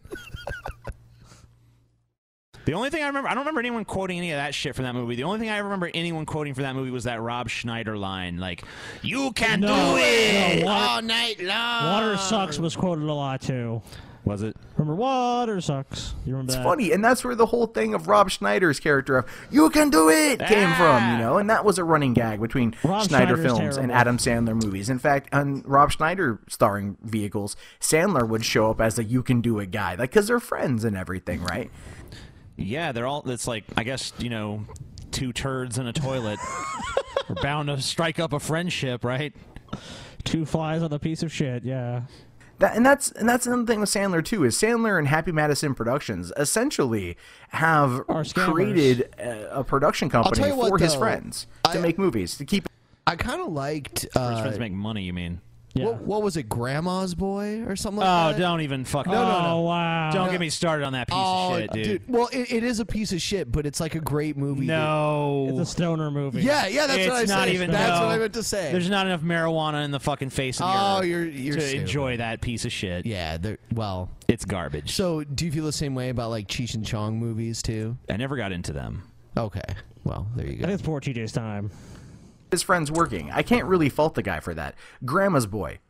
[SPEAKER 4] The only thing I remember, I don't remember anyone quoting any of that shit from that movie. The only thing I remember anyone quoting from that movie was that Rob Schneider line, like, "You can
[SPEAKER 9] No,
[SPEAKER 4] do it Oh,
[SPEAKER 9] no, water-
[SPEAKER 4] all night long."
[SPEAKER 9] Water sucks was quoted a lot too.
[SPEAKER 4] Was it?
[SPEAKER 9] Remember, water sucks. You remember
[SPEAKER 28] It's
[SPEAKER 9] that?
[SPEAKER 28] funny, and that's where the whole thing of Rob Schneider's character of "You can do it"
[SPEAKER 5] Ah.
[SPEAKER 28] came from, you know, and that was a running gag between
[SPEAKER 9] Rob
[SPEAKER 28] Schneider
[SPEAKER 9] Schneider's
[SPEAKER 28] films and
[SPEAKER 9] terrible.
[SPEAKER 28] Adam Sandler movies. In fact, on Rob Schneider starring vehicles, Sandler would show up as the "You can do it" guy, like because they're friends and everything, right?
[SPEAKER 4] Yeah, they're all. It's like I guess you know, two turds in a toilet. We're bound to strike up a friendship, right?
[SPEAKER 9] Two flies on a piece of shit. Yeah.
[SPEAKER 28] That, and that's and that's another thing with Sandler too is Sandler and Happy Madison Productions essentially have
[SPEAKER 9] scammers.
[SPEAKER 28] created a, a production
[SPEAKER 5] I'll
[SPEAKER 28] company
[SPEAKER 5] tell you
[SPEAKER 28] for
[SPEAKER 5] what,
[SPEAKER 28] his
[SPEAKER 5] though,
[SPEAKER 28] friends to make movies to keep.
[SPEAKER 5] I kind of liked.
[SPEAKER 4] Where his
[SPEAKER 5] Uh,
[SPEAKER 4] friends make money. You mean?
[SPEAKER 5] what, what was it, Grandma's Boy or something like
[SPEAKER 4] Oh,
[SPEAKER 5] that?
[SPEAKER 4] don't even fuck.
[SPEAKER 5] No, no, no.
[SPEAKER 4] Oh,
[SPEAKER 9] wow.
[SPEAKER 4] Don't
[SPEAKER 5] No.
[SPEAKER 4] get me started on that piece
[SPEAKER 5] Oh,
[SPEAKER 4] of shit, dude.
[SPEAKER 5] Well, it, it is a piece of shit, but it's like a great movie.
[SPEAKER 4] No,
[SPEAKER 9] it's a stoner movie.
[SPEAKER 5] Yeah, yeah, that's
[SPEAKER 4] It's
[SPEAKER 5] what I
[SPEAKER 4] not
[SPEAKER 5] said.
[SPEAKER 4] even-
[SPEAKER 5] that's
[SPEAKER 4] no.
[SPEAKER 5] what I meant to say.
[SPEAKER 4] There's not enough marijuana in the fucking face of the
[SPEAKER 5] Oh,
[SPEAKER 4] earth
[SPEAKER 5] you're- you're
[SPEAKER 4] to
[SPEAKER 5] stupid.
[SPEAKER 4] enjoy that piece of shit.
[SPEAKER 5] Yeah, there- well,
[SPEAKER 4] it's garbage.
[SPEAKER 5] So, do you feel the same way about like Cheech and Chong movies too?
[SPEAKER 4] I never got into them.
[SPEAKER 5] Okay, well, there you go.
[SPEAKER 9] I think it's poor TJ's time.
[SPEAKER 28] his friends working. I can't really fault the guy for that. Grandma's Boy,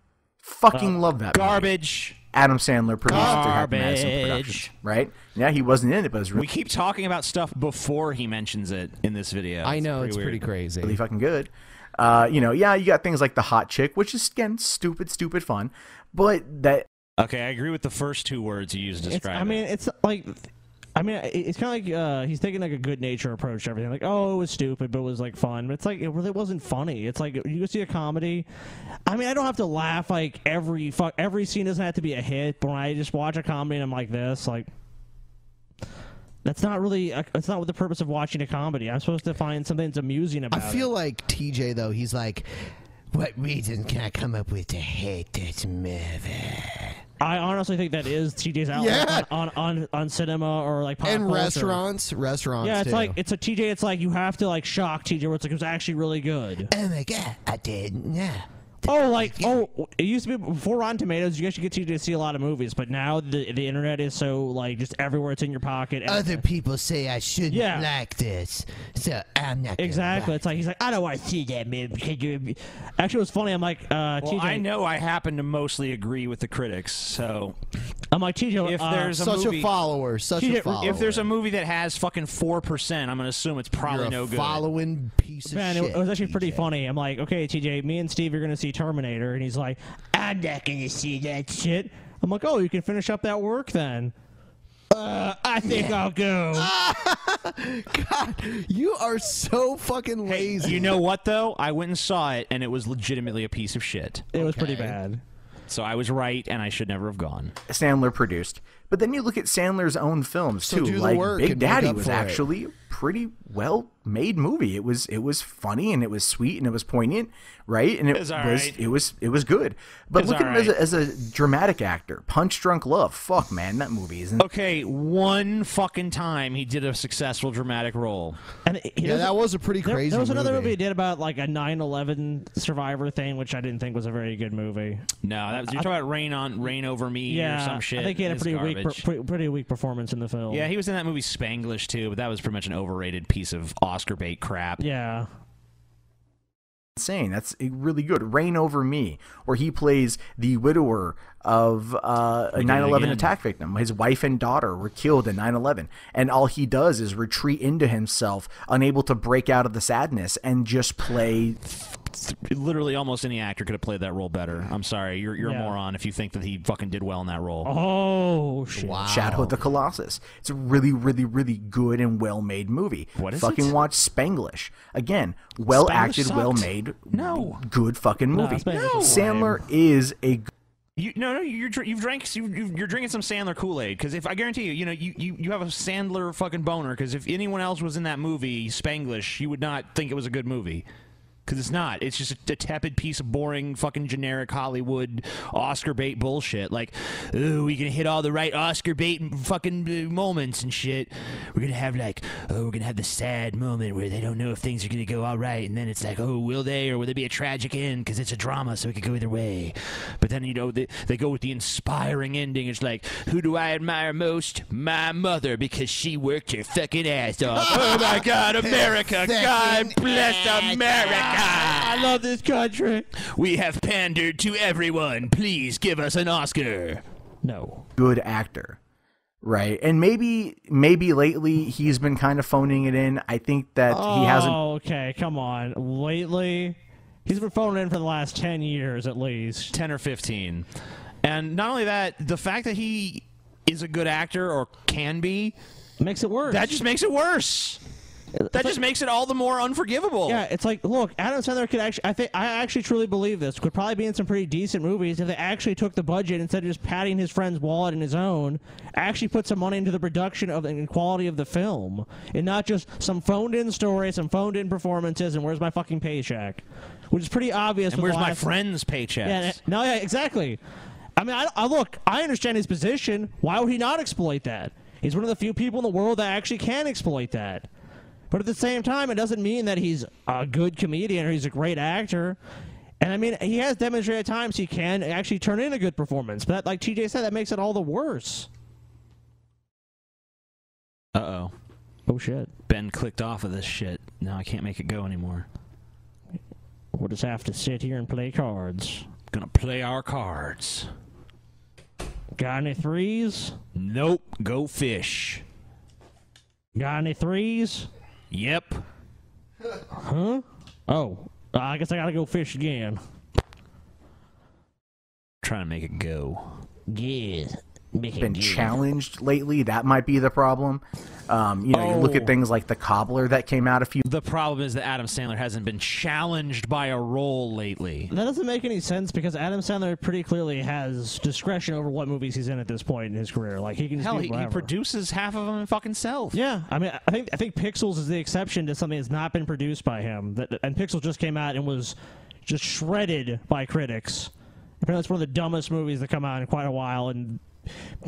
[SPEAKER 28] fucking love that
[SPEAKER 4] Uh, garbage.
[SPEAKER 28] Adam Sandler produced through Happy Madison
[SPEAKER 4] Garbage.
[SPEAKER 28] Productions, right? Yeah, he wasn't in it, but it was
[SPEAKER 4] We
[SPEAKER 28] really,
[SPEAKER 4] keep talking about stuff before he mentions it in this video.
[SPEAKER 5] I know, it's pretty
[SPEAKER 4] weird.
[SPEAKER 5] crazy.
[SPEAKER 28] really fucking good. Uh, you know, yeah, you got things like the hot chick, which is again stupid, stupid fun, but that
[SPEAKER 4] Okay, I agree with the first two words you used to
[SPEAKER 9] It's,
[SPEAKER 4] describe.
[SPEAKER 9] I mean, it's like, I mean, it- it's kind of like uh, he's taking like a good nature approach to everything. Like, oh, it was stupid, but it was like fun. But it's like it really wasn't funny. It's like you go see a comedy. I mean, I don't have to laugh like every fuck every scene doesn't have to be a hit. But when I just watch a comedy and I'm like this, like. That's not really. uh, That's not what the purpose of watching a comedy. I'm supposed to find something that's amusing
[SPEAKER 5] I
[SPEAKER 9] about. it.
[SPEAKER 5] feel like TJ though. He's like, what reason can I come up with to hate this movie?
[SPEAKER 9] I honestly think that is TJ's outlet
[SPEAKER 5] Yeah.
[SPEAKER 9] on, on, on on cinema or like pop
[SPEAKER 5] And
[SPEAKER 9] culture.
[SPEAKER 5] restaurants, restaurants.
[SPEAKER 9] Yeah, it's
[SPEAKER 5] too.
[SPEAKER 9] like it's a TJ. It's like you have to like shock TJ. Where it's like it was actually really good.
[SPEAKER 5] oh my god, I did. Yeah.
[SPEAKER 9] Oh, like oh, it used to be before Rotten Tomatoes. You actually get TJ to see a lot of movies, but now the the internet is so like just everywhere. It's in your pocket.
[SPEAKER 5] Other people say I shouldn't
[SPEAKER 9] Yeah.
[SPEAKER 5] like this, so I'm not. gonna
[SPEAKER 9] Exactly.
[SPEAKER 5] like
[SPEAKER 9] It's like he's like, I don't want to see that movie. Because you actually, it was funny. I'm like, uh,
[SPEAKER 4] well,
[SPEAKER 9] TJ.
[SPEAKER 4] I know I happen to mostly agree with the critics, so
[SPEAKER 9] I'm like TJ.
[SPEAKER 4] If
[SPEAKER 9] uh,
[SPEAKER 4] there's a
[SPEAKER 5] such
[SPEAKER 4] movie,
[SPEAKER 5] a follower, such
[SPEAKER 4] TJ,
[SPEAKER 5] a follower.
[SPEAKER 4] If there's a movie that has fucking four percent, I'm gonna assume it's probably
[SPEAKER 5] You're a
[SPEAKER 4] no good.
[SPEAKER 5] following piece of
[SPEAKER 9] Man, it,
[SPEAKER 5] shit.
[SPEAKER 9] it was actually pretty funny. I'm like, okay, TJ, me and Steve are gonna see Terminator, and he's like, I'm not gonna see that shit. I'm like, oh, you can finish up that work then. Uh, I think I'll go.
[SPEAKER 5] Uh, God, you are so fucking lazy.
[SPEAKER 4] You know what though? I went and saw it, and it was legitimately a piece of shit.
[SPEAKER 9] It was pretty bad.
[SPEAKER 4] So I was right, and I should never have gone.
[SPEAKER 28] Sandler produced. But then you look at Sandler's own films
[SPEAKER 4] So
[SPEAKER 28] too.
[SPEAKER 4] do the
[SPEAKER 28] like
[SPEAKER 4] work
[SPEAKER 28] Big
[SPEAKER 4] and make
[SPEAKER 28] Daddy
[SPEAKER 4] up
[SPEAKER 28] was
[SPEAKER 4] for it.
[SPEAKER 28] actually a pretty well made movie. It was it was funny and it was sweet and it was poignant, right? And it,
[SPEAKER 4] It
[SPEAKER 28] was
[SPEAKER 4] was all right.
[SPEAKER 28] it was it was good. But
[SPEAKER 4] It was
[SPEAKER 28] look at
[SPEAKER 4] all
[SPEAKER 28] him as a, as a dramatic actor. Punch Drunk Love. Fuck man, that movie isn't.
[SPEAKER 4] Okay, one fucking time he did a successful dramatic role.
[SPEAKER 9] And there, There was another
[SPEAKER 4] movie.
[SPEAKER 9] movie he did about like a 9/11 survivor thing, which I didn't think was a very good movie.
[SPEAKER 4] No, that was, you're
[SPEAKER 9] I-
[SPEAKER 4] talking about Rain on Rain Over Me
[SPEAKER 9] yeah,
[SPEAKER 4] E or some shit.
[SPEAKER 9] I think he had a
[SPEAKER 4] It's
[SPEAKER 9] pretty weak, per,
[SPEAKER 4] garbage.
[SPEAKER 9] pretty- pretty weak performance in the film.
[SPEAKER 4] yeah, he was in that movie Spanglish too, but that was pretty much an overrated piece of Oscar bait crap.
[SPEAKER 9] Yeah.
[SPEAKER 28] insane. That's a really good. Rain Over Me, where he plays the widower of uh, a
[SPEAKER 4] We did it
[SPEAKER 28] 9 11
[SPEAKER 4] again.
[SPEAKER 28] attack victim. His wife and daughter were killed in 9 11. And all he does is retreat into himself, unable to break out of the sadness, and just play.
[SPEAKER 4] Literally, almost any actor could have played that role better. I'm sorry, you're you're
[SPEAKER 28] Yeah.
[SPEAKER 4] a moron if you think that he fucking did well in that role.
[SPEAKER 9] Oh shit!
[SPEAKER 28] Shadow of the Colossus. It's a really, really, really good and well made movie. What
[SPEAKER 4] is
[SPEAKER 28] Fucking
[SPEAKER 4] it?
[SPEAKER 28] watch Spanglish. Again, well
[SPEAKER 4] Spanglish
[SPEAKER 28] acted,
[SPEAKER 4] sucked.
[SPEAKER 28] well made.
[SPEAKER 4] No.
[SPEAKER 28] Good fucking
[SPEAKER 4] No,
[SPEAKER 28] movie.
[SPEAKER 4] Spanglish was
[SPEAKER 28] Sandler is a g-
[SPEAKER 4] You, no, no, you're dr- you've drank you, you- you're drinking some Sandler Kool Aid because if I guarantee you, you know you, you, you have a Sandler fucking boner because if anyone else was in that movie Spanglish, you would not think it was a good movie because it's not. It's just a, tepid piece of boring fucking generic Hollywood Oscar bait bullshit. Like, ooh, we can hit all the right Oscar bait m- fucking uh, moments and shit. We're gonna have like, oh, we're gonna have the sad moment where they don't know if things are gonna go all right, and then it's like, oh, will they or will there be a tragic end because it's a drama, so it could go either way. But then you know they, they go with the inspiring ending. It's like, who do I admire most? My mother because she worked her fucking ass off. oh my God, America! God bless America! I
[SPEAKER 9] love this country.
[SPEAKER 4] We have pandered to everyone. Please give us an Oscar.
[SPEAKER 9] No.
[SPEAKER 28] good actor. Right. And maybe maybe lately he's been kind of phoning it in. I think that
[SPEAKER 9] oh,
[SPEAKER 28] he hasn't
[SPEAKER 9] Okay, come on. Lately, he's been phoning in for the last ten years at least.
[SPEAKER 4] Ten or fifteen. And not only that, the fact that he is a good actor or can be
[SPEAKER 9] makes it worse.
[SPEAKER 4] That just makes it worse. That just makes it all the more unforgivable.
[SPEAKER 9] Yeah, it's like, look, Adam Sandler could actually, I think, I actually truly believe this, could probably be in some pretty decent movies if they actually took the budget instead of just patting his friend's wallet and his own, actually put some money into the production of and quality of the film, and not just some phoned in story, some phoned in performances, and where's my fucking paycheck, which is pretty obvious.
[SPEAKER 4] And
[SPEAKER 9] with
[SPEAKER 4] where's
[SPEAKER 9] the
[SPEAKER 4] my
[SPEAKER 9] last-
[SPEAKER 4] friend's paychecks?
[SPEAKER 9] Yeah, that- no, yeah, exactly. I mean, I, I look, I understand his position. Why would he not exploit that? He's one of the few people in the world that actually can exploit that. But at the same time, it doesn't mean that he's a good comedian or he's a great actor. And I mean, he has demonstrated at times he can actually turn in a good performance. But like TJ said, that makes it all the worse.
[SPEAKER 4] Uh oh.
[SPEAKER 9] Oh shit.
[SPEAKER 4] Ben clicked off of this shit. Now I can't make it go anymore.
[SPEAKER 9] We'll just have to sit here and play cards.
[SPEAKER 4] Gonna play our cards.
[SPEAKER 9] Got any threes?
[SPEAKER 4] Nope. Go fish.
[SPEAKER 9] Got any threes?
[SPEAKER 4] Yep.
[SPEAKER 9] Huh? Oh, I guess I gotta go fish again.
[SPEAKER 4] Trying to make it go.
[SPEAKER 9] Yeah.
[SPEAKER 28] been challenged lately. That might be the problem. Um, you know, you look
[SPEAKER 4] Oh.
[SPEAKER 28] at things like the cobbler that came out a few
[SPEAKER 4] The problem is that Adam Sandler hasn't been challenged by a role lately.
[SPEAKER 9] That doesn't make any sense because Adam Sandler pretty clearly has discretion over what movies he's in at this point in his career. Like he can just
[SPEAKER 4] Hell,
[SPEAKER 9] do
[SPEAKER 4] he, he
[SPEAKER 9] whatever.
[SPEAKER 4] produces half of them fucking self.
[SPEAKER 9] Yeah, I mean, I think I think Pixels is the exception to something that's not been produced by him. That and Pixels just came out and was just shredded by critics. Apparently, it's one of the dumbest movies that come out in quite a while. And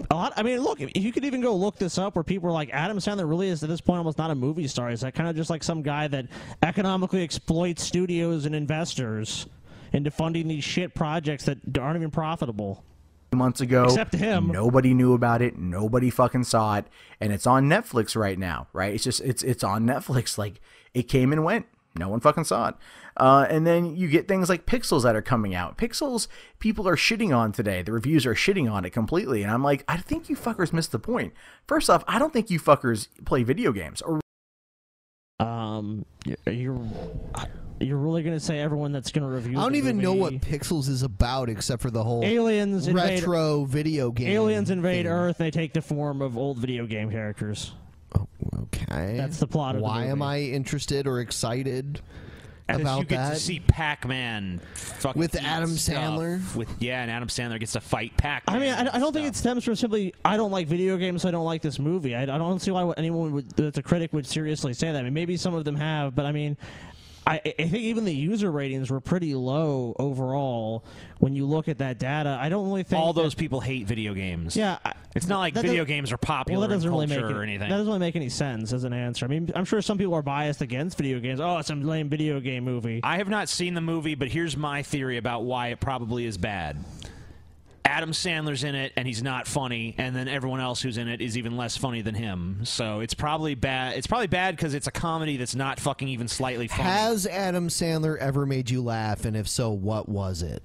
[SPEAKER 9] a lot. I mean, look, if you could even go look this up, where people are like, Adam Sandler really is at this point almost not a movie star. Is that kind of just like some guy that economically exploits studios and investors into funding these shit projects that aren't even profitable?
[SPEAKER 28] months ago.
[SPEAKER 9] Except him.
[SPEAKER 28] Nobody knew about it. Nobody fucking saw it. And it's on Netflix right now, right? It's just it's it's on Netflix. Like it came and went. No one fucking saw it. Uh, and then you get things like Pixels that are coming out. Pixels, people are shitting on today. The reviews are shitting on it completely. And I'm like, I think you fuckers missed the point. First off, I don't think you fuckers play video games or
[SPEAKER 9] Um, y- you're. I- You're really gonna say everyone that's gonna review?
[SPEAKER 5] I don't
[SPEAKER 9] the
[SPEAKER 5] even know
[SPEAKER 9] movie-
[SPEAKER 5] what Pixels is about except for the whole
[SPEAKER 9] Aliens invade-
[SPEAKER 5] retro video game.
[SPEAKER 9] Aliens invade Earth. They take the form of old video game characters.
[SPEAKER 5] Okay,
[SPEAKER 9] that's the plot. of the
[SPEAKER 5] Why am
[SPEAKER 9] movie.
[SPEAKER 5] I interested or excited
[SPEAKER 4] Because
[SPEAKER 5] about
[SPEAKER 4] you get
[SPEAKER 5] that?
[SPEAKER 4] to see Pac-Man fucking
[SPEAKER 5] With
[SPEAKER 4] eat
[SPEAKER 5] Adam
[SPEAKER 4] stuff.
[SPEAKER 5] Sandler?
[SPEAKER 4] With yeah, and Adam Sandler gets to fight Pac-Man.
[SPEAKER 9] I mean, I, I don't think it stems from simply I don't like video games, so I don't like this movie. I, I don't see why anyone would, that's a critic would seriously say that. I mean, maybe some of them have, but I mean, I, I think even the user ratings were pretty low overall when you look at that data. I don't really think
[SPEAKER 4] all
[SPEAKER 9] that-
[SPEAKER 4] those people hate video games.
[SPEAKER 9] Yeah, I-
[SPEAKER 4] it's not like
[SPEAKER 9] that
[SPEAKER 4] video
[SPEAKER 9] doesn't-
[SPEAKER 4] games are popular
[SPEAKER 9] Well, that doesn't
[SPEAKER 4] in
[SPEAKER 9] really
[SPEAKER 4] culture
[SPEAKER 9] make any,
[SPEAKER 4] or anything.
[SPEAKER 9] That doesn't really make any sense as an answer. I mean, I'm sure some people are biased against video games. Oh, it's a lame video game movie.
[SPEAKER 4] I have not seen the movie, but here's my theory about why it probably is bad. Adam Sandler's in it and he's not funny, and then everyone else who's in it is even less funny than him. So it's probably bad. It's probably bad because it's a comedy that's not fucking even slightly funny.
[SPEAKER 5] Has Adam Sandler ever made you laugh? And if so, what was it?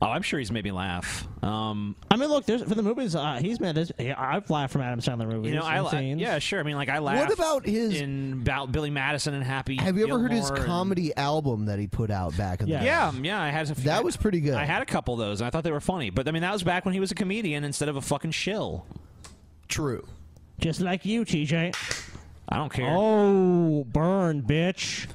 [SPEAKER 4] oh, I'm sure he's made me laugh. Um,
[SPEAKER 9] I mean, look, there's, for the movies uh, he's made, this, yeah, I've laughed from Adam Sandler movies.
[SPEAKER 4] you know, I
[SPEAKER 9] and
[SPEAKER 4] la-
[SPEAKER 9] scenes.
[SPEAKER 4] yeah, sure. I mean, like I laughed.
[SPEAKER 5] about his
[SPEAKER 4] in about Billy Madison and Happy?
[SPEAKER 5] Have you ever heard his
[SPEAKER 4] Gilmore and-
[SPEAKER 5] comedy album that he put out back in the
[SPEAKER 4] Yeah.
[SPEAKER 5] day?
[SPEAKER 4] yeah, I had a few.
[SPEAKER 5] That was pretty good.
[SPEAKER 4] I had a couple of those, and I thought they were funny. But I mean, that was back when he was a comedian instead of a fucking shill.
[SPEAKER 5] True.
[SPEAKER 9] Just like you, TJ.
[SPEAKER 4] I don't care.
[SPEAKER 9] Oh, burn, bitch!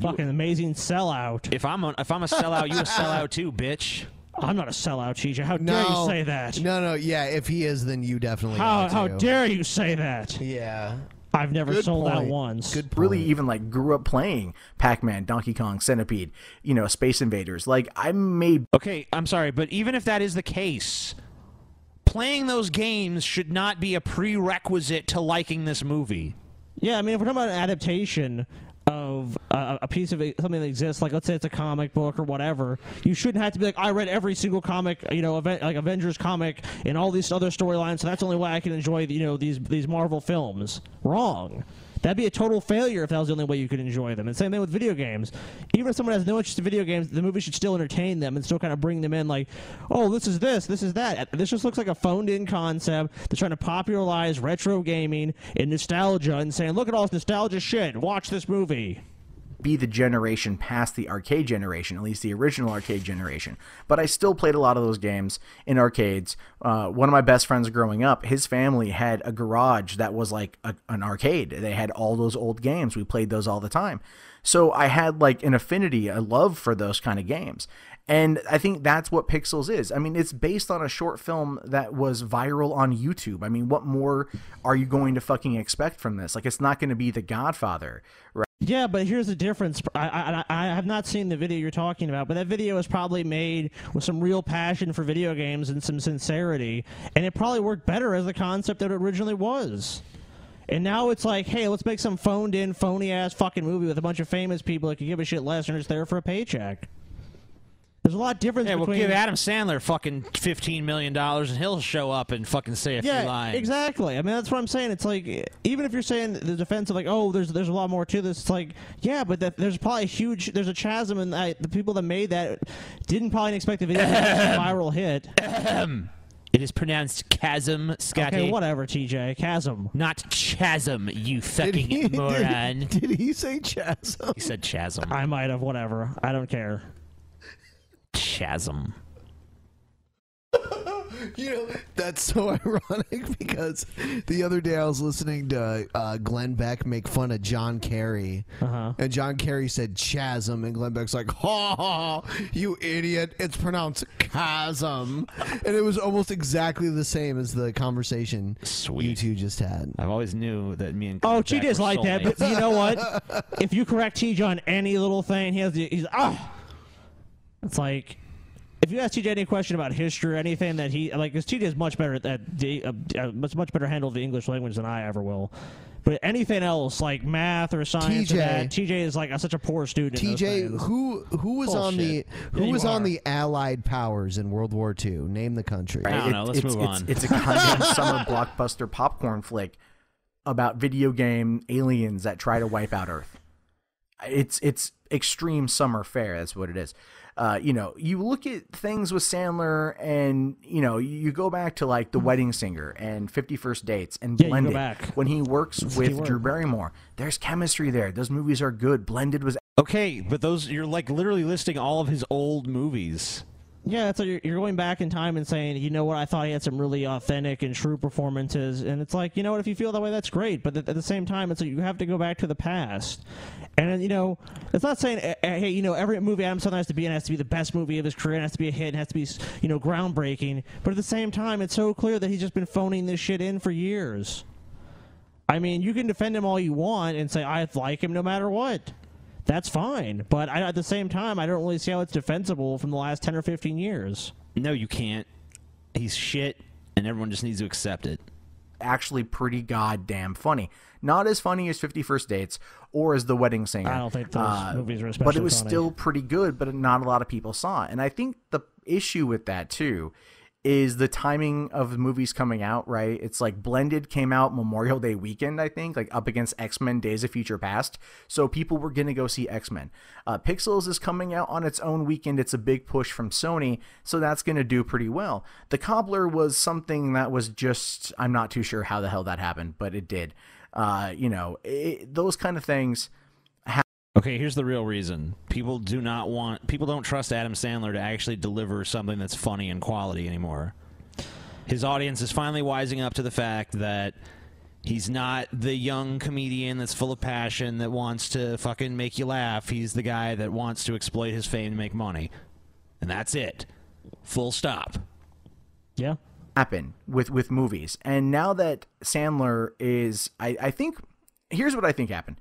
[SPEAKER 9] Fucking amazing sellout.
[SPEAKER 4] If I'm a, if I'm a sellout, you a sellout too, bitch.
[SPEAKER 9] I'm not a sellout, TJ. How
[SPEAKER 5] No,
[SPEAKER 9] dare you say that?
[SPEAKER 5] No, no, yeah. If he is, then you definitely.
[SPEAKER 9] How
[SPEAKER 5] are
[SPEAKER 9] how
[SPEAKER 5] too.
[SPEAKER 9] dare you say that?
[SPEAKER 5] Yeah.
[SPEAKER 9] I've never
[SPEAKER 28] Good
[SPEAKER 9] sold out
[SPEAKER 28] point.
[SPEAKER 9] once. Good
[SPEAKER 28] really even like grew up playing Pac-Man, Donkey Kong, Centipede, you know, Space Invaders. Like I may
[SPEAKER 4] Okay, I'm sorry, but even if that is the case, playing those games should not be a prerequisite to liking this movie.
[SPEAKER 9] Yeah, I mean, if we're talking about an adaptation of uh, a piece of it- something that exists, like let's say it's a comic book or whatever, you shouldn't have to be like, I read every single comic, you know, event, like Avengers comic and all these other storylines, so that's the only way I can enjoy, you know, these these Marvel films. Wrong. That'd be a total failure if that was the only way you could enjoy them. And same thing with video games. Even if someone has no interest in video games, the movie should still entertain them and still kind of bring them in. Like, oh, this is this, this is that. This just looks like a phoned-in concept. They're trying to popularize retro gaming and nostalgia and saying, look at all this nostalgia shit. Watch this movie.
[SPEAKER 28] be the generation past the arcade generation, at least the original arcade generation. But I still played a lot of those games in arcades. Uh, one of my best friends growing up, his family had a garage that was like a, an arcade. They had all those old games. We played those all the time. So I had like an affinity, a love for those kind of games. And I think that's what Pixels is. I mean, it's based on a short film that was viral on YouTube. I mean, what more are you going to fucking expect from this? Like, it's not going to be The Godfather, right?
[SPEAKER 9] Yeah, but here's the difference. I, I, I I have not seen the video you're talking about, but that video was probably made with some real passion for video games and some sincerity, and it probably worked better as the concept that it originally was. And now it's like, hey, let's make some phoned in, phony ass fucking movie with a bunch of famous people that could give a shit less and are just there for a paycheck. There's a lot of difference
[SPEAKER 4] Yeah, we'll
[SPEAKER 9] between
[SPEAKER 4] give Adam Sandler fucking fifteen million dollars, and he'll show up and fucking say a
[SPEAKER 9] yeah,
[SPEAKER 4] few lines.
[SPEAKER 9] exactly. I mean, that's what I'm saying. It's like even if you're saying the defense of like, oh, there's there's a lot more to this. It's like, yeah, but that, there's probably a huge there's a chasm, and I, the people that made that didn't probably expect the video to be a viral hit.
[SPEAKER 19] It is pronounced chasm, Scotty.
[SPEAKER 9] Okay, whatever, TJ. Chasm,
[SPEAKER 19] not chasm. You fucking
[SPEAKER 9] he- did-
[SPEAKER 19] moron.
[SPEAKER 9] did
[SPEAKER 5] he say chasm?
[SPEAKER 19] He said chasm.
[SPEAKER 9] I might have whatever. I don't care.
[SPEAKER 19] Chasm.
[SPEAKER 5] You know, that's so ironic because the other day I was listening to uh, Glenn Beck make fun of John Kerry.
[SPEAKER 4] Uh-huh.
[SPEAKER 5] And John Kerry said chasm, and Glenn Beck's like, ha ha, ha, you idiot. It's pronounced chasm. and it was almost exactly the same as the conversation you two just had.
[SPEAKER 4] I've always knew that me and
[SPEAKER 9] Oh, TJ's like that, but you know what? if you correct TJ on any little thing, he has the he's ah. It's like if you ask TJ any question about history or anything that he like, because TJ is much better at that, the- uh, uh, much much better handle of the English language than I ever will. But anything else like math or science,
[SPEAKER 5] TJ.
[SPEAKER 9] or that, TJ is like a, such a poor student. in those
[SPEAKER 5] TJ,
[SPEAKER 9] things.
[SPEAKER 5] who who was on the
[SPEAKER 9] Bullshit.
[SPEAKER 5] who
[SPEAKER 9] Yeah, you
[SPEAKER 5] was on
[SPEAKER 9] are.
[SPEAKER 5] the Allied powers in World War II? Name the country.
[SPEAKER 28] Right? It- it's, it's- It's, a condensed summer blockbuster popcorn flick about video game aliens that try to wipe out Earth. It's it's extreme summer fare. That's what it is. Uh, you know, you look at things with Sandler, and you know, you, you go back to like The Wedding Singer and Fifty First Dates, and
[SPEAKER 9] Hmm. Yeah, you go
[SPEAKER 28] blended
[SPEAKER 9] back.
[SPEAKER 28] when he works
[SPEAKER 9] That's the
[SPEAKER 28] with
[SPEAKER 9] word.
[SPEAKER 28] Drew Barrymore. There's chemistry there. Those movies are good. Blended was
[SPEAKER 4] Okay, but those you're like literally listing all of his old movies.
[SPEAKER 9] Yeah, that's what you're, you're going back in time and saying, you know what, I thought he had some really authentic and true performances, and it's like, you know what, if you feel that way, that's great. But at at the same time, it's like you have to go back to the past, and then, you know, it's not saying, eh, eh, hey, you know, every movie Adam Sandler has to be in has to be the best movie of his career, and has to be a hit, and has to be, you know, groundbreaking. But at the same time, it's so clear that he's just been phoning this shit in for years. I mean, you can defend him all you want and say I like him no matter what. That's fine, but I, at the same time, I don't really see how it's defensible from the last ten or fifteen years.
[SPEAKER 4] No, you can't. He's shit, and everyone just needs to accept it.
[SPEAKER 28] Actually, pretty goddamn funny. Not as funny as Fifty First Dates or as The Wedding Singer. Uh,
[SPEAKER 9] I don't think those movies were
[SPEAKER 28] But
[SPEAKER 9] especially
[SPEAKER 28] it was
[SPEAKER 9] funny.
[SPEAKER 28] still pretty good. But not a lot of people saw it. And I think the issue with that too is the timing of movies coming out. Right? It's like Blended came out Memorial Day weekend. I think like up against X Men Days of Future Past. So people were gonna go see X Men. Uh, Pixels is coming out on its own weekend. It's a big push from Sony, so that's gonna do pretty well. The Cobbler was something that was just I'm not too sure how the hell that happened, but it did uh, you know, it, those kind of things.
[SPEAKER 4] Okay, here's the real reason. People do not want people don't trust Adam Sandler to actually deliver something that's funny and quality anymore. His audience is finally wising up to the fact that he's not the young comedian that's full of passion that wants to fucking make you laugh. He's the guy that wants to exploit his fame to make money. And that's it. Full stop.
[SPEAKER 9] Yeah.
[SPEAKER 28] Happen with with movies, and now that Sandler is, I I think here's what I think happened.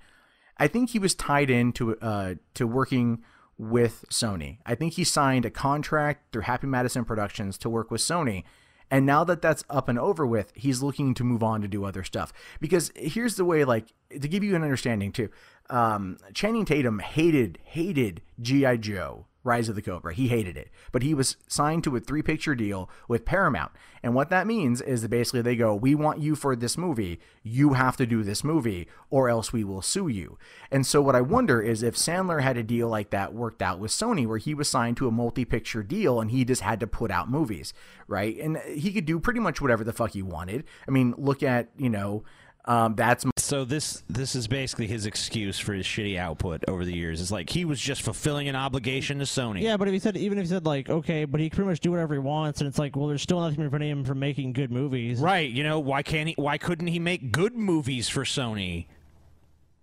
[SPEAKER 28] I think he was tied into uh to working with Sony. I think he signed a contract through Happy Madison Productions to work with Sony. And now that that's up and over with, he's looking to move on to do other stuff. Because here's the way, like, to give you an understanding too, um, Channing Tatum hated hated GI Joe. Rise of the Cobra. He hated it, but he was signed to a three picture deal with Paramount. And what that means is that basically they go, We want you for this movie. You have to do this movie, or else we will sue you. And so, what I wonder is if Sandler had a deal like that worked out with Sony, where he was signed to a multi picture deal and he just had to put out movies, right? And he could do pretty much whatever the fuck he wanted. I mean, look at, you know, um, that's my.
[SPEAKER 4] So this this is basically his excuse for his shitty output over the years. It's like he was just fulfilling an obligation to Sony.
[SPEAKER 9] Yeah, but if he said, even if he said, like, okay, but he can pretty much do whatever he wants, and it's like, well, there's still nothing preventing him from making good movies.
[SPEAKER 4] Right, you know, why can't he why couldn't he make good movies for Sony?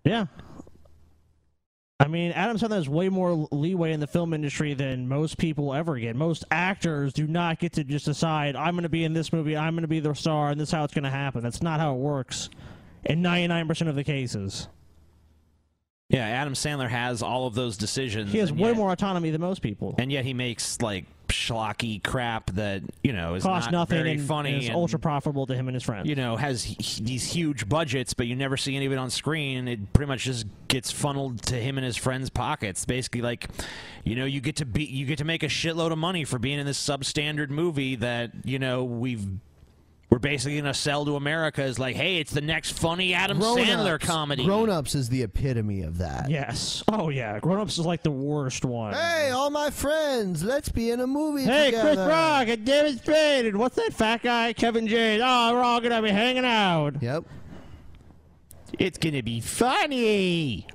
[SPEAKER 9] Yeah. I mean, Adam Sandler has way more leeway in the film industry than most people ever get. Most actors do not get to just decide, I'm going to be in this movie, I'm going to be the star, and this is how it's going to happen. That's not how it works in 99% of the cases.
[SPEAKER 4] Yeah, Adam Sandler has all of those decisions.
[SPEAKER 9] He has
[SPEAKER 4] and
[SPEAKER 9] way
[SPEAKER 4] yet-
[SPEAKER 9] more autonomy than most people.
[SPEAKER 4] and yet he makes like schlocky crap that, you know, is
[SPEAKER 9] Costs
[SPEAKER 4] not
[SPEAKER 9] nothing
[SPEAKER 4] very
[SPEAKER 9] and,
[SPEAKER 4] funny
[SPEAKER 9] and is
[SPEAKER 4] and,
[SPEAKER 9] ultra profitable to him and his friends.
[SPEAKER 4] you know, has h- h- these huge budgets, but you never see any of it on screen. It pretty much just gets funneled to him and his friends' pockets. Basically, like, you know, you get to be, you get to make a shitload of money for being in this substandard movie that you know we've we're basically gonna sell to America as like, hey, it's the next funny Adam Sandler comedy.
[SPEAKER 5] Grown Ups is the epitome of that.
[SPEAKER 9] Yes. Oh yeah, Grown Ups is like the worst one.
[SPEAKER 5] Hey, all my friends, let's be in a movie
[SPEAKER 9] Hey,
[SPEAKER 5] together.
[SPEAKER 9] Chris Rock and David Spade and what's that fat guy, Kevin James? Oh, we're all gonna be hanging out.
[SPEAKER 5] Yep.
[SPEAKER 4] It's gonna be funny.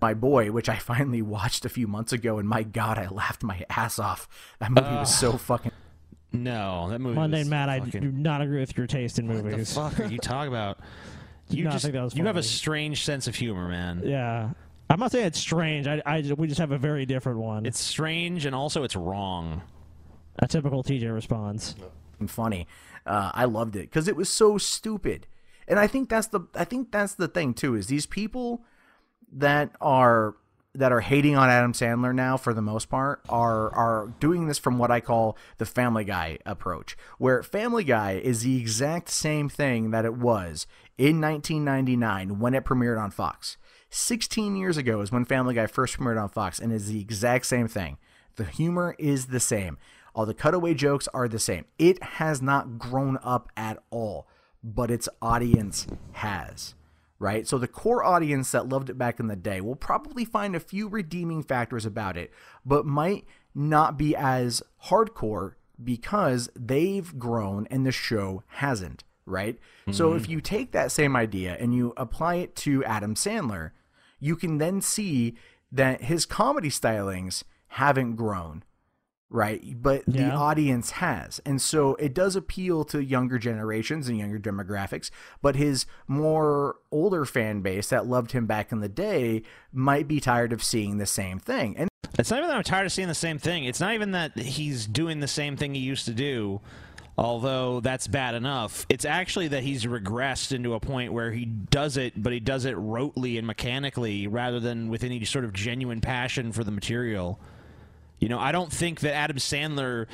[SPEAKER 28] My Boy, which I finally watched a few months ago, and my God, I laughed my ass off. That movie was so
[SPEAKER 4] Ugh.
[SPEAKER 28] fucking.
[SPEAKER 4] No, that movie.
[SPEAKER 9] Monday,
[SPEAKER 4] was
[SPEAKER 9] Matt, I
[SPEAKER 4] fucking-
[SPEAKER 9] do not agree with your taste in movies.
[SPEAKER 4] What the fuck are you talking about? You
[SPEAKER 9] No, I
[SPEAKER 4] just
[SPEAKER 9] think that was
[SPEAKER 4] you have a
[SPEAKER 9] funny.
[SPEAKER 4] strange sense of humor, man.
[SPEAKER 9] yeah, I'm not saying it's strange. I, I just- we just have a very different one.
[SPEAKER 4] It's strange and also it's wrong.
[SPEAKER 9] a typical TJ response.
[SPEAKER 28] and funny. Uh, I loved it because it was so stupid, and I think that's the I think that's the thing too is these people that are that are hating on Adam Sandler now for the most part are are doing this from what I call the Family Guy approach, where Family Guy is the exact same thing that it was in 1999 when it premiered on Fox. 16 years ago is when Family Guy first premiered on Fox and is the exact same thing. The humor is the same. All the cutaway jokes are the same. It has not grown up at all, but its audience has right? So the core audience that loved it back in the day will probably find a few redeeming factors about it, but might not be as hardcore because they've grown and the show hasn't, right? So
[SPEAKER 1] Mhm.
[SPEAKER 28] if you take that same idea and you apply it to Adam Sandler, you can then see that his comedy stylings haven't grown, right? But the
[SPEAKER 1] Yeah.
[SPEAKER 28] audience has. And so it does appeal to younger generations and younger demographics, but his more older fan base that loved him back in the day might be tired of seeing the same thing. And
[SPEAKER 4] It's not even that I'm tired of seeing the same thing. It's not even that he's doing the same thing he used to do, although that's bad enough. It's actually that he's regressed into a point where he does it, but he does it rotely and mechanically rather than with any sort of genuine passion for the material. You know, I don't think that Adam Sandler,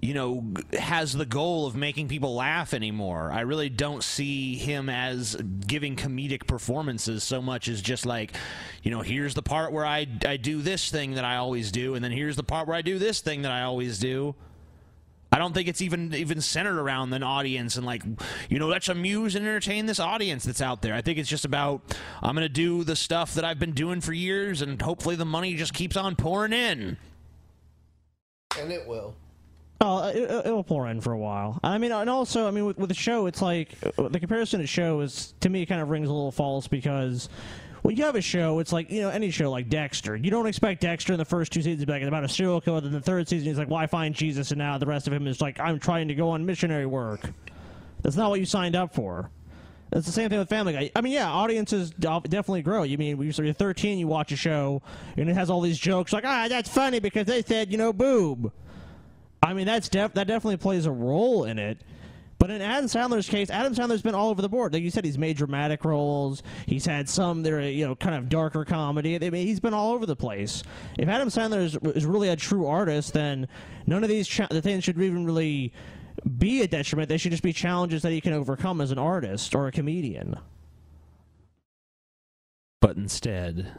[SPEAKER 4] you know, g- has the goal of making people laugh anymore. I really don't see him as giving comedic performances so much as just like, you know, here's the part where I, I do this thing that I always do, and then here's the part where I do this thing that I always do. I don't think it's even even centered around an audience and like, you know, let's amuse and entertain this audience that's out there. I think it's just about I'm gonna do the stuff that I've been doing for years, and hopefully the money just keeps on pouring in.
[SPEAKER 5] And it will.
[SPEAKER 9] Oh, it, it- it'll pour in for a while. I mean, and also, I mean, with, with the show, it's like uh, the comparison to show is to me kind of rings a little false because when you have a show, it's like you know any show like Dexter. You don't expect Dexter in the first two seasons to be like about a serial killer. Then the third season, he's like, "Why find Jesus?" And now the rest of him is like, "I'm trying to go on missionary work." That's not what you signed up for. It's the same thing with Family Guy. I mean, yeah, audiences de- definitely grow. You mean when you're 13, you watch a show, and it has all these jokes like, ah, that's funny because they said, you know, boob. I mean, that's def- that definitely plays a role in it. But in Adam Sandler's case, Adam Sandler's been all over the board. Like you said, he's made dramatic roles. He's had some that are, you know, kind of darker comedy. I mean, he's been all over the place. If Adam Sandler is, is really a true artist, then none of these cha- the things should even really be a detriment. They should just be challenges that he can overcome as an artist or a comedian.
[SPEAKER 4] But instead,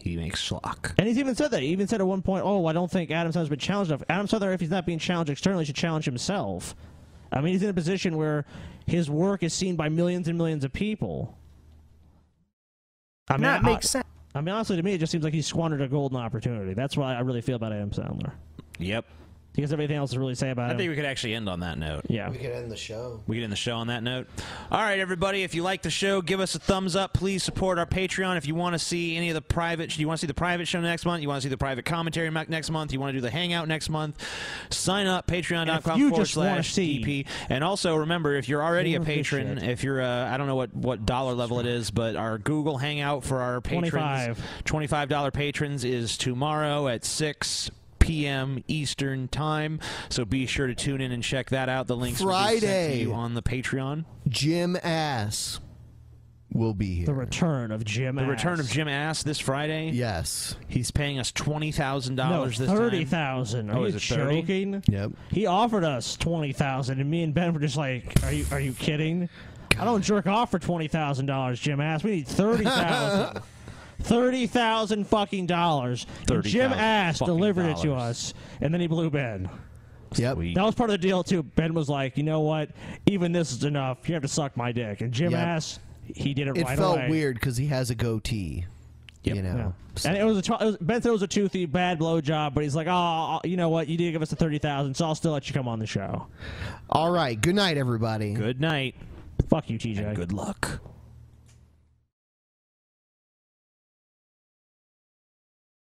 [SPEAKER 4] he makes schlock.
[SPEAKER 9] And he's even said that. He even said at one point, "Oh, I don't think Adam Sandler's been challenged enough. Adam Sandler, if he's not being challenged externally, should challenge himself." I mean, he's in a position where his work is seen by millions and millions of people. I mean,
[SPEAKER 28] That
[SPEAKER 9] I-
[SPEAKER 28] makes sense.
[SPEAKER 9] I mean, honestly, to me, it just seems like he squandered a golden opportunity. That's why I really feel about Adam Sandler.
[SPEAKER 4] Yep.
[SPEAKER 9] He has everything else to really say about
[SPEAKER 4] I
[SPEAKER 9] him.
[SPEAKER 4] think we could actually end on that note.
[SPEAKER 9] Yeah. We
[SPEAKER 5] could end the show.
[SPEAKER 4] We get in the show on that note. All right, everybody. If you like the show, give us a thumbs up. Please support our Patreon. If you want to see any of the private, you want to see the private show next month. You want to see the private commentary mo- next month. You want to do the hangout next month. Sign up
[SPEAKER 9] And
[SPEAKER 4] patreon.com
[SPEAKER 9] if you
[SPEAKER 4] forward
[SPEAKER 9] just wanna
[SPEAKER 4] slash
[SPEAKER 9] see-
[SPEAKER 4] DP. And also remember, if you're already a
[SPEAKER 9] More good
[SPEAKER 4] patron, if you're uh, I don't know what what dollar level it is, but our Google Hangout for our patrons,
[SPEAKER 9] 25.
[SPEAKER 4] twenty-five dollar patrons is tomorrow at six. PM Eastern Time. So be sure to tune in and check that out. The links will be sent to
[SPEAKER 5] Friday.
[SPEAKER 4] you on the Patreon.
[SPEAKER 5] Jim Ass will be here. The
[SPEAKER 9] return of Jim
[SPEAKER 4] The return of Jim Ass this Friday.
[SPEAKER 5] Yes,
[SPEAKER 4] he's paying us twenty thousand dollars
[SPEAKER 9] no,
[SPEAKER 4] this time.
[SPEAKER 9] thirty thousand. Are
[SPEAKER 4] Oh,
[SPEAKER 9] you
[SPEAKER 4] is it 30?
[SPEAKER 9] joking?
[SPEAKER 5] Yep.
[SPEAKER 9] He offered us twenty thousand, and me and Ben were just like, "Are you are you kidding? I don't jerk off for twenty thousand dollars, Jim Ass. We need thirty thousand. Thirty thousand fucking dollars. And Jim
[SPEAKER 4] 30,000
[SPEAKER 9] Ass
[SPEAKER 4] fucking
[SPEAKER 9] delivered it to
[SPEAKER 4] dollars.
[SPEAKER 9] us, and then he blew Ben.
[SPEAKER 5] Yep.
[SPEAKER 9] That was part of the deal too. Ben was like, "You know what? Even this is enough. You have to suck my dick." And Jim
[SPEAKER 5] Yep.
[SPEAKER 9] Ass, he did it,
[SPEAKER 5] it
[SPEAKER 9] right
[SPEAKER 5] felt
[SPEAKER 9] away.
[SPEAKER 5] weird because he has a goatee. You know,
[SPEAKER 9] And it was a tw- it was, Ben said it was a toothy bad blow job, but he's like, oh, you know what? You did give us the thirty thousand, so I'll still let you come on the show.
[SPEAKER 5] All right. Good night, everybody.
[SPEAKER 4] Good night.
[SPEAKER 9] Fuck you, TJ.
[SPEAKER 4] good luck.